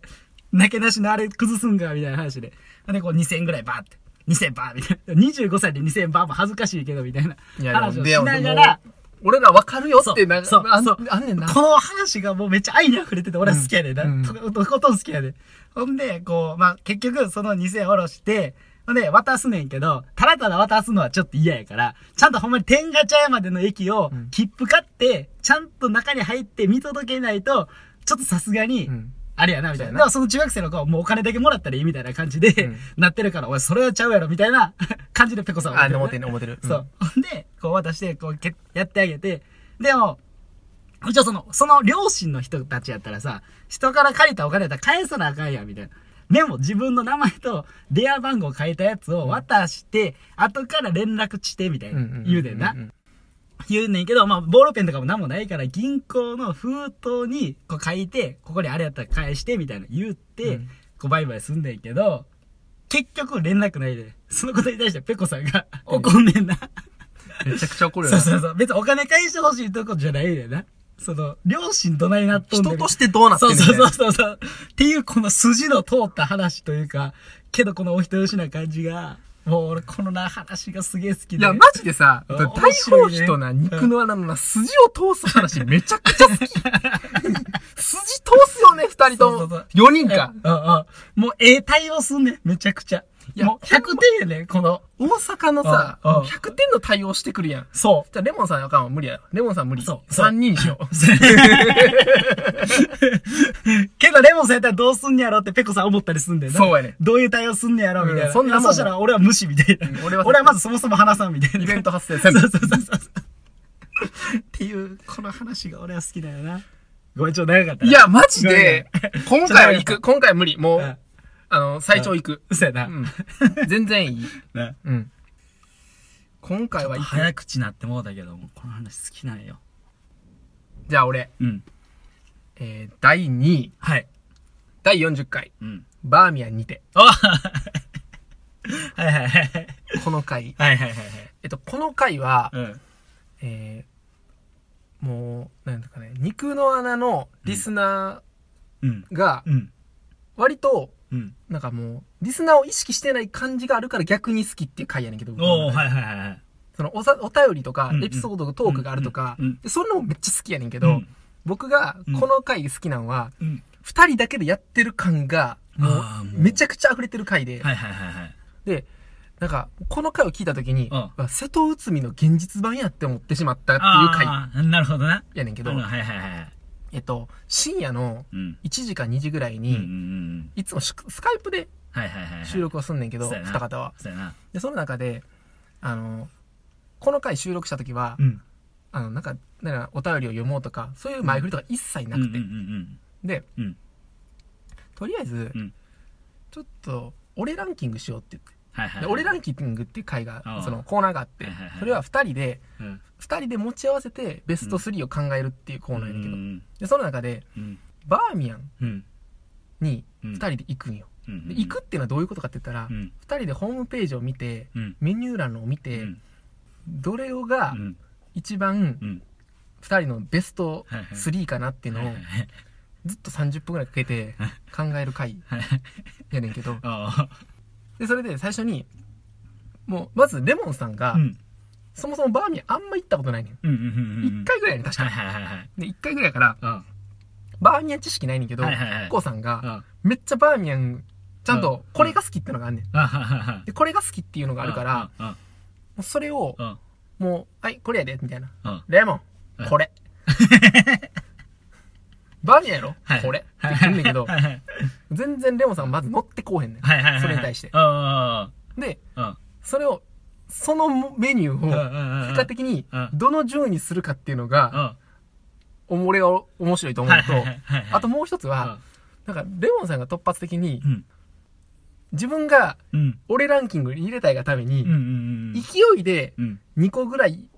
[SPEAKER 2] なけなしのあれ崩すんか、みたいな話で。で、こう2000ぐらいバーって。2000バーみたいな。25歳で2000バーも恥ずかしいけど、みたいない
[SPEAKER 1] や、
[SPEAKER 2] 話
[SPEAKER 1] で
[SPEAKER 2] を
[SPEAKER 1] も、
[SPEAKER 2] し
[SPEAKER 1] でも
[SPEAKER 2] ながら、
[SPEAKER 1] もう俺らわかるよってな、
[SPEAKER 2] そうそう
[SPEAKER 1] あん
[SPEAKER 2] そう
[SPEAKER 1] あんねんな。
[SPEAKER 2] この話がもうめっちゃ愛に溢れてて、俺は好きやねん
[SPEAKER 1] うん
[SPEAKER 2] な。ととことん好きやねん。ほんで、こう、まあ、結局、その2000下ろして、ほんで、渡すねんけど、たらたら渡すのはちょっと嫌やから、ちゃんとほんまに天下茶屋までの駅を
[SPEAKER 1] うん、
[SPEAKER 2] 切符買って、ちゃんと中に入って見届けないと、ちょっとさすがに、
[SPEAKER 1] うん
[SPEAKER 2] あれやな、みたい
[SPEAKER 1] そうや
[SPEAKER 2] な。
[SPEAKER 1] な
[SPEAKER 2] でもその中学生の子はもうお金だけもらったらいいみたいな感じで、
[SPEAKER 1] ん
[SPEAKER 2] <laughs> なってるから、おい、それはちゃうやろ、みたいな <laughs> 感じでペコさんは
[SPEAKER 1] あ、思ってんねん、思ってる。
[SPEAKER 2] そう。ほんで、こう渡して、こうけ、やってあげて、でも、一応その、その両親の人たちやったらさ、人から借りたお金やったら返さなあかんやん、みたいな。でも自分の名前と電話番号書いたやつを渡して、後から連絡して、みたい
[SPEAKER 1] うん。
[SPEAKER 2] な
[SPEAKER 1] うんうんうん。
[SPEAKER 2] 言うねんな
[SPEAKER 1] う。ん
[SPEAKER 2] 言うねんけど、まあ、ボールペンとかも何もないから、銀行の封筒にこう書いて、ここにあれやったら返して、みたいな言って、
[SPEAKER 1] うん
[SPEAKER 2] こうバイバイすんねんけど、結局連絡ないで、そのことに対してペコさんが
[SPEAKER 1] うん
[SPEAKER 2] 怒んねんな。
[SPEAKER 1] めちゃくちゃ怒るよ
[SPEAKER 2] そう
[SPEAKER 1] な。
[SPEAKER 2] そうそう。別にお金返してほしいとこじゃないねんな。その、両親どないなっとんねん
[SPEAKER 1] 人としてどうなってん
[SPEAKER 2] そう
[SPEAKER 1] ねん
[SPEAKER 2] そうそうそうそう。っていう、この筋の通った話というか、けどこのお人よしな感じが、もう俺このな話がすげえ好き
[SPEAKER 1] い
[SPEAKER 2] で。
[SPEAKER 1] や、マジでさ、
[SPEAKER 2] うん
[SPEAKER 1] 大
[SPEAKER 2] 面白
[SPEAKER 1] 砲
[SPEAKER 2] いね
[SPEAKER 1] 費とな、肉の穴のな、筋を通す話めちゃくちゃ好き。筋通すよね、二人
[SPEAKER 2] そ
[SPEAKER 1] と
[SPEAKER 2] うそうそ
[SPEAKER 1] も
[SPEAKER 2] う。
[SPEAKER 1] 四人か。
[SPEAKER 2] うんうん。もう、ええ対応すんねん、めちゃくちゃ。
[SPEAKER 1] いや
[SPEAKER 2] もう、100点やねん、この。
[SPEAKER 1] 大阪のさ、
[SPEAKER 2] うんうん
[SPEAKER 1] 100点の対応してくるやん。
[SPEAKER 2] そ
[SPEAKER 1] じゃあ、レモンさんあかんわ、無理や。レモンさん無理。
[SPEAKER 2] そうそう
[SPEAKER 1] 三人にしよう。
[SPEAKER 2] <laughs> う。 <laughs> けど、レモンさんやったらどうすんねやろってペコさん思ったりすんだよな。
[SPEAKER 1] そうやねん
[SPEAKER 2] どういう対応すんねやろみたいな。
[SPEAKER 1] うんそんなもん
[SPEAKER 2] そうしたら俺は無視みたいな
[SPEAKER 1] うん。俺は
[SPEAKER 2] 俺はまずそもそも話さんみたいな。
[SPEAKER 1] イベント発生
[SPEAKER 2] <laughs> そ
[SPEAKER 1] せ
[SPEAKER 2] うんそうそうそう。っていう、この話が俺は好きだよな。ごめん、ちょっと長かったな。
[SPEAKER 1] いや、マジ
[SPEAKER 2] ごめん
[SPEAKER 1] で、今回は行く。今回は無理。も
[SPEAKER 2] ごめん。
[SPEAKER 1] う、あの、最長行く。
[SPEAKER 2] 嘘やな
[SPEAKER 1] う。ん。 <laughs> 全然いい。
[SPEAKER 2] な
[SPEAKER 1] うん。今回は行く。
[SPEAKER 2] 早口なってもうだけども、この話好きなんよ。
[SPEAKER 1] じゃあ、俺、
[SPEAKER 2] うん。
[SPEAKER 1] えー、第2位、
[SPEAKER 2] はい。
[SPEAKER 1] 第40回、
[SPEAKER 2] うん。
[SPEAKER 1] バーミヤンにて。
[SPEAKER 2] <laughs> あはいはいはいはい。
[SPEAKER 1] この回。
[SPEAKER 2] はいはいはいはい。
[SPEAKER 1] えっと、この回は、
[SPEAKER 2] うん。
[SPEAKER 1] えー、もう、なんだかね、肉の穴のリスナ
[SPEAKER 2] うん。
[SPEAKER 1] ーが、
[SPEAKER 2] うん。
[SPEAKER 1] 割と、
[SPEAKER 2] うん。
[SPEAKER 1] なんかもう、リスナーを意識してない感じがあるから逆に好きっていう回やねんけど、
[SPEAKER 2] おー、はいはいはいはい。
[SPEAKER 1] そのおさお便りとか
[SPEAKER 2] うんう、ん
[SPEAKER 1] エピソード、トークがあるとか
[SPEAKER 2] うんうん、
[SPEAKER 1] でそういうのもめっちゃ好きやねんけ
[SPEAKER 2] け
[SPEAKER 1] ど、、僕が
[SPEAKER 2] うん
[SPEAKER 1] この回好きなのは、
[SPEAKER 2] うん。
[SPEAKER 1] 二人だけでやってる感が、もう
[SPEAKER 2] あー、もう
[SPEAKER 1] めちゃくちゃ溢れてる回で、
[SPEAKER 2] はいはいはいはい。
[SPEAKER 1] で、なんか、この回を聞いた時に、
[SPEAKER 2] うん
[SPEAKER 1] うわ瀬戸内海の現実版やって思ってしまったっていう回
[SPEAKER 2] あーなるほどな。
[SPEAKER 1] やねんけど
[SPEAKER 2] あ、のはいはいはい。
[SPEAKER 1] えっと、深夜の
[SPEAKER 2] うん。
[SPEAKER 1] 1時か2時ぐらい
[SPEAKER 2] うん
[SPEAKER 1] に、
[SPEAKER 2] うんうん。
[SPEAKER 1] いつもしスカイプで
[SPEAKER 2] はいはいはいはい。
[SPEAKER 1] 収。録をすんねんけど、
[SPEAKER 2] そうやな
[SPEAKER 1] 二方は。
[SPEAKER 2] そうやな。
[SPEAKER 1] で、その中で、あの、この回収録した時は、
[SPEAKER 2] ん。
[SPEAKER 1] あの、なんか、なんかお便りを読もうとか、そういう前振りとか一切なくて。
[SPEAKER 2] うんうん
[SPEAKER 1] で、
[SPEAKER 2] うんうん。うん。
[SPEAKER 1] とりあえず、
[SPEAKER 2] うん
[SPEAKER 1] ちょっと、俺ランキングしようって言って。
[SPEAKER 2] はいはい。
[SPEAKER 1] で俺ラ
[SPEAKER 2] ン
[SPEAKER 1] ンキングっていう回が
[SPEAKER 2] ああ、
[SPEAKER 1] そのコーナーがあって
[SPEAKER 2] はいはいはい、
[SPEAKER 1] それは二人で、
[SPEAKER 2] うん。
[SPEAKER 1] 二人で持ち合わせてベスト3を考えるっていうコーナーやねんけど、
[SPEAKER 2] うん
[SPEAKER 1] で、その中で、
[SPEAKER 2] うん。
[SPEAKER 1] バーミヤン
[SPEAKER 2] うん。
[SPEAKER 1] に
[SPEAKER 2] うん
[SPEAKER 1] 二人で行くんよ。
[SPEAKER 2] うん。
[SPEAKER 1] で行くっていうのはどういうことかって言ったら
[SPEAKER 2] う、ん。
[SPEAKER 1] 二人でホームページを見て、
[SPEAKER 2] うん。
[SPEAKER 1] メニュー欄を見て、
[SPEAKER 2] うん
[SPEAKER 1] どれをが
[SPEAKER 2] うん。
[SPEAKER 1] 一番
[SPEAKER 2] うん。
[SPEAKER 1] 二人のベスト
[SPEAKER 2] はいはい
[SPEAKER 1] 3かなっていうの
[SPEAKER 2] は
[SPEAKER 1] を
[SPEAKER 2] いはい
[SPEAKER 1] ずっと30分ぐらいかけ
[SPEAKER 2] <laughs>
[SPEAKER 1] て考える回
[SPEAKER 2] はいはい。
[SPEAKER 1] やねんけど、
[SPEAKER 2] あ
[SPEAKER 1] で、それで最初に、もう、まずレモンさんが
[SPEAKER 2] あ。う、ん。
[SPEAKER 1] そもそもバーミヤンあんま行ったことないねん。
[SPEAKER 2] うんうんうんうん。
[SPEAKER 1] 一。回ぐらいやねん、確
[SPEAKER 2] はい
[SPEAKER 1] か。
[SPEAKER 2] はいはいはい。
[SPEAKER 1] で、一回ぐらいやから、
[SPEAKER 2] あ
[SPEAKER 1] バーミヤン知識ないねんけど
[SPEAKER 2] はいはいはい、
[SPEAKER 1] コウさんが、
[SPEAKER 2] あ。
[SPEAKER 1] めっちゃバーミヤン、ちゃん
[SPEAKER 2] うん
[SPEAKER 1] と、これが好きってのがあんねん。
[SPEAKER 2] あはいはいはい。
[SPEAKER 1] で、これが好きっていうのがあるから、も
[SPEAKER 2] うん。
[SPEAKER 1] うそれを、
[SPEAKER 2] うん。
[SPEAKER 1] もう、はい、これやで、みたいな。
[SPEAKER 2] うん。
[SPEAKER 1] レモン
[SPEAKER 2] うん、 <laughs>
[SPEAKER 1] これ。バーミヤンやろ
[SPEAKER 2] はい。
[SPEAKER 1] これ。って言うんだけど
[SPEAKER 2] は、いはい
[SPEAKER 1] 全然レモンさんまず乗ってこうへんねん。
[SPEAKER 2] はいはいはい。
[SPEAKER 1] それに対して
[SPEAKER 2] あ
[SPEAKER 1] で、
[SPEAKER 2] あ。うん。
[SPEAKER 1] それを、そのメニュ
[SPEAKER 2] うん
[SPEAKER 1] ーを、
[SPEAKER 2] うんうん。
[SPEAKER 1] 結果的に
[SPEAKER 2] うん、
[SPEAKER 1] どの順位にするかっていうの
[SPEAKER 2] うん。
[SPEAKER 1] が、
[SPEAKER 2] は
[SPEAKER 1] 俺が面白いと
[SPEAKER 2] い
[SPEAKER 1] 思う
[SPEAKER 2] はい
[SPEAKER 1] の
[SPEAKER 2] はい
[SPEAKER 1] と
[SPEAKER 2] はい、はい。
[SPEAKER 1] あともう一つは、なんか、レモンさんが突発的に
[SPEAKER 2] う、ん。
[SPEAKER 1] 自分が
[SPEAKER 2] うん。
[SPEAKER 1] 俺ランキングに入れたいがため
[SPEAKER 2] うんう
[SPEAKER 1] に、
[SPEAKER 2] んうん。
[SPEAKER 1] 勢いで
[SPEAKER 2] うん。
[SPEAKER 1] 2個ぐらい、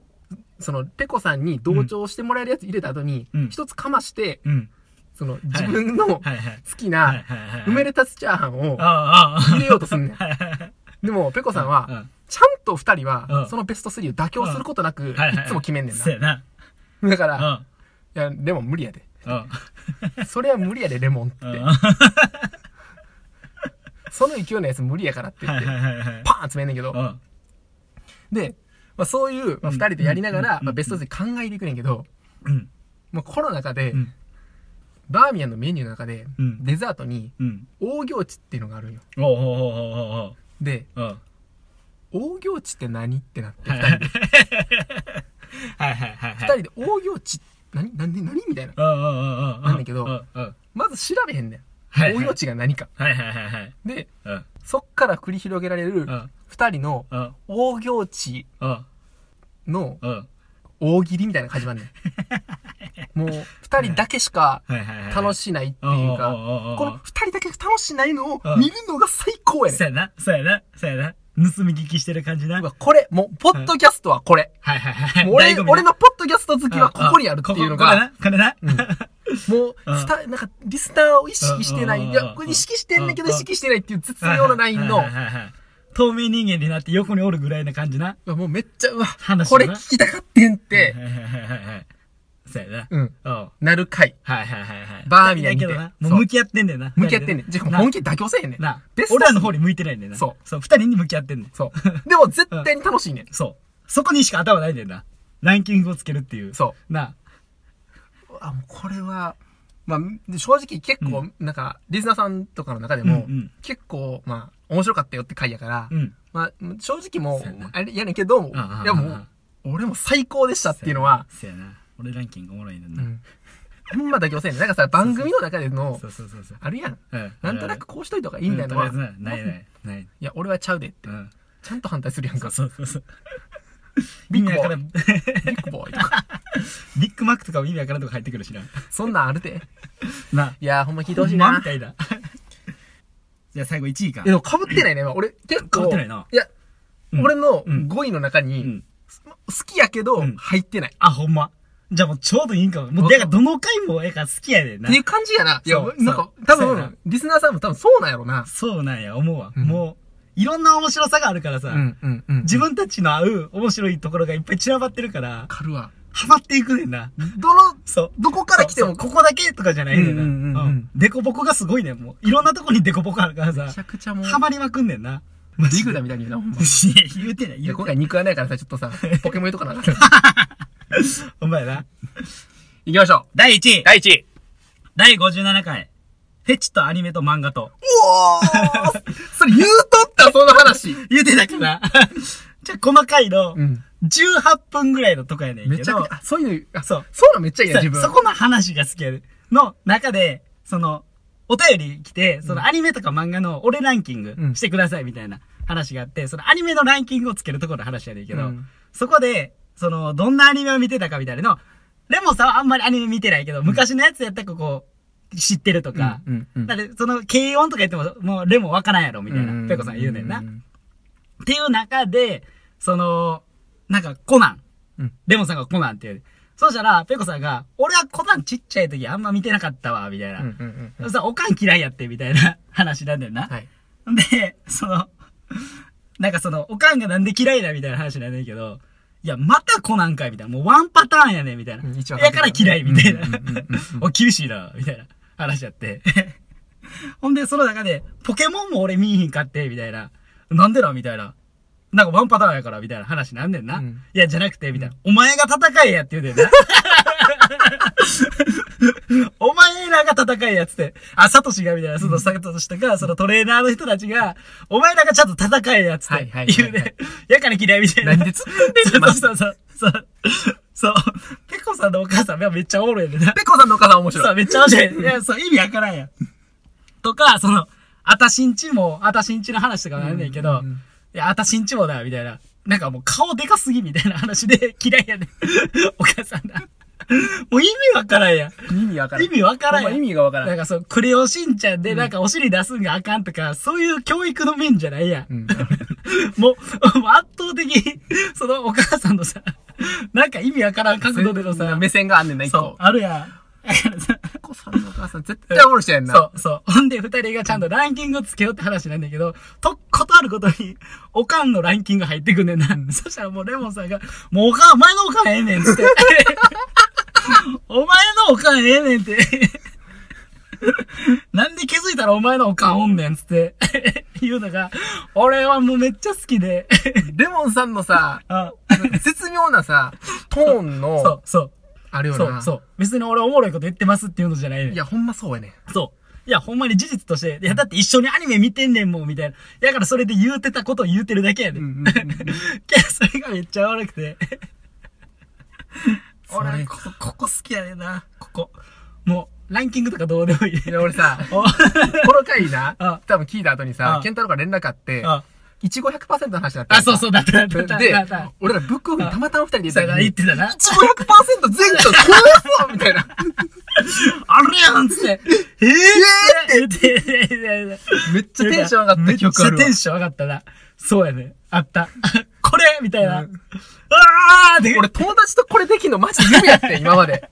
[SPEAKER 1] その、ペコさんに同調してもらえるやつ入れた後に
[SPEAKER 2] うん、
[SPEAKER 1] 一つかまして、
[SPEAKER 2] うん。
[SPEAKER 1] その、自分の好
[SPEAKER 2] はいはい。
[SPEAKER 1] き
[SPEAKER 2] はい
[SPEAKER 1] な、
[SPEAKER 2] はいはい。
[SPEAKER 1] 埋めれたスチャーハンを
[SPEAKER 2] ああ、ああ。
[SPEAKER 1] 入れようとすんねん。
[SPEAKER 2] はいはいはい。
[SPEAKER 1] でも、ペコさん
[SPEAKER 2] う
[SPEAKER 1] は、
[SPEAKER 2] ん
[SPEAKER 1] ちゃんと二人
[SPEAKER 2] うん
[SPEAKER 1] は、そのベスト3を妥協することなく、い
[SPEAKER 2] はいはい。
[SPEAKER 1] つも決めんねん
[SPEAKER 2] そうやな。
[SPEAKER 1] な。だか
[SPEAKER 2] う
[SPEAKER 1] ら、
[SPEAKER 2] ん。
[SPEAKER 1] いや、レモン無理やで。
[SPEAKER 2] うん。
[SPEAKER 1] それは無理やで、レモンって。
[SPEAKER 2] うん
[SPEAKER 1] その勢いのやつ無理やからって言っ
[SPEAKER 2] はい
[SPEAKER 1] て
[SPEAKER 2] は、いはいはい。
[SPEAKER 1] パーン詰めんねんけど
[SPEAKER 2] う、ん。
[SPEAKER 1] で、まあ、そういう、まあ、
[SPEAKER 2] うん
[SPEAKER 1] 2人でやりながら、
[SPEAKER 2] うん
[SPEAKER 1] まあ、ベスト3考えていくねんけど、
[SPEAKER 2] うん。
[SPEAKER 1] まあ、コロナ禍で、
[SPEAKER 2] うん
[SPEAKER 1] バーミヤンのメニューの中で、
[SPEAKER 2] うん
[SPEAKER 1] デザートに
[SPEAKER 2] うん。
[SPEAKER 1] 大行地っていうのがあるんよ
[SPEAKER 2] おおおおお
[SPEAKER 1] で
[SPEAKER 2] おうん。
[SPEAKER 1] 大行地って何ってなって
[SPEAKER 2] はい
[SPEAKER 1] 2
[SPEAKER 2] はい
[SPEAKER 1] 人で
[SPEAKER 2] はいはい。
[SPEAKER 1] 二人で大行地何何何みたいな
[SPEAKER 2] うんうんうんうん。
[SPEAKER 1] なんだけど
[SPEAKER 2] うんうん。
[SPEAKER 1] まず調べへんねん
[SPEAKER 2] はい
[SPEAKER 1] 大行地が何か
[SPEAKER 2] はいはいはいはい。
[SPEAKER 1] で
[SPEAKER 2] うん。
[SPEAKER 1] そっから繰り広げられる
[SPEAKER 2] うん。
[SPEAKER 1] 2人の
[SPEAKER 2] うん。
[SPEAKER 1] 大行地
[SPEAKER 2] うん。
[SPEAKER 1] の
[SPEAKER 2] うん。
[SPEAKER 1] 大喜利みたいな感じなんねん
[SPEAKER 2] <laughs>
[SPEAKER 1] もう2人だけしか
[SPEAKER 2] はいはいはい。
[SPEAKER 1] 楽
[SPEAKER 2] し
[SPEAKER 1] しないって
[SPEAKER 2] うん
[SPEAKER 1] いう
[SPEAKER 2] うんうんうんう
[SPEAKER 1] か
[SPEAKER 2] ん、
[SPEAKER 1] この二人だけ楽しないのを
[SPEAKER 2] うん
[SPEAKER 1] 見るのが最高やねん
[SPEAKER 2] そうやな。そうやな。そうやな。盗み聞きしてる感じな。
[SPEAKER 1] う
[SPEAKER 2] は
[SPEAKER 1] わ、これ、もう、ポッドキャストはこれ。
[SPEAKER 2] いはいはい。
[SPEAKER 1] もう俺、
[SPEAKER 2] 醍醐味な
[SPEAKER 1] 俺のポッドキャスト好きはここにあるっていうのが、
[SPEAKER 2] こここれな。これな。
[SPEAKER 1] もう、
[SPEAKER 2] うん
[SPEAKER 1] スタ、なんか、リスナーを意識してな
[SPEAKER 2] うん
[SPEAKER 1] い。
[SPEAKER 2] うん
[SPEAKER 1] い
[SPEAKER 2] うんうん
[SPEAKER 1] や、これ意識してんだけど
[SPEAKER 2] うん
[SPEAKER 1] 意
[SPEAKER 2] うん
[SPEAKER 1] 識してないっていう絶妙なラインの
[SPEAKER 2] はい、はいはいはい <laughs> 透明人間になって横におるぐらいな感じな。
[SPEAKER 1] うわもうめっちゃ、うわ
[SPEAKER 2] 話、
[SPEAKER 1] こ
[SPEAKER 2] がな
[SPEAKER 1] れ聞きたかってんっ
[SPEAKER 2] はい
[SPEAKER 1] て
[SPEAKER 2] は、いはいはいはい。 <laughs> そうやな。
[SPEAKER 1] うん、
[SPEAKER 2] おう
[SPEAKER 1] なる回。
[SPEAKER 2] はいはいはいはい。
[SPEAKER 1] バーミヤン見
[SPEAKER 2] だけ
[SPEAKER 1] て
[SPEAKER 2] どな。
[SPEAKER 1] そう
[SPEAKER 2] もう向き合ってんだよな。
[SPEAKER 1] 向き合ってんねん。
[SPEAKER 2] 二
[SPEAKER 1] じゃ
[SPEAKER 2] 人
[SPEAKER 1] あ
[SPEAKER 2] でな
[SPEAKER 1] 本気で妥協せえへんねん。
[SPEAKER 2] な
[SPEAKER 1] ベスト
[SPEAKER 2] 俺らの方に向いてないんだよな。。
[SPEAKER 1] そう
[SPEAKER 2] そう、二人に向き合ってんねん。
[SPEAKER 1] そう。でも絶対に楽しいねん。
[SPEAKER 2] <laughs> そう。そこにしか頭ないんだよな。ランキングをつけるっていう。。
[SPEAKER 1] そう
[SPEAKER 2] な
[SPEAKER 1] うわもうこれは、まあ、で正直結
[SPEAKER 2] う
[SPEAKER 1] 構、なんか、リスナーさんとかの中でも、
[SPEAKER 2] うんうん
[SPEAKER 1] 結構、まあ、面白かったよって回やから、
[SPEAKER 2] あ。うん。
[SPEAKER 1] まあ、正直も
[SPEAKER 2] そうやな
[SPEAKER 1] う、あれやねんけど、い
[SPEAKER 2] ああ
[SPEAKER 1] やも
[SPEAKER 2] あ
[SPEAKER 1] う、俺も最高でしたっていうのは、
[SPEAKER 2] そうやな。俺ランキングおもろいねん
[SPEAKER 1] う
[SPEAKER 2] な。
[SPEAKER 1] ん。ほんま妥協せんねん。なんかさ、番組の中での
[SPEAKER 2] そ、うそうそうそう。
[SPEAKER 1] あるやん。
[SPEAKER 2] うん
[SPEAKER 1] なんとなくこうしといた方がい
[SPEAKER 2] い
[SPEAKER 1] いみたいなのは、
[SPEAKER 2] とりあえずなない
[SPEAKER 1] い
[SPEAKER 2] ない。ない。
[SPEAKER 1] や、俺はちゃうでって
[SPEAKER 2] う、ん。
[SPEAKER 1] ちゃんと反対するやん
[SPEAKER 2] そう
[SPEAKER 1] か。
[SPEAKER 2] そうそうそう。
[SPEAKER 1] <laughs> ビッグ
[SPEAKER 2] 意味
[SPEAKER 1] ボ
[SPEAKER 2] わか
[SPEAKER 1] ーイ。
[SPEAKER 2] らん
[SPEAKER 1] ビ
[SPEAKER 2] <laughs>
[SPEAKER 1] ッグボーイとか。
[SPEAKER 2] ビッグマックとかも意味わからんとか入ってくるしな。
[SPEAKER 1] そんなんあるで。
[SPEAKER 2] な。
[SPEAKER 1] いや、ほんま聞いてほしい
[SPEAKER 2] ほんま
[SPEAKER 1] な
[SPEAKER 2] み。たい
[SPEAKER 1] <laughs>
[SPEAKER 2] な。じゃあ最後1位か
[SPEAKER 1] い。や、でも被ってないね。今俺、結構。
[SPEAKER 2] 被ってないな。
[SPEAKER 1] いや、
[SPEAKER 2] うん
[SPEAKER 1] 俺の
[SPEAKER 2] うん
[SPEAKER 1] 5位の中に、
[SPEAKER 2] うん
[SPEAKER 1] す好きやけど
[SPEAKER 2] うん、
[SPEAKER 1] 入ってない。
[SPEAKER 2] あ、ほんま。じゃあもうちょうどいいんかも。もう、だからどの回もええから好きやでな
[SPEAKER 1] ってい。う感じやな。いや、
[SPEAKER 2] そう
[SPEAKER 1] なんか
[SPEAKER 2] そう、
[SPEAKER 1] 多
[SPEAKER 2] そうやな
[SPEAKER 1] 分、リスナーさんも多分そうなんやろな。
[SPEAKER 2] そうなんや、思うわ。
[SPEAKER 1] うん
[SPEAKER 2] もう、いろんな面白さがあるからさ。
[SPEAKER 1] うん、うん、うん。
[SPEAKER 2] 自分たちの合う面白いところがいっぱい散らばってるから、
[SPEAKER 1] かるわ。
[SPEAKER 2] ハマっていくねんな。
[SPEAKER 1] どの、
[SPEAKER 2] そう。
[SPEAKER 1] どこから来て
[SPEAKER 2] そ
[SPEAKER 1] も
[SPEAKER 2] う、そうここだけとかじゃないねんな。
[SPEAKER 1] うんうんうんうん
[SPEAKER 2] デコボコがすごいねん、もう。いろんなとこにデコボコあるから
[SPEAKER 1] めち
[SPEAKER 2] さ
[SPEAKER 1] ゃ、くちゃもう、
[SPEAKER 2] ハマりまくんねんな。
[SPEAKER 1] リグダみたいに言うな、ほんま。
[SPEAKER 2] いや言うてない、
[SPEAKER 1] い
[SPEAKER 2] 言
[SPEAKER 1] や、今
[SPEAKER 2] うてない。
[SPEAKER 1] 回肉はないからさ、ちょっとさ、ポケモン入れとかな。
[SPEAKER 2] <laughs>
[SPEAKER 1] 行
[SPEAKER 2] お前な。
[SPEAKER 1] きましょう。
[SPEAKER 2] 第1位
[SPEAKER 1] 第1位。
[SPEAKER 2] 第57回、フェチとアニメと漫画と。
[SPEAKER 1] おーそれ言うとった、その話。
[SPEAKER 2] 言うてたかな <laughs> じゃあ、細かいの、
[SPEAKER 1] うん。
[SPEAKER 2] 18分ぐらいのとかやねん
[SPEAKER 1] め
[SPEAKER 2] け
[SPEAKER 1] ちゃ
[SPEAKER 2] ど
[SPEAKER 1] くち、ゃ、あそういう、あ、
[SPEAKER 2] そう。
[SPEAKER 1] そうなんめっちゃいいやん、
[SPEAKER 2] そ
[SPEAKER 1] 自
[SPEAKER 2] う
[SPEAKER 1] 分。
[SPEAKER 2] そこの話が好きやで。の中で、その、お便り来て、そのアニメとか漫画の俺ランキン
[SPEAKER 1] う
[SPEAKER 2] グ
[SPEAKER 1] ん
[SPEAKER 2] してくださいみたいな話があって、そのアニメのランキングをつけるところの話やねんけど、
[SPEAKER 1] うん
[SPEAKER 2] そこで、その、どんなアニメを見てたかみたいなの、レモンさんはあんまりアニメ見てないけど、昔のやつやったらこう、知ってるとか、
[SPEAKER 1] うんうんうん
[SPEAKER 2] だってその、軽音とか言っても、もうレモンわからんやろみたい
[SPEAKER 1] うん
[SPEAKER 2] な、ペコさん言うねんな。
[SPEAKER 1] う
[SPEAKER 2] っていう中で、その、なんかコナン。
[SPEAKER 1] うん
[SPEAKER 2] レモンさんがコナンって言う。そうしたら、ペコさんが、俺はコナンちっちゃい時あんま見てなかったわ、みたいな。
[SPEAKER 1] うんうんう
[SPEAKER 2] そ
[SPEAKER 1] ん。
[SPEAKER 2] したら、おかん嫌いやって、みたいな話なんだよな。
[SPEAKER 1] はい。
[SPEAKER 2] で、その、なんかその、おかんがなんで嫌いだ、みたいな話なんだけど、いや、またコナンかい、みたいな。もうワンパターンやねん、みたいな。
[SPEAKER 1] うん一応
[SPEAKER 2] やから嫌い、みたいな
[SPEAKER 1] うんうんうんうん。
[SPEAKER 2] <laughs> お、厳しいな、みたいな話やって。 <laughs> ほんで、その中で、ポケモンも俺見いひんかって、みたいな。なんでな、みたいな。なんかワンパターンやから、みたいな話なんねんな。
[SPEAKER 1] うん
[SPEAKER 2] いや、じゃなくて、みたいな。お前が戦えやって言うねんな。お前らが戦えやつって。あ、サトシが、みたいな。そのサトシとか、そのトレーナーの人たちが、お前らがちゃんと戦えやつっ
[SPEAKER 1] は
[SPEAKER 2] て。
[SPEAKER 1] いはいはいはい
[SPEAKER 2] 言うね。やから嫌いみたいな。
[SPEAKER 1] 何で突っ込んでんのマジで
[SPEAKER 2] そうそうそう。そう。そう。ペコさんのお母さんめっちゃおもろいねんな。
[SPEAKER 1] ペコさんのお母さん面
[SPEAKER 2] そ
[SPEAKER 1] 白
[SPEAKER 2] う、
[SPEAKER 1] い。
[SPEAKER 2] めっちゃ面白い。いや、そう、意味わからんやん。とか、その、あたしんちも、あたしんちの話とかなんねんけど、
[SPEAKER 1] うんうんうん
[SPEAKER 2] いや、あたしんちもだ、みたいな。なんかもう顔でかすぎみたいな話で嫌いやねん。お母さんだ。もう意味わからんやん。
[SPEAKER 1] 意味わからん。
[SPEAKER 2] 意味わからん
[SPEAKER 1] ほ
[SPEAKER 2] や
[SPEAKER 1] ん
[SPEAKER 2] ん。
[SPEAKER 1] ま意味がわから。
[SPEAKER 2] なんんかそう、クレヨンしんちゃんでなんかお尻出すんがあかんとか、そういう教育の面じゃないやん。
[SPEAKER 1] うん。
[SPEAKER 2] <laughs> もう、もう圧倒的、そのお母さんのさ、なんか意味わからん角度でのさ、
[SPEAKER 1] 目線があんねんな、一
[SPEAKER 2] そう
[SPEAKER 1] 個、。
[SPEAKER 2] あるやん。だからさ
[SPEAKER 1] ペコさんのお母さん絶対おもろい人やんな。
[SPEAKER 2] そうそう。 <laughs> ほんで、二人がちゃんとランキングをつけようって話なんだけど、と、ことあることに、おかんのランキング入ってくんねんな。そしたらもうレモンさんが、もうおかん、お前のおかんええねんっつ <laughs> って。お前のおかんええねんって。 <laughs> なんで気づいたらお前のおかんおんねんっつって。 <laughs> 言うのが、俺はもうめっちゃ好きで。
[SPEAKER 1] レモンさんの
[SPEAKER 2] <laughs>
[SPEAKER 1] さ、
[SPEAKER 2] あ
[SPEAKER 1] 絶妙なさ、トーン
[SPEAKER 2] そ
[SPEAKER 1] の
[SPEAKER 2] う、、そう。
[SPEAKER 1] あるよ
[SPEAKER 2] そ
[SPEAKER 1] な。
[SPEAKER 2] う、そう。別に俺おもろいこと言ってますっていうのじゃないねん
[SPEAKER 1] いや、ほんまそうやね。
[SPEAKER 2] そう。いや、ほんまに事実として、いや、だって一緒にアニメ見てんねんもん、みたいな。だからそれで言うてたことを言うてるだ <laughs> けやで。
[SPEAKER 1] うんうんうん
[SPEAKER 2] けどそれがめっちゃ悪く <laughs> て。
[SPEAKER 1] それ
[SPEAKER 2] 俺、ここ、ここ好きやねんな。ここ。もう、ランキングとかどうでもいい。
[SPEAKER 1] いや、俺さ、
[SPEAKER 2] お
[SPEAKER 1] この回な
[SPEAKER 2] あ、
[SPEAKER 1] 多分聞いた後に
[SPEAKER 2] あ
[SPEAKER 1] さ、ケンタロウから連絡あって、
[SPEAKER 2] あ、
[SPEAKER 1] いちご100%の話だったやんか。
[SPEAKER 2] あそうそう、だった、だ <laughs> った、だった。
[SPEAKER 1] で
[SPEAKER 2] だった、
[SPEAKER 1] 俺らブックオフにたまたま二人でいた
[SPEAKER 2] だ
[SPEAKER 1] け
[SPEAKER 2] か
[SPEAKER 1] ど、
[SPEAKER 2] ら言ってたな。
[SPEAKER 1] いちご100%全部こうそうみたい
[SPEAKER 2] <laughs>
[SPEAKER 1] な。
[SPEAKER 2] あれやんっつって。 <laughs> ええー、って言って言って。
[SPEAKER 1] めっちゃテンション上がった
[SPEAKER 2] めっちゃ
[SPEAKER 1] 記憶あるわ
[SPEAKER 2] <laughs> テンション上がったな。そうやね。あった。 <laughs> これみたいな。
[SPEAKER 1] う
[SPEAKER 2] うわ
[SPEAKER 1] ん
[SPEAKER 2] ーって。
[SPEAKER 1] 俺友達とこれできんのマジで夢やってん、今まで。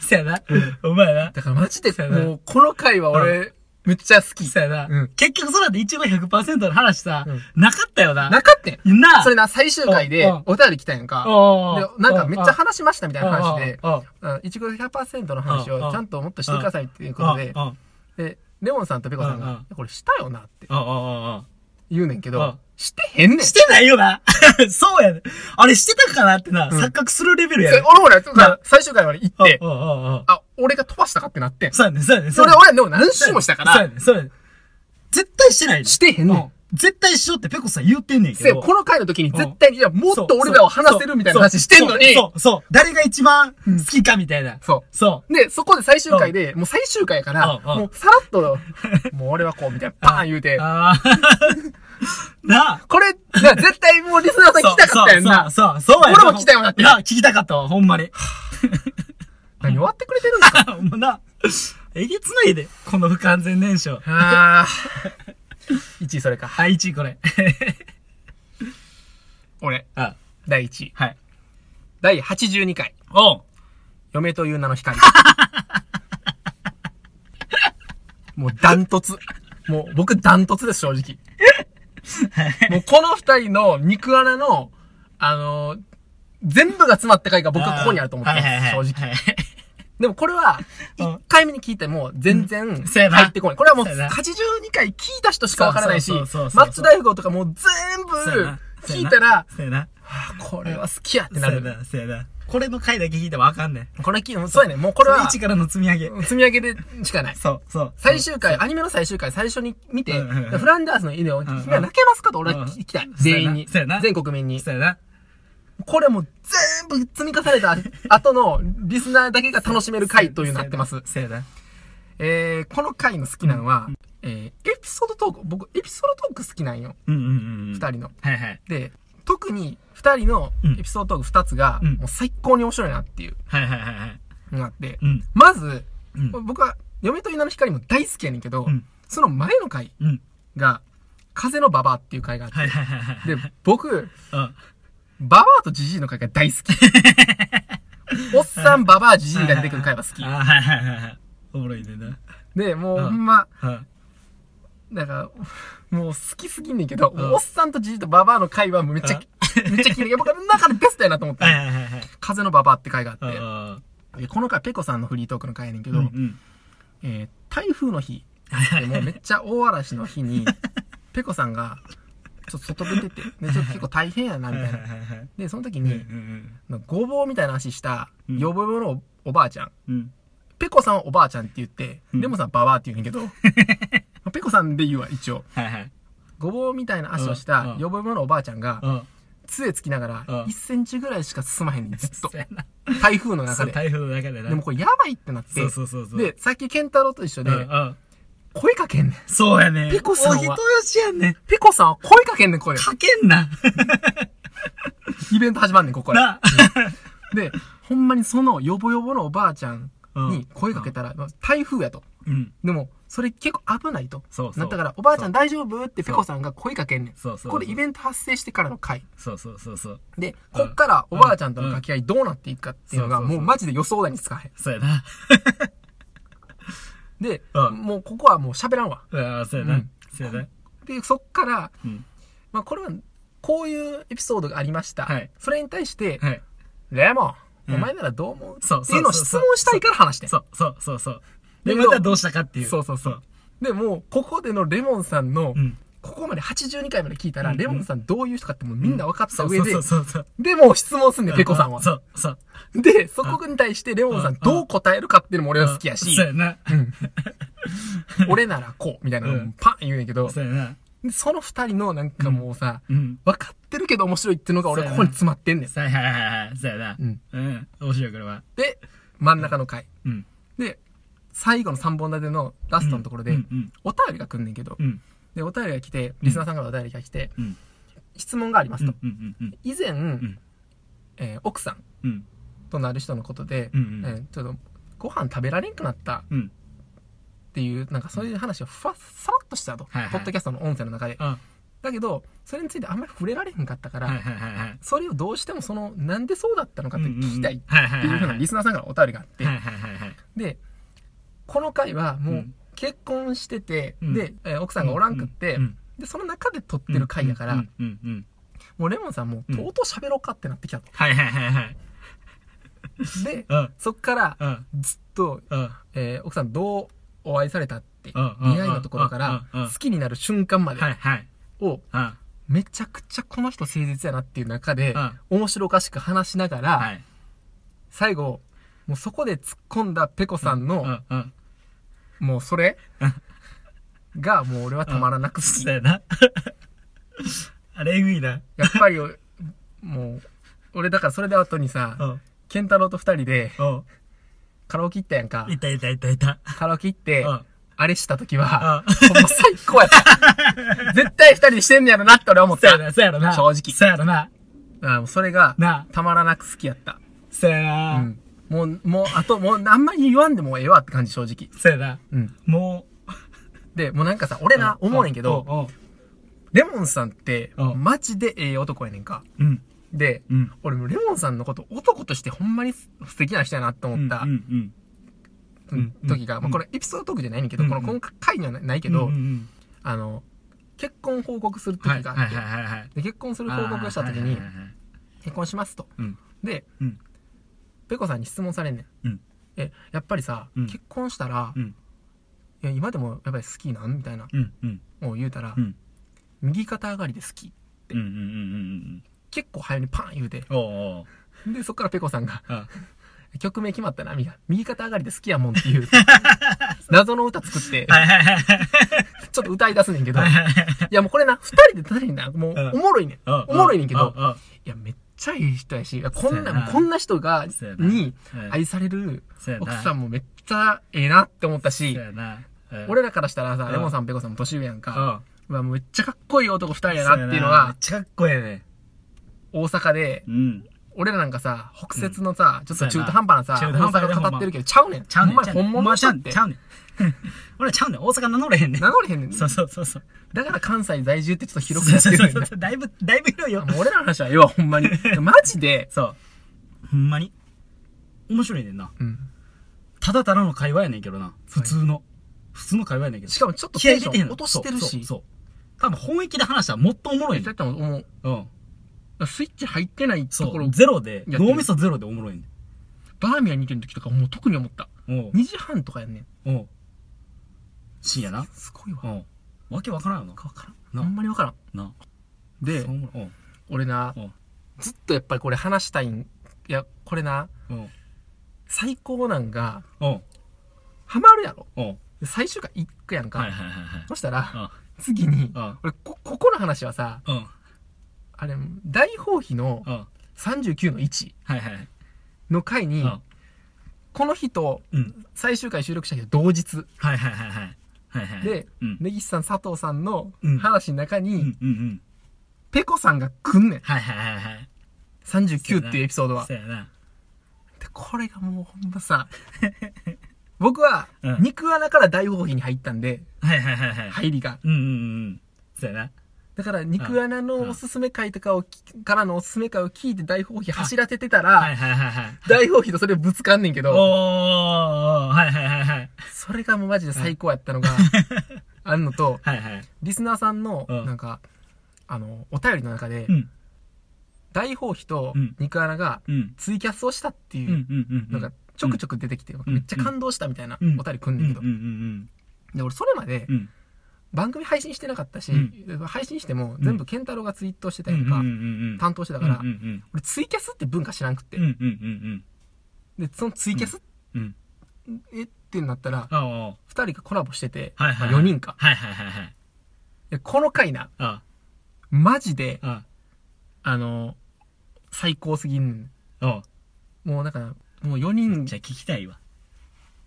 [SPEAKER 2] そうやな。お前な。
[SPEAKER 1] だからマジで
[SPEAKER 2] そうやな
[SPEAKER 1] もうこの回は俺、めっちゃ好き。
[SPEAKER 2] そうやな。
[SPEAKER 1] うん
[SPEAKER 2] 結局そうなんて一番100%の話さ、
[SPEAKER 1] う
[SPEAKER 2] なかったよな。
[SPEAKER 1] なかったん
[SPEAKER 2] なあ
[SPEAKER 1] それな、最終回で
[SPEAKER 2] うん
[SPEAKER 1] お便り来たやんか。
[SPEAKER 2] おう
[SPEAKER 1] でなんかめっちゃ話しましたみたいな話で、
[SPEAKER 2] おうおう
[SPEAKER 1] うんいちご100%の話
[SPEAKER 2] うんうん
[SPEAKER 1] をちゃんともっとしてくださいっていうことで
[SPEAKER 2] お、うおう
[SPEAKER 1] で、レモンさんとペコさん
[SPEAKER 2] うんうん
[SPEAKER 1] が、これしたよなって
[SPEAKER 2] おうおうおう
[SPEAKER 1] 言うねんけ
[SPEAKER 2] うん
[SPEAKER 1] ど、してへんねん。
[SPEAKER 2] してないよな。 <laughs> そうやね。あれしてたかなってな、
[SPEAKER 1] ん
[SPEAKER 2] 錯覚するレベルや
[SPEAKER 1] 俺
[SPEAKER 2] ね。
[SPEAKER 1] もね、だから最終回まで行って
[SPEAKER 2] お、うおうおうおう
[SPEAKER 1] あ、俺が飛ばしたかってなってん。
[SPEAKER 2] そうやね、そうやね。
[SPEAKER 1] それ
[SPEAKER 2] は
[SPEAKER 1] 俺はでも何周もしたか
[SPEAKER 2] そうや
[SPEAKER 1] ら、
[SPEAKER 2] ね、そうやね。絶対してないね
[SPEAKER 1] してへんね
[SPEAKER 2] うんん。絶対しようってペコさん言ってんねん
[SPEAKER 1] せ
[SPEAKER 2] け
[SPEAKER 1] や
[SPEAKER 2] ど。
[SPEAKER 1] この回の時に絶対に、いや、もっと俺らを話せるみたいな話してんのに、
[SPEAKER 2] そう、そう。誰が一番好きかみたいな。
[SPEAKER 1] そう
[SPEAKER 2] そう。
[SPEAKER 1] で、そこで最終回で、もう最終回やから、
[SPEAKER 2] うんうん
[SPEAKER 1] もうさらっ <laughs> と、もう俺はこう、みたいな、パーン言うて、
[SPEAKER 2] ああ。 <laughs> なあ。
[SPEAKER 1] これ、じゃあ絶対もうリスナーさん <laughs> 来たかったやんな。
[SPEAKER 2] そう、そう、そうやな
[SPEAKER 1] 俺も来たよなって
[SPEAKER 2] なあ、聞きたかったわ、ほんまに。 <laughs>
[SPEAKER 1] 何終わってくれてるんです <laughs> か
[SPEAKER 2] もうな、えげつないで、この不完全燃焼。
[SPEAKER 1] あー。1位それか。
[SPEAKER 2] はい、1位これ。 <laughs>
[SPEAKER 1] 俺、
[SPEAKER 2] あ、
[SPEAKER 1] 第1位。
[SPEAKER 2] はい。
[SPEAKER 1] 第82回、
[SPEAKER 2] おう。
[SPEAKER 1] 嫁という名の <laughs> 光。もうダントツ。もう僕ダントツです、正 <laughs> 直。もうこの二人の肉穴の、あのー全部が詰まった回が僕はここにあると思ってます、正直。
[SPEAKER 2] <laughs> 直。
[SPEAKER 1] でもこれは、
[SPEAKER 2] <laughs> うん
[SPEAKER 1] 1回目に聞いても全然
[SPEAKER 2] そうやな
[SPEAKER 1] 入ってこない。これはもう
[SPEAKER 2] そうやな
[SPEAKER 1] 82回聞いた人しかわからないし、
[SPEAKER 2] そ
[SPEAKER 1] マ
[SPEAKER 2] うそうそうそう
[SPEAKER 1] ッチョ大富豪とかもう全
[SPEAKER 2] そうやな
[SPEAKER 1] 部聞いたら、
[SPEAKER 2] そうやな。
[SPEAKER 1] あこれは好きやってな
[SPEAKER 2] そうや
[SPEAKER 1] る。
[SPEAKER 2] な、そうやな。これの回だけ聞いてもあかんねん。
[SPEAKER 1] これ聞いても、そうやね。もうこれは、
[SPEAKER 2] 一からの積み上げ。
[SPEAKER 1] 積み上げでしかない。
[SPEAKER 2] そう、そう。
[SPEAKER 1] 最終回、アニメの最終回、最初に見て、
[SPEAKER 2] うんうんうん
[SPEAKER 1] フランダースの犬を、
[SPEAKER 2] んうん
[SPEAKER 1] 君は泣けますかと俺は聞きたい。
[SPEAKER 2] うん
[SPEAKER 1] 全員に
[SPEAKER 2] そうやな。
[SPEAKER 1] 全国民に。
[SPEAKER 2] そうやな。
[SPEAKER 1] これもう全部積み重ねた後のリスナーだけが楽しめる回というのになってます。
[SPEAKER 2] そうやな。
[SPEAKER 1] えー、この回の好きなのは、えー、エピソードトーク、僕エピソードトーク好きなんよ。
[SPEAKER 2] うんうんうん。
[SPEAKER 1] 二。人の。
[SPEAKER 2] はいはい。
[SPEAKER 1] で、特に二人の
[SPEAKER 2] うん
[SPEAKER 1] エピソードトーク二つが、
[SPEAKER 2] うん
[SPEAKER 1] もう最高に面白いなっていう
[SPEAKER 2] はいはいはいはい。
[SPEAKER 1] のがあって、
[SPEAKER 2] うん。
[SPEAKER 1] まず、
[SPEAKER 2] うん。
[SPEAKER 1] 僕は、嫁と稲の光も大好きやねんけど、
[SPEAKER 2] うん
[SPEAKER 1] その前の回
[SPEAKER 2] うん。
[SPEAKER 1] が、風のババアっていう回があって、
[SPEAKER 2] はいはいはいはい。
[SPEAKER 1] で、僕、
[SPEAKER 2] うん。
[SPEAKER 1] ババアとジジイの回が大好
[SPEAKER 2] <laughs>
[SPEAKER 1] き。おっさん、ババア、ジジイが出てくる回は好き
[SPEAKER 2] あ。はいはいはいはい。おもろいねんな。
[SPEAKER 1] で、もう
[SPEAKER 2] うん
[SPEAKER 1] ほんま、
[SPEAKER 2] うん。
[SPEAKER 1] なんか、もう好きすぎんねんけど、
[SPEAKER 2] うん
[SPEAKER 1] おっさんとジジイとババアの回はめっちゃ、めっちゃ気に入る。僕は中でベストやなと思っ
[SPEAKER 2] はいは
[SPEAKER 1] て。
[SPEAKER 2] いはいはい。
[SPEAKER 1] 風のババアって回が
[SPEAKER 2] う
[SPEAKER 1] あ
[SPEAKER 2] ん
[SPEAKER 1] って、でこの回ペコさんのフリートークの回やねんけ
[SPEAKER 2] うんう
[SPEAKER 1] ど、
[SPEAKER 2] ん。
[SPEAKER 1] えー台風の日、
[SPEAKER 2] はいはい
[SPEAKER 1] で
[SPEAKER 2] は
[SPEAKER 1] もう
[SPEAKER 2] い。
[SPEAKER 1] めっちゃ大嵐の日に、ペコさんが、ちょっと外出てて、ね、ちょっと結構大変やな、みたいな。
[SPEAKER 2] はい。
[SPEAKER 1] で、その時
[SPEAKER 2] うんう
[SPEAKER 1] に、
[SPEAKER 2] ん
[SPEAKER 1] ごぼうみたいな話した、
[SPEAKER 2] うん
[SPEAKER 1] よぼよぼのおばあちゃん。
[SPEAKER 2] うん。
[SPEAKER 1] ペコさんはおばあちゃんって言って、
[SPEAKER 2] うん
[SPEAKER 1] レモさんはババアって言
[SPEAKER 2] <laughs>
[SPEAKER 1] うんやけど、ペコさんで言うわ、一応。
[SPEAKER 2] はいはい。
[SPEAKER 1] ごぼうみたいな足をし
[SPEAKER 2] うん
[SPEAKER 1] た
[SPEAKER 2] う、ん
[SPEAKER 1] よぼよぼのおばあちゃんが
[SPEAKER 2] う、ん。
[SPEAKER 1] 杖つきながら、
[SPEAKER 2] うん
[SPEAKER 1] 1センチぐらいしか進まへん
[SPEAKER 2] <laughs>
[SPEAKER 1] ねんずっと
[SPEAKER 2] そ。うやな。
[SPEAKER 1] 台風の
[SPEAKER 2] そ
[SPEAKER 1] 中
[SPEAKER 2] う
[SPEAKER 1] で。
[SPEAKER 2] 台風の中でな。
[SPEAKER 1] でもこれやばいってなって
[SPEAKER 2] そう、そうそうそう。
[SPEAKER 1] で、さっきケンタロウと一緒
[SPEAKER 2] うんう
[SPEAKER 1] で、
[SPEAKER 2] ん。
[SPEAKER 1] 声かけんねん。
[SPEAKER 2] そうやね。
[SPEAKER 1] ペコさんは
[SPEAKER 2] お人よしやねん。
[SPEAKER 1] ペコさんは声かけんねん、これ。
[SPEAKER 2] かけんな。
[SPEAKER 1] イベント始まんねん、ここで。
[SPEAKER 2] な。
[SPEAKER 1] で、ほんまにそのよぼよぼのおばあちゃんに声かけたら、まあ台風やと。
[SPEAKER 2] うん。
[SPEAKER 1] でも、それ結構危ないと。
[SPEAKER 2] そうそう
[SPEAKER 1] なったから、おばあちゃん大丈夫ってペコさんが声かけんねん。
[SPEAKER 2] そうそう。
[SPEAKER 1] これイベント発生してからの回。
[SPEAKER 2] そうそうそうそう。
[SPEAKER 1] で、
[SPEAKER 2] うん
[SPEAKER 1] こっからおばあちゃんとの掛け合いどうなっていくかっていうのが、
[SPEAKER 2] うんそうそう
[SPEAKER 1] も
[SPEAKER 2] そうう
[SPEAKER 1] マジで予想だにつかへん。
[SPEAKER 2] そうやな。
[SPEAKER 1] で、
[SPEAKER 2] うん
[SPEAKER 1] もうここはもう喋らんわ。
[SPEAKER 2] うん、そうや
[SPEAKER 1] う。
[SPEAKER 2] なんそうやな。
[SPEAKER 1] で、そっから、
[SPEAKER 2] うん。
[SPEAKER 1] まあこれは、こういうエピソードがありました。
[SPEAKER 2] はい
[SPEAKER 1] それに対して、
[SPEAKER 2] はい。
[SPEAKER 1] レモ
[SPEAKER 2] う
[SPEAKER 1] ン、
[SPEAKER 2] ん
[SPEAKER 1] お前ならどう思う
[SPEAKER 2] そう
[SPEAKER 1] っていうのを
[SPEAKER 2] そう
[SPEAKER 1] 質
[SPEAKER 2] そうそう
[SPEAKER 1] 問したいから話してん
[SPEAKER 2] そうそうそうそう。
[SPEAKER 1] で
[SPEAKER 2] で、またどうしたかっていう。
[SPEAKER 1] そうそうそう。で、もうここでのレモンさんの、
[SPEAKER 2] うん。
[SPEAKER 1] ここまで82回まで聞いたら、
[SPEAKER 2] うんうん
[SPEAKER 1] レモンさんどういう人かってもうみんな分かった
[SPEAKER 2] そう
[SPEAKER 1] 上で、
[SPEAKER 2] そうそうそう。
[SPEAKER 1] で、もう質問すんねん、ペコさんは
[SPEAKER 2] う。そうそう。
[SPEAKER 1] で、そこに対してレモンさん
[SPEAKER 2] うん
[SPEAKER 1] どう答えるかっていうのも俺は好きやし、
[SPEAKER 2] そうやな。
[SPEAKER 1] <laughs> 俺ならこう、みたいな
[SPEAKER 2] う
[SPEAKER 1] の
[SPEAKER 2] ん
[SPEAKER 1] パン言うんやけど、
[SPEAKER 2] そうやな。
[SPEAKER 1] でその二人のなんかもうさ、
[SPEAKER 2] うん。
[SPEAKER 1] 分かってるけど面白いっていうのが俺
[SPEAKER 2] そ
[SPEAKER 1] こ
[SPEAKER 2] うやな
[SPEAKER 1] こに詰まってんねん。
[SPEAKER 2] そうやはいはいはい。そうやな
[SPEAKER 1] う。ん
[SPEAKER 2] うん。面白い、これは。
[SPEAKER 1] で、真ん中の回。
[SPEAKER 2] うん。
[SPEAKER 1] で、最後の三本立てのラストのところで、
[SPEAKER 2] うんうん。
[SPEAKER 1] お便りが来んねんけど
[SPEAKER 2] う、ん。
[SPEAKER 1] で、お便りが来て、リスナーさんからお便りが来て、
[SPEAKER 2] うん。
[SPEAKER 1] 質問がありま
[SPEAKER 2] う
[SPEAKER 1] す
[SPEAKER 2] ん
[SPEAKER 1] と。。
[SPEAKER 2] うん。うん。
[SPEAKER 1] 以前、
[SPEAKER 2] ん
[SPEAKER 1] えー奥さん
[SPEAKER 2] うん。
[SPEAKER 1] となる人のことで、
[SPEAKER 2] うんうん
[SPEAKER 1] えーちょっとご飯食べられんくなった
[SPEAKER 2] うん。
[SPEAKER 1] っていう、なんかそういう話をふわ、さらっとしたと。
[SPEAKER 2] はいはい
[SPEAKER 1] ポッドキャストの音声の中で。
[SPEAKER 2] あ、
[SPEAKER 1] だけど、それについてあんまり触れられへんかったから、
[SPEAKER 2] はいはいはいはい。
[SPEAKER 1] それをどうしてもその、なんでそうだったのかって聞きたいっ
[SPEAKER 2] はいは
[SPEAKER 1] てい
[SPEAKER 2] い
[SPEAKER 1] う
[SPEAKER 2] は
[SPEAKER 1] ふう
[SPEAKER 2] い
[SPEAKER 1] な
[SPEAKER 2] はい。
[SPEAKER 1] リスナーさんからお便りがあって、
[SPEAKER 2] はいはいはいはい。
[SPEAKER 1] で、この回はも
[SPEAKER 2] う
[SPEAKER 1] うん結婚してて、
[SPEAKER 2] うん
[SPEAKER 1] で、えー奥さんがおらんくって、
[SPEAKER 2] うん
[SPEAKER 1] で、その中で撮ってる回やから、
[SPEAKER 2] うんうんうん。
[SPEAKER 1] もうレモンさんも
[SPEAKER 2] うん
[SPEAKER 1] とうとう喋ろうかってなってきたと。
[SPEAKER 2] はいはいはいはい。
[SPEAKER 1] で、
[SPEAKER 2] うん。
[SPEAKER 1] そっから
[SPEAKER 2] う、ん。
[SPEAKER 1] ずっと、
[SPEAKER 2] うん。
[SPEAKER 1] えー奥さんどうお会いされたって、出
[SPEAKER 2] うんうん
[SPEAKER 1] 会いのところから、
[SPEAKER 2] うんうん
[SPEAKER 1] 好きになる瞬間まで
[SPEAKER 2] はいはい。
[SPEAKER 1] を、
[SPEAKER 2] うん。
[SPEAKER 1] めちゃくちゃこの人誠実やなっていう中で
[SPEAKER 2] う、ん。
[SPEAKER 1] 面白おかしく話しなが
[SPEAKER 2] は
[SPEAKER 1] ら、
[SPEAKER 2] い。
[SPEAKER 1] 最後、もうそこで突っ込んだペコさん
[SPEAKER 2] う
[SPEAKER 1] の、
[SPEAKER 2] んうん。
[SPEAKER 1] もうそれが、もう俺はたまらなく好き
[SPEAKER 2] そう。やな。 <laughs> あれ、えぐいな。
[SPEAKER 1] やっぱり、もう、俺だからそれで後に
[SPEAKER 2] う
[SPEAKER 1] さ、
[SPEAKER 2] ん。
[SPEAKER 1] ケンタロウと二人で
[SPEAKER 2] うん。
[SPEAKER 1] カラオケ行ったやんか。
[SPEAKER 2] いたいたいたいた。
[SPEAKER 1] カラオケ行って
[SPEAKER 2] うん、
[SPEAKER 1] あれした時は、
[SPEAKER 2] うん
[SPEAKER 1] ほんま最高やった。
[SPEAKER 2] <laughs>
[SPEAKER 1] 絶対二人でしてんねやろなって俺は思っ
[SPEAKER 2] そうや
[SPEAKER 1] た。
[SPEAKER 2] な、そうやろな。
[SPEAKER 1] 正直
[SPEAKER 2] そうやろな。
[SPEAKER 1] あもうそれが、
[SPEAKER 2] な
[SPEAKER 1] たまらなく好きやった。
[SPEAKER 2] そうや
[SPEAKER 1] う
[SPEAKER 2] な。
[SPEAKER 1] ん。もう、もう、あと、もう、あんまり言わんでもええわって感じ、正直。
[SPEAKER 2] そうやな。
[SPEAKER 1] うん。
[SPEAKER 2] もう。
[SPEAKER 1] で、もうなんかさ、俺な、思うねんけど、
[SPEAKER 2] ど。
[SPEAKER 1] レモンさんって、
[SPEAKER 2] うん
[SPEAKER 1] マジでええ男やねんか。
[SPEAKER 2] うん。
[SPEAKER 1] で、
[SPEAKER 2] うん。
[SPEAKER 1] 俺もレモンさんのこと男としてほんまに素敵な人やなって思った
[SPEAKER 2] うんうん。うん
[SPEAKER 1] 時が、
[SPEAKER 2] うん
[SPEAKER 1] まあこれエピソードトークじゃないねんけど、
[SPEAKER 2] うん
[SPEAKER 1] この今回にはないけど、
[SPEAKER 2] うんうん
[SPEAKER 1] あの、結婚報告する
[SPEAKER 2] うん。は
[SPEAKER 1] 時
[SPEAKER 2] い
[SPEAKER 1] が
[SPEAKER 2] は
[SPEAKER 1] あ
[SPEAKER 2] い
[SPEAKER 1] って、
[SPEAKER 2] はいはいはい。
[SPEAKER 1] で結婚する報告をした時
[SPEAKER 2] あーはい
[SPEAKER 1] に
[SPEAKER 2] はい、はいはい
[SPEAKER 1] 結婚しますと。
[SPEAKER 2] うん。
[SPEAKER 1] で、
[SPEAKER 2] うん。
[SPEAKER 1] ペコさんに質問されんねん。
[SPEAKER 2] うん。
[SPEAKER 1] え、やっぱりさ、
[SPEAKER 2] うん
[SPEAKER 1] 結婚したら、
[SPEAKER 2] う
[SPEAKER 1] い
[SPEAKER 2] ん。
[SPEAKER 1] や今でもやっぱり好きなんみたいな
[SPEAKER 2] うん。うん。
[SPEAKER 1] のを言うたら、
[SPEAKER 2] うん。
[SPEAKER 1] 右肩上がりで好き。
[SPEAKER 2] うんうんうんうんうん。
[SPEAKER 1] 結構早めにパン言うて、
[SPEAKER 2] <laughs> おーおー。
[SPEAKER 1] で、そっからペコさんが、
[SPEAKER 2] うん
[SPEAKER 1] 曲名決まったな、みが。右肩上がりで好きやもんって
[SPEAKER 2] <laughs>
[SPEAKER 1] いう、謎の歌作って、
[SPEAKER 2] はいはいはいはい。
[SPEAKER 1] ちょっと歌い出すねんけど、いやもうこれな、二人で誰にな、もう
[SPEAKER 2] うん
[SPEAKER 1] おもろいねん。
[SPEAKER 2] うん
[SPEAKER 1] おもろいねんけど
[SPEAKER 2] う、んうん
[SPEAKER 1] いや、めっちゃいい人やし、いやこん
[SPEAKER 2] そ
[SPEAKER 1] な
[SPEAKER 2] うやな
[SPEAKER 1] こんな人が
[SPEAKER 2] そうや、な
[SPEAKER 1] に
[SPEAKER 2] うん
[SPEAKER 1] 愛される
[SPEAKER 2] そうやな
[SPEAKER 1] 奥さんもめっちゃええなって思ったし
[SPEAKER 2] そう、やな。うん
[SPEAKER 1] 俺らからしたらさ、
[SPEAKER 2] ん
[SPEAKER 1] レモンさん、ペコさんも年上やん
[SPEAKER 2] う
[SPEAKER 1] か、
[SPEAKER 2] ん。
[SPEAKER 1] うわ、もうめっちゃかっこいい男二人や
[SPEAKER 2] そ
[SPEAKER 1] なっていうのは
[SPEAKER 2] めっ、ちゃかっこええね。
[SPEAKER 1] 大阪で
[SPEAKER 2] う、ん。
[SPEAKER 1] 俺らなんかさ、北節のさ、ちょっと中途半端なさ、
[SPEAKER 2] そう
[SPEAKER 1] 大
[SPEAKER 2] やな
[SPEAKER 1] 阪が語ってるけど、ちゃうねん。
[SPEAKER 2] ちゃうね
[SPEAKER 1] お
[SPEAKER 2] ん。
[SPEAKER 1] 前
[SPEAKER 2] ちゃうねん
[SPEAKER 1] 本物の
[SPEAKER 2] ちゃ
[SPEAKER 1] 人
[SPEAKER 2] う
[SPEAKER 1] っ
[SPEAKER 2] ねん。
[SPEAKER 1] て
[SPEAKER 2] ち。ゃうねん。 <laughs> 俺ちゃうねん。大阪名乗れへんねん。
[SPEAKER 1] 名乗れへんねん。
[SPEAKER 2] そうそうそうそう。
[SPEAKER 1] だから関西在住ってちょっと広くやってるねんな。
[SPEAKER 2] だいぶ、だいぶ広いよ。
[SPEAKER 1] もう俺らの話はええわ、ほんま <laughs> に。マジで、
[SPEAKER 2] そう。ほんまに。面白いねんな。
[SPEAKER 1] うん。
[SPEAKER 2] ただただの会話やねんけどな。普通の。普通の会話やねんけど。
[SPEAKER 1] しかもちょっと
[SPEAKER 2] 気
[SPEAKER 1] テ
[SPEAKER 2] 合い
[SPEAKER 1] ンシ
[SPEAKER 2] 出
[SPEAKER 1] ョ
[SPEAKER 2] てへん
[SPEAKER 1] ン
[SPEAKER 2] の
[SPEAKER 1] 落としてる
[SPEAKER 2] そう
[SPEAKER 1] し。
[SPEAKER 2] そうそう。多分本域で話したらもっとおもろいね
[SPEAKER 1] だっ
[SPEAKER 2] ん。
[SPEAKER 1] てもう、
[SPEAKER 2] うん。
[SPEAKER 1] スイッチ入ってない
[SPEAKER 2] そ
[SPEAKER 1] ところ
[SPEAKER 2] う。、ゼロで、
[SPEAKER 1] やってる
[SPEAKER 2] 脳みそゼロでおもろいね
[SPEAKER 1] バーミヤン見てる時とかもう特に思った。
[SPEAKER 2] ん。おう。
[SPEAKER 1] 2時半とかやんねん。
[SPEAKER 2] おう。深夜な。
[SPEAKER 1] すごいわ。
[SPEAKER 2] おう。わけわからんよな。
[SPEAKER 1] わから。
[SPEAKER 2] なん
[SPEAKER 1] あんまりわからん。
[SPEAKER 2] な。
[SPEAKER 1] で
[SPEAKER 2] そう、おもろい
[SPEAKER 1] 俺な
[SPEAKER 2] うん、
[SPEAKER 1] ずっとやっぱりこれ話したいん。いや、これな、
[SPEAKER 2] おう。
[SPEAKER 1] 最高なんが、
[SPEAKER 2] おう。
[SPEAKER 1] ハマるやろ。
[SPEAKER 2] おう。
[SPEAKER 1] で最終回行くやんか。
[SPEAKER 2] はいはいはいはい。
[SPEAKER 1] そしたら、
[SPEAKER 2] あ
[SPEAKER 1] 次に、
[SPEAKER 2] あ
[SPEAKER 1] 俺こ、ここの話はさ、
[SPEAKER 2] うん。うん。
[SPEAKER 1] あれ、大放棄の
[SPEAKER 2] はい
[SPEAKER 1] 39の1
[SPEAKER 2] はいはい。
[SPEAKER 1] の回に、
[SPEAKER 2] うん
[SPEAKER 1] この日と
[SPEAKER 2] うん。
[SPEAKER 1] 最終回収録したけど同日、
[SPEAKER 2] はいはいはいはい。はいはい。
[SPEAKER 1] で
[SPEAKER 2] うん。
[SPEAKER 1] 根岸さん佐藤さんの
[SPEAKER 2] うん
[SPEAKER 1] 話の中
[SPEAKER 2] う
[SPEAKER 1] に、
[SPEAKER 2] んうんうん。
[SPEAKER 1] ペコさんが来んねん。
[SPEAKER 2] はいはいはいはい。
[SPEAKER 1] 39っていうエピソードは。
[SPEAKER 2] そうやな。
[SPEAKER 1] でこれがもうほんまさ、 <laughs> 僕は
[SPEAKER 2] うん、
[SPEAKER 1] 肉穴から大放棄に入ったんで、
[SPEAKER 2] はいはいはいはい。
[SPEAKER 1] 入りが。
[SPEAKER 2] うんうんうんうん。そうやな。
[SPEAKER 1] だから、肉穴
[SPEAKER 2] うん
[SPEAKER 1] のおすすめ回とかを聞き、からのおすすめ回を聞いて大放棄走らせてた
[SPEAKER 2] は
[SPEAKER 1] ら
[SPEAKER 2] い、はいはいはい。
[SPEAKER 1] 大放棄とそれぶつかんねんけ
[SPEAKER 2] お
[SPEAKER 1] ど、
[SPEAKER 2] ー、はいはいはいはい。
[SPEAKER 1] それがもうマジで最高やったのが、あんのと、
[SPEAKER 2] はいはい。
[SPEAKER 1] リスナーさんの、
[SPEAKER 2] うん
[SPEAKER 1] なんか、あの、お便りの中で
[SPEAKER 2] う、ん。
[SPEAKER 1] 大放棄と
[SPEAKER 2] うん
[SPEAKER 1] 肉穴が
[SPEAKER 2] うん。
[SPEAKER 1] ツイキャスをしたって
[SPEAKER 2] う
[SPEAKER 1] い
[SPEAKER 2] んう
[SPEAKER 1] うん
[SPEAKER 2] う
[SPEAKER 1] の
[SPEAKER 2] ん。
[SPEAKER 1] がちょくちょく出てきて、
[SPEAKER 2] ん
[SPEAKER 1] めっちゃ感動したみたいな
[SPEAKER 2] うん
[SPEAKER 1] お便り来ん
[SPEAKER 2] うん
[SPEAKER 1] ねん
[SPEAKER 2] うんう
[SPEAKER 1] けど。
[SPEAKER 2] ん
[SPEAKER 1] で、俺それまで
[SPEAKER 2] うん。うん。
[SPEAKER 1] 番組配信してなかったし
[SPEAKER 2] う、
[SPEAKER 1] 配信しても全部ケンタロウがツイートしてた
[SPEAKER 2] うん
[SPEAKER 1] や
[SPEAKER 2] うんんうん
[SPEAKER 1] か
[SPEAKER 2] う、ん。
[SPEAKER 1] 担当してたから
[SPEAKER 2] うんう、ん
[SPEAKER 1] 俺ツイキャスって文化知らんくって
[SPEAKER 2] うん。うんうん
[SPEAKER 1] で、そのツイキャス、
[SPEAKER 2] うん。うん。
[SPEAKER 1] えってなったら、
[SPEAKER 2] ああ。
[SPEAKER 1] 二人がコラボしてて、
[SPEAKER 2] はいはい。
[SPEAKER 1] 4人か。
[SPEAKER 2] はいはいはいはい。
[SPEAKER 1] でこの回な、
[SPEAKER 2] あ
[SPEAKER 1] マジで、
[SPEAKER 2] あ。
[SPEAKER 1] あの、最高すぎん。
[SPEAKER 2] ああ。
[SPEAKER 1] もうなんか、もう4人
[SPEAKER 2] じゃあ聞きたいわ。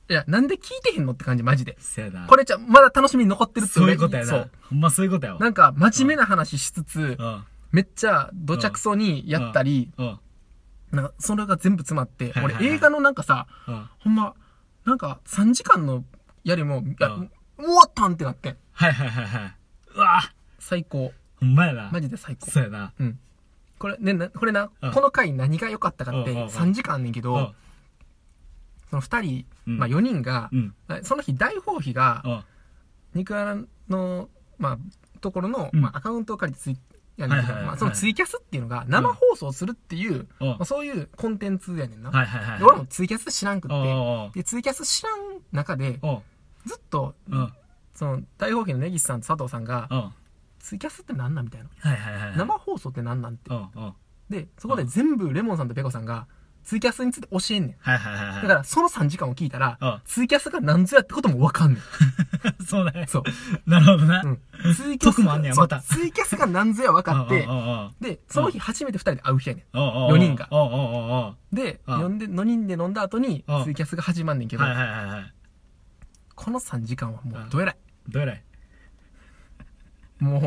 [SPEAKER 1] いや、なんで聞いてへんのって感じ、マジで。
[SPEAKER 2] そうやな。
[SPEAKER 1] こ
[SPEAKER 2] れ、
[SPEAKER 1] れじゃ、まだ楽しみに残ってるって
[SPEAKER 2] そう
[SPEAKER 1] 俺
[SPEAKER 2] いうことや
[SPEAKER 1] そ
[SPEAKER 2] な
[SPEAKER 1] う。。
[SPEAKER 2] ほんまそういうことやわ。
[SPEAKER 1] なんか、真面目な話しつつ
[SPEAKER 2] う、ん。
[SPEAKER 1] めっちゃ、どちゃくそにやったり、
[SPEAKER 2] うん。
[SPEAKER 1] なんか、それが全部詰まって、
[SPEAKER 2] はいはいはい
[SPEAKER 1] 俺映画のなんかさ、
[SPEAKER 2] うん。
[SPEAKER 1] ほんま、なんか、3時間のやりも、いや、
[SPEAKER 2] うん
[SPEAKER 1] 終わったんってなってん。
[SPEAKER 2] はいはいはいはい。うわ
[SPEAKER 1] 最高。
[SPEAKER 2] ほんまやな
[SPEAKER 1] マ。ジで最高。
[SPEAKER 2] そうやな。
[SPEAKER 1] うん。これ、ね、なこれな、
[SPEAKER 2] うん
[SPEAKER 1] この回何が良かったかって、
[SPEAKER 2] うんうんうん
[SPEAKER 1] 3時間あんねんけ
[SPEAKER 2] う
[SPEAKER 1] ど
[SPEAKER 2] ん、。
[SPEAKER 1] その2人、
[SPEAKER 2] うん
[SPEAKER 1] まあ4人が
[SPEAKER 2] う、ん。
[SPEAKER 1] その日、大放棄が、
[SPEAKER 2] うん。
[SPEAKER 1] 肉穴の、まあ、ところの、
[SPEAKER 2] うん
[SPEAKER 1] まあ、アカウントを借りてツイやねんけ
[SPEAKER 2] はいはいは
[SPEAKER 1] ど、
[SPEAKER 2] い
[SPEAKER 1] まあ、そのツイキャスっていうのが生放送するっていう、
[SPEAKER 2] うん。
[SPEAKER 1] まあ、そういうコンテンツやねんな。
[SPEAKER 2] はいはいはい。
[SPEAKER 1] で俺もツイキャス知らんくっ
[SPEAKER 2] おう
[SPEAKER 1] て、
[SPEAKER 2] おう
[SPEAKER 1] で、ツイキャス知らん中で、
[SPEAKER 2] おう
[SPEAKER 1] ずっと、
[SPEAKER 2] うん。うん。
[SPEAKER 1] その、大放棄の根岸さんと佐藤さんが、
[SPEAKER 2] はい
[SPEAKER 1] ツイキャスってなんなんみたいな。
[SPEAKER 2] はいはい。
[SPEAKER 1] 生放送ってなんなんって
[SPEAKER 2] う。んうん。はい
[SPEAKER 1] で、そこで全部レモンさんとペコさんが、ツイキャスについて教えんねん。
[SPEAKER 2] はいはいは
[SPEAKER 1] だ
[SPEAKER 2] い。
[SPEAKER 1] か、ら、その3時間を聞いたら、
[SPEAKER 2] う
[SPEAKER 1] ツイキャスが何ぞやってこともわかんねん。
[SPEAKER 2] ん。 <laughs> そうだね。
[SPEAKER 1] そう。
[SPEAKER 2] なるほどな。
[SPEAKER 1] うん。ツイ
[SPEAKER 2] 得もあんねや
[SPEAKER 1] そう
[SPEAKER 2] また
[SPEAKER 1] ツイキャスが何ぞや分かって
[SPEAKER 2] うん、うんうん
[SPEAKER 1] で、その日初めて二人で会う日やね
[SPEAKER 2] うんうんうん。
[SPEAKER 1] 四人が
[SPEAKER 2] うんうんうんうん。
[SPEAKER 1] ん。で、
[SPEAKER 2] うん
[SPEAKER 1] 呼んで、4人で飲んだ後に
[SPEAKER 2] うん、
[SPEAKER 1] ツイキャスが始まんねんけど
[SPEAKER 2] は、いはいはいはい。
[SPEAKER 1] この3時間はも
[SPEAKER 2] う、
[SPEAKER 1] うんどえらい。
[SPEAKER 2] どうやらい
[SPEAKER 1] もう、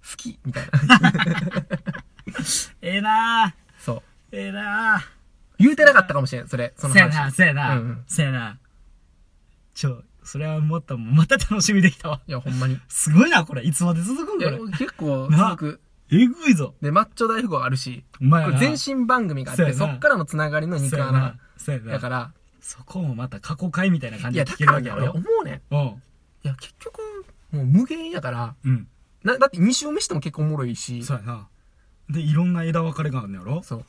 [SPEAKER 1] 好きみたいな。
[SPEAKER 2] <laughs> ええなぁ。
[SPEAKER 1] そう。
[SPEAKER 2] ええなぁ。
[SPEAKER 1] 言うてなかったかもしれん、それ。その
[SPEAKER 2] せやな、
[SPEAKER 1] 話。
[SPEAKER 2] せやな
[SPEAKER 1] うんうん。
[SPEAKER 2] せやな。ちょ、それはもっと、また楽しみできたわ。
[SPEAKER 1] いや、ほんまに。い
[SPEAKER 2] すごいな、これ。いつまで続くんこ
[SPEAKER 1] や、
[SPEAKER 2] れ。
[SPEAKER 1] 結構、
[SPEAKER 2] な
[SPEAKER 1] 続く。
[SPEAKER 2] えぐいぞ。
[SPEAKER 1] で、マッチョ大富豪あるし、
[SPEAKER 2] お前
[SPEAKER 1] これ前身番組があっ
[SPEAKER 2] そう
[SPEAKER 1] て、
[SPEAKER 2] やな
[SPEAKER 1] そっからのつながりの肉
[SPEAKER 2] そうやな
[SPEAKER 1] 穴。。
[SPEAKER 2] そうやな。
[SPEAKER 1] だから、
[SPEAKER 2] そこもまた過去回みたいな感
[SPEAKER 1] い
[SPEAKER 2] じで
[SPEAKER 1] や、だ
[SPEAKER 2] 聞け
[SPEAKER 1] か
[SPEAKER 2] る
[SPEAKER 1] ら
[SPEAKER 2] わけ
[SPEAKER 1] ね、
[SPEAKER 2] や
[SPEAKER 1] 俺
[SPEAKER 2] ろ
[SPEAKER 1] 思。うねん。
[SPEAKER 2] うん。
[SPEAKER 1] いや、結局、もう無限やから、
[SPEAKER 2] うん。
[SPEAKER 1] な、だって2周目しても結構おもろいし、
[SPEAKER 2] そうやな。で、いろんな枝分かれがあるんやろ
[SPEAKER 1] そう。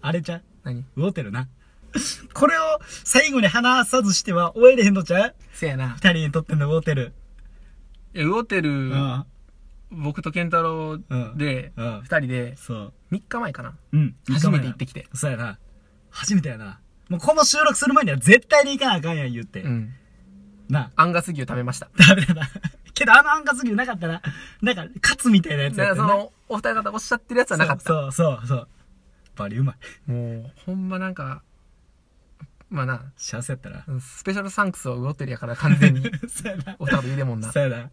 [SPEAKER 2] あれちゃう
[SPEAKER 1] 何
[SPEAKER 2] ウォーテルな。 <laughs> これを最後に話さずしては終えれへんのちゃう
[SPEAKER 1] せやな。
[SPEAKER 2] 二人にとってのウォーテル。
[SPEAKER 1] いや、ウオテル
[SPEAKER 2] うん。
[SPEAKER 1] 僕と健太郎で、
[SPEAKER 2] うんうん
[SPEAKER 1] 二人で、
[SPEAKER 2] そう。
[SPEAKER 1] 3日前かな
[SPEAKER 2] うん。
[SPEAKER 1] 初めて行ってきて。
[SPEAKER 2] そうやな。初めてやな。もうこの収録する前には絶対に行かなあかんやん言って。
[SPEAKER 1] うん。
[SPEAKER 2] なあ。
[SPEAKER 1] アンガス牛食べました。
[SPEAKER 2] ダメだな。 <laughs> けどあのアンカス牛なかったな。なんか、カツみたいなやつ
[SPEAKER 1] だか
[SPEAKER 2] やっ
[SPEAKER 1] らそ
[SPEAKER 2] たよな。
[SPEAKER 1] の、お二方おっしゃってるやつはなかった。
[SPEAKER 2] そうそうそうそう。バリうまい。
[SPEAKER 1] もう、ほんまなんか、まあな、
[SPEAKER 2] 幸せやったな。
[SPEAKER 1] うんスペシャルサンクスをウオテルやから完全
[SPEAKER 2] <laughs>
[SPEAKER 1] に、
[SPEAKER 2] そうやな。
[SPEAKER 1] お二方言うでもんな。い
[SPEAKER 2] そうや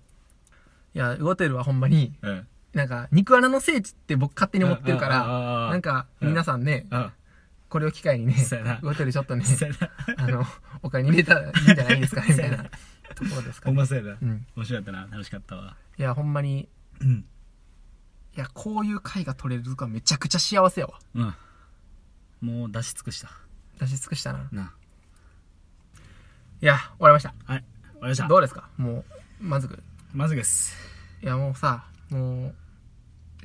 [SPEAKER 1] や、ウオテルはほんまに、
[SPEAKER 2] な。うん。
[SPEAKER 1] なんか、肉穴の聖地って僕勝手に思ってるか
[SPEAKER 2] あああああ
[SPEAKER 1] ら、
[SPEAKER 2] あ
[SPEAKER 1] なんか、
[SPEAKER 2] うん
[SPEAKER 1] 皆さんね、
[SPEAKER 2] あ
[SPEAKER 1] これを機会にね
[SPEAKER 2] そうやな、
[SPEAKER 1] ウオテルちょっとね、
[SPEAKER 2] そうやな。
[SPEAKER 1] あの、お金に入れたらいいんじゃないですかね、みたいな
[SPEAKER 2] そう
[SPEAKER 1] ところですか
[SPEAKER 2] ほん
[SPEAKER 1] ね。
[SPEAKER 2] まそうやな
[SPEAKER 1] う。ん。
[SPEAKER 2] 面白かったな。楽しかったわ。
[SPEAKER 1] いや、ほんまに、
[SPEAKER 2] うん。
[SPEAKER 1] いや、こういう回が取れるとかめちゃくちゃ幸せやわ。
[SPEAKER 2] うん。もう出し尽くした。
[SPEAKER 1] 出し尽くしたな。
[SPEAKER 2] ない
[SPEAKER 1] や、終わりました。
[SPEAKER 2] あ。はい。終わりました
[SPEAKER 1] ど。うですかもう、満足。
[SPEAKER 2] まずです。
[SPEAKER 1] いや、もうさ、もう、や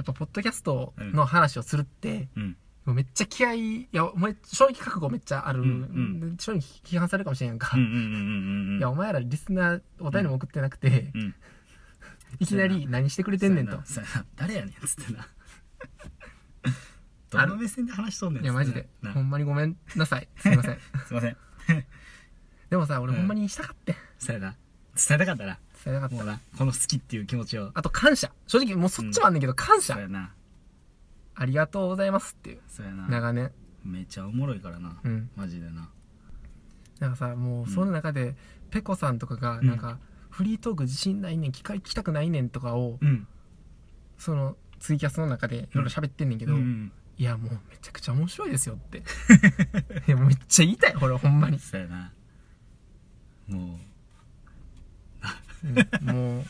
[SPEAKER 1] っぱ、ポッドキャストの話をするって、
[SPEAKER 2] うん。
[SPEAKER 1] もうめっちゃ気合い、いや、お前、正直覚悟めっちゃある。
[SPEAKER 2] うん
[SPEAKER 1] 正直批判されるかもしれんやんか。
[SPEAKER 2] うんうんうんうんうんうん。
[SPEAKER 1] いや、お前らリスナー、お便りも送ってなくて、
[SPEAKER 2] うん。
[SPEAKER 1] いきなり何してくれてんねんと。
[SPEAKER 2] そうやなそうやな誰やねんっつってな
[SPEAKER 1] ある
[SPEAKER 2] どの目線で話しとんねん
[SPEAKER 1] い
[SPEAKER 2] っつ
[SPEAKER 1] や、マ
[SPEAKER 2] ってな
[SPEAKER 1] ジで。
[SPEAKER 2] な
[SPEAKER 1] ほんまにごめんなさい。すいま
[SPEAKER 2] <laughs>
[SPEAKER 1] せん。
[SPEAKER 2] すいません
[SPEAKER 1] でもさ、俺
[SPEAKER 2] うん
[SPEAKER 1] ほんまにしたかってん。
[SPEAKER 2] そうやな伝えたかったな
[SPEAKER 1] 伝えたかっ
[SPEAKER 2] も
[SPEAKER 1] た。
[SPEAKER 2] うなこの好きっていう気持ちを
[SPEAKER 1] あと、感謝。正直、もうそっちもあんねんけど、感謝
[SPEAKER 2] そう。やな
[SPEAKER 1] ありがとうございますっていう。
[SPEAKER 2] そうやな
[SPEAKER 1] 長年。
[SPEAKER 2] めっちゃおもろいからな
[SPEAKER 1] うん。
[SPEAKER 2] マジでな
[SPEAKER 1] なんかさ、もう、その中で、ペコさんとかが、
[SPEAKER 2] ん
[SPEAKER 1] なんか、フリートーク自信ないねん、聞か聞きたくないねんとかを、
[SPEAKER 2] うん
[SPEAKER 1] その、ツイキャスの中でいろいろ喋ってんねんけ
[SPEAKER 2] う
[SPEAKER 1] ど、
[SPEAKER 2] ん
[SPEAKER 1] いや、もうめちゃくちゃ面白いですよ
[SPEAKER 2] <laughs>
[SPEAKER 1] って。いや、もうめっちゃ言いたい、ほら、ほんまに。
[SPEAKER 2] そうやなもう
[SPEAKER 1] うんもう、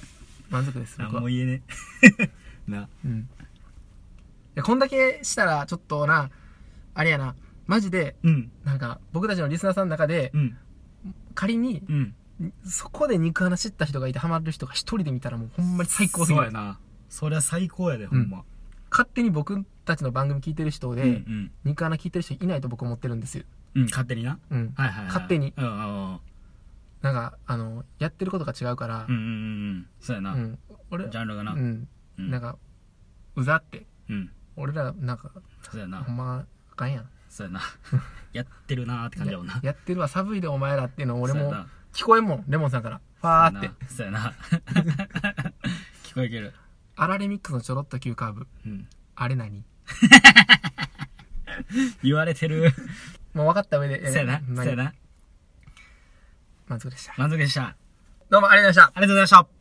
[SPEAKER 1] 満足
[SPEAKER 2] <laughs>
[SPEAKER 1] です、
[SPEAKER 2] 何
[SPEAKER 1] 僕
[SPEAKER 2] も
[SPEAKER 1] は。
[SPEAKER 2] 言えねえな
[SPEAKER 1] うん。いや、こんだけしたら、ちょっとな、あれやな、マジで、
[SPEAKER 2] うん
[SPEAKER 1] なんか、僕たちのリスナーさんの中で
[SPEAKER 2] う、ん
[SPEAKER 1] 仮に、
[SPEAKER 2] うん
[SPEAKER 1] そこで肉離知った人がいてハマる人が一人で見たらもうほんまに最高すぎ
[SPEAKER 2] そう
[SPEAKER 1] る
[SPEAKER 2] や。なそりゃ最高やでほんま
[SPEAKER 1] 勝手に僕たちの番組聞いてる人
[SPEAKER 2] う
[SPEAKER 1] で、
[SPEAKER 2] んうん
[SPEAKER 1] 肉穴聞いてる人いないと僕思ってるんですよ。
[SPEAKER 2] うん勝手にな
[SPEAKER 1] うん。
[SPEAKER 2] はいはいはい
[SPEAKER 1] 勝手に
[SPEAKER 2] うんうんうん
[SPEAKER 1] なんか、あの、やってることが違うから
[SPEAKER 2] うんう、んうんうんそうや
[SPEAKER 1] う。
[SPEAKER 2] なん
[SPEAKER 1] 俺、
[SPEAKER 2] ジャンルがな
[SPEAKER 1] うん。
[SPEAKER 2] うん
[SPEAKER 1] なんか、うざって。
[SPEAKER 2] うん
[SPEAKER 1] 俺ら、なんか、
[SPEAKER 2] そうやな
[SPEAKER 1] ほんま、あかんやん。
[SPEAKER 2] そう
[SPEAKER 1] <laughs>
[SPEAKER 2] やなやってるなーって感じやもんな
[SPEAKER 1] やってるわ、寒いでお前らっていうの俺
[SPEAKER 2] そう
[SPEAKER 1] も
[SPEAKER 2] やな
[SPEAKER 1] 聞こえんもん、レモンさんから。ファーって。
[SPEAKER 2] そうやな <laughs> 聞こえてる
[SPEAKER 1] アラレミックスのちょろっと急カーブ。 <laughs>
[SPEAKER 2] うん
[SPEAKER 1] あれ何
[SPEAKER 2] 言われてる
[SPEAKER 1] もう分かった上で、
[SPEAKER 2] そうやな
[SPEAKER 1] えー
[SPEAKER 2] そうやな
[SPEAKER 1] 満足でした。
[SPEAKER 2] 満足でした
[SPEAKER 1] どうもありがとうございました。
[SPEAKER 2] ありがとうございました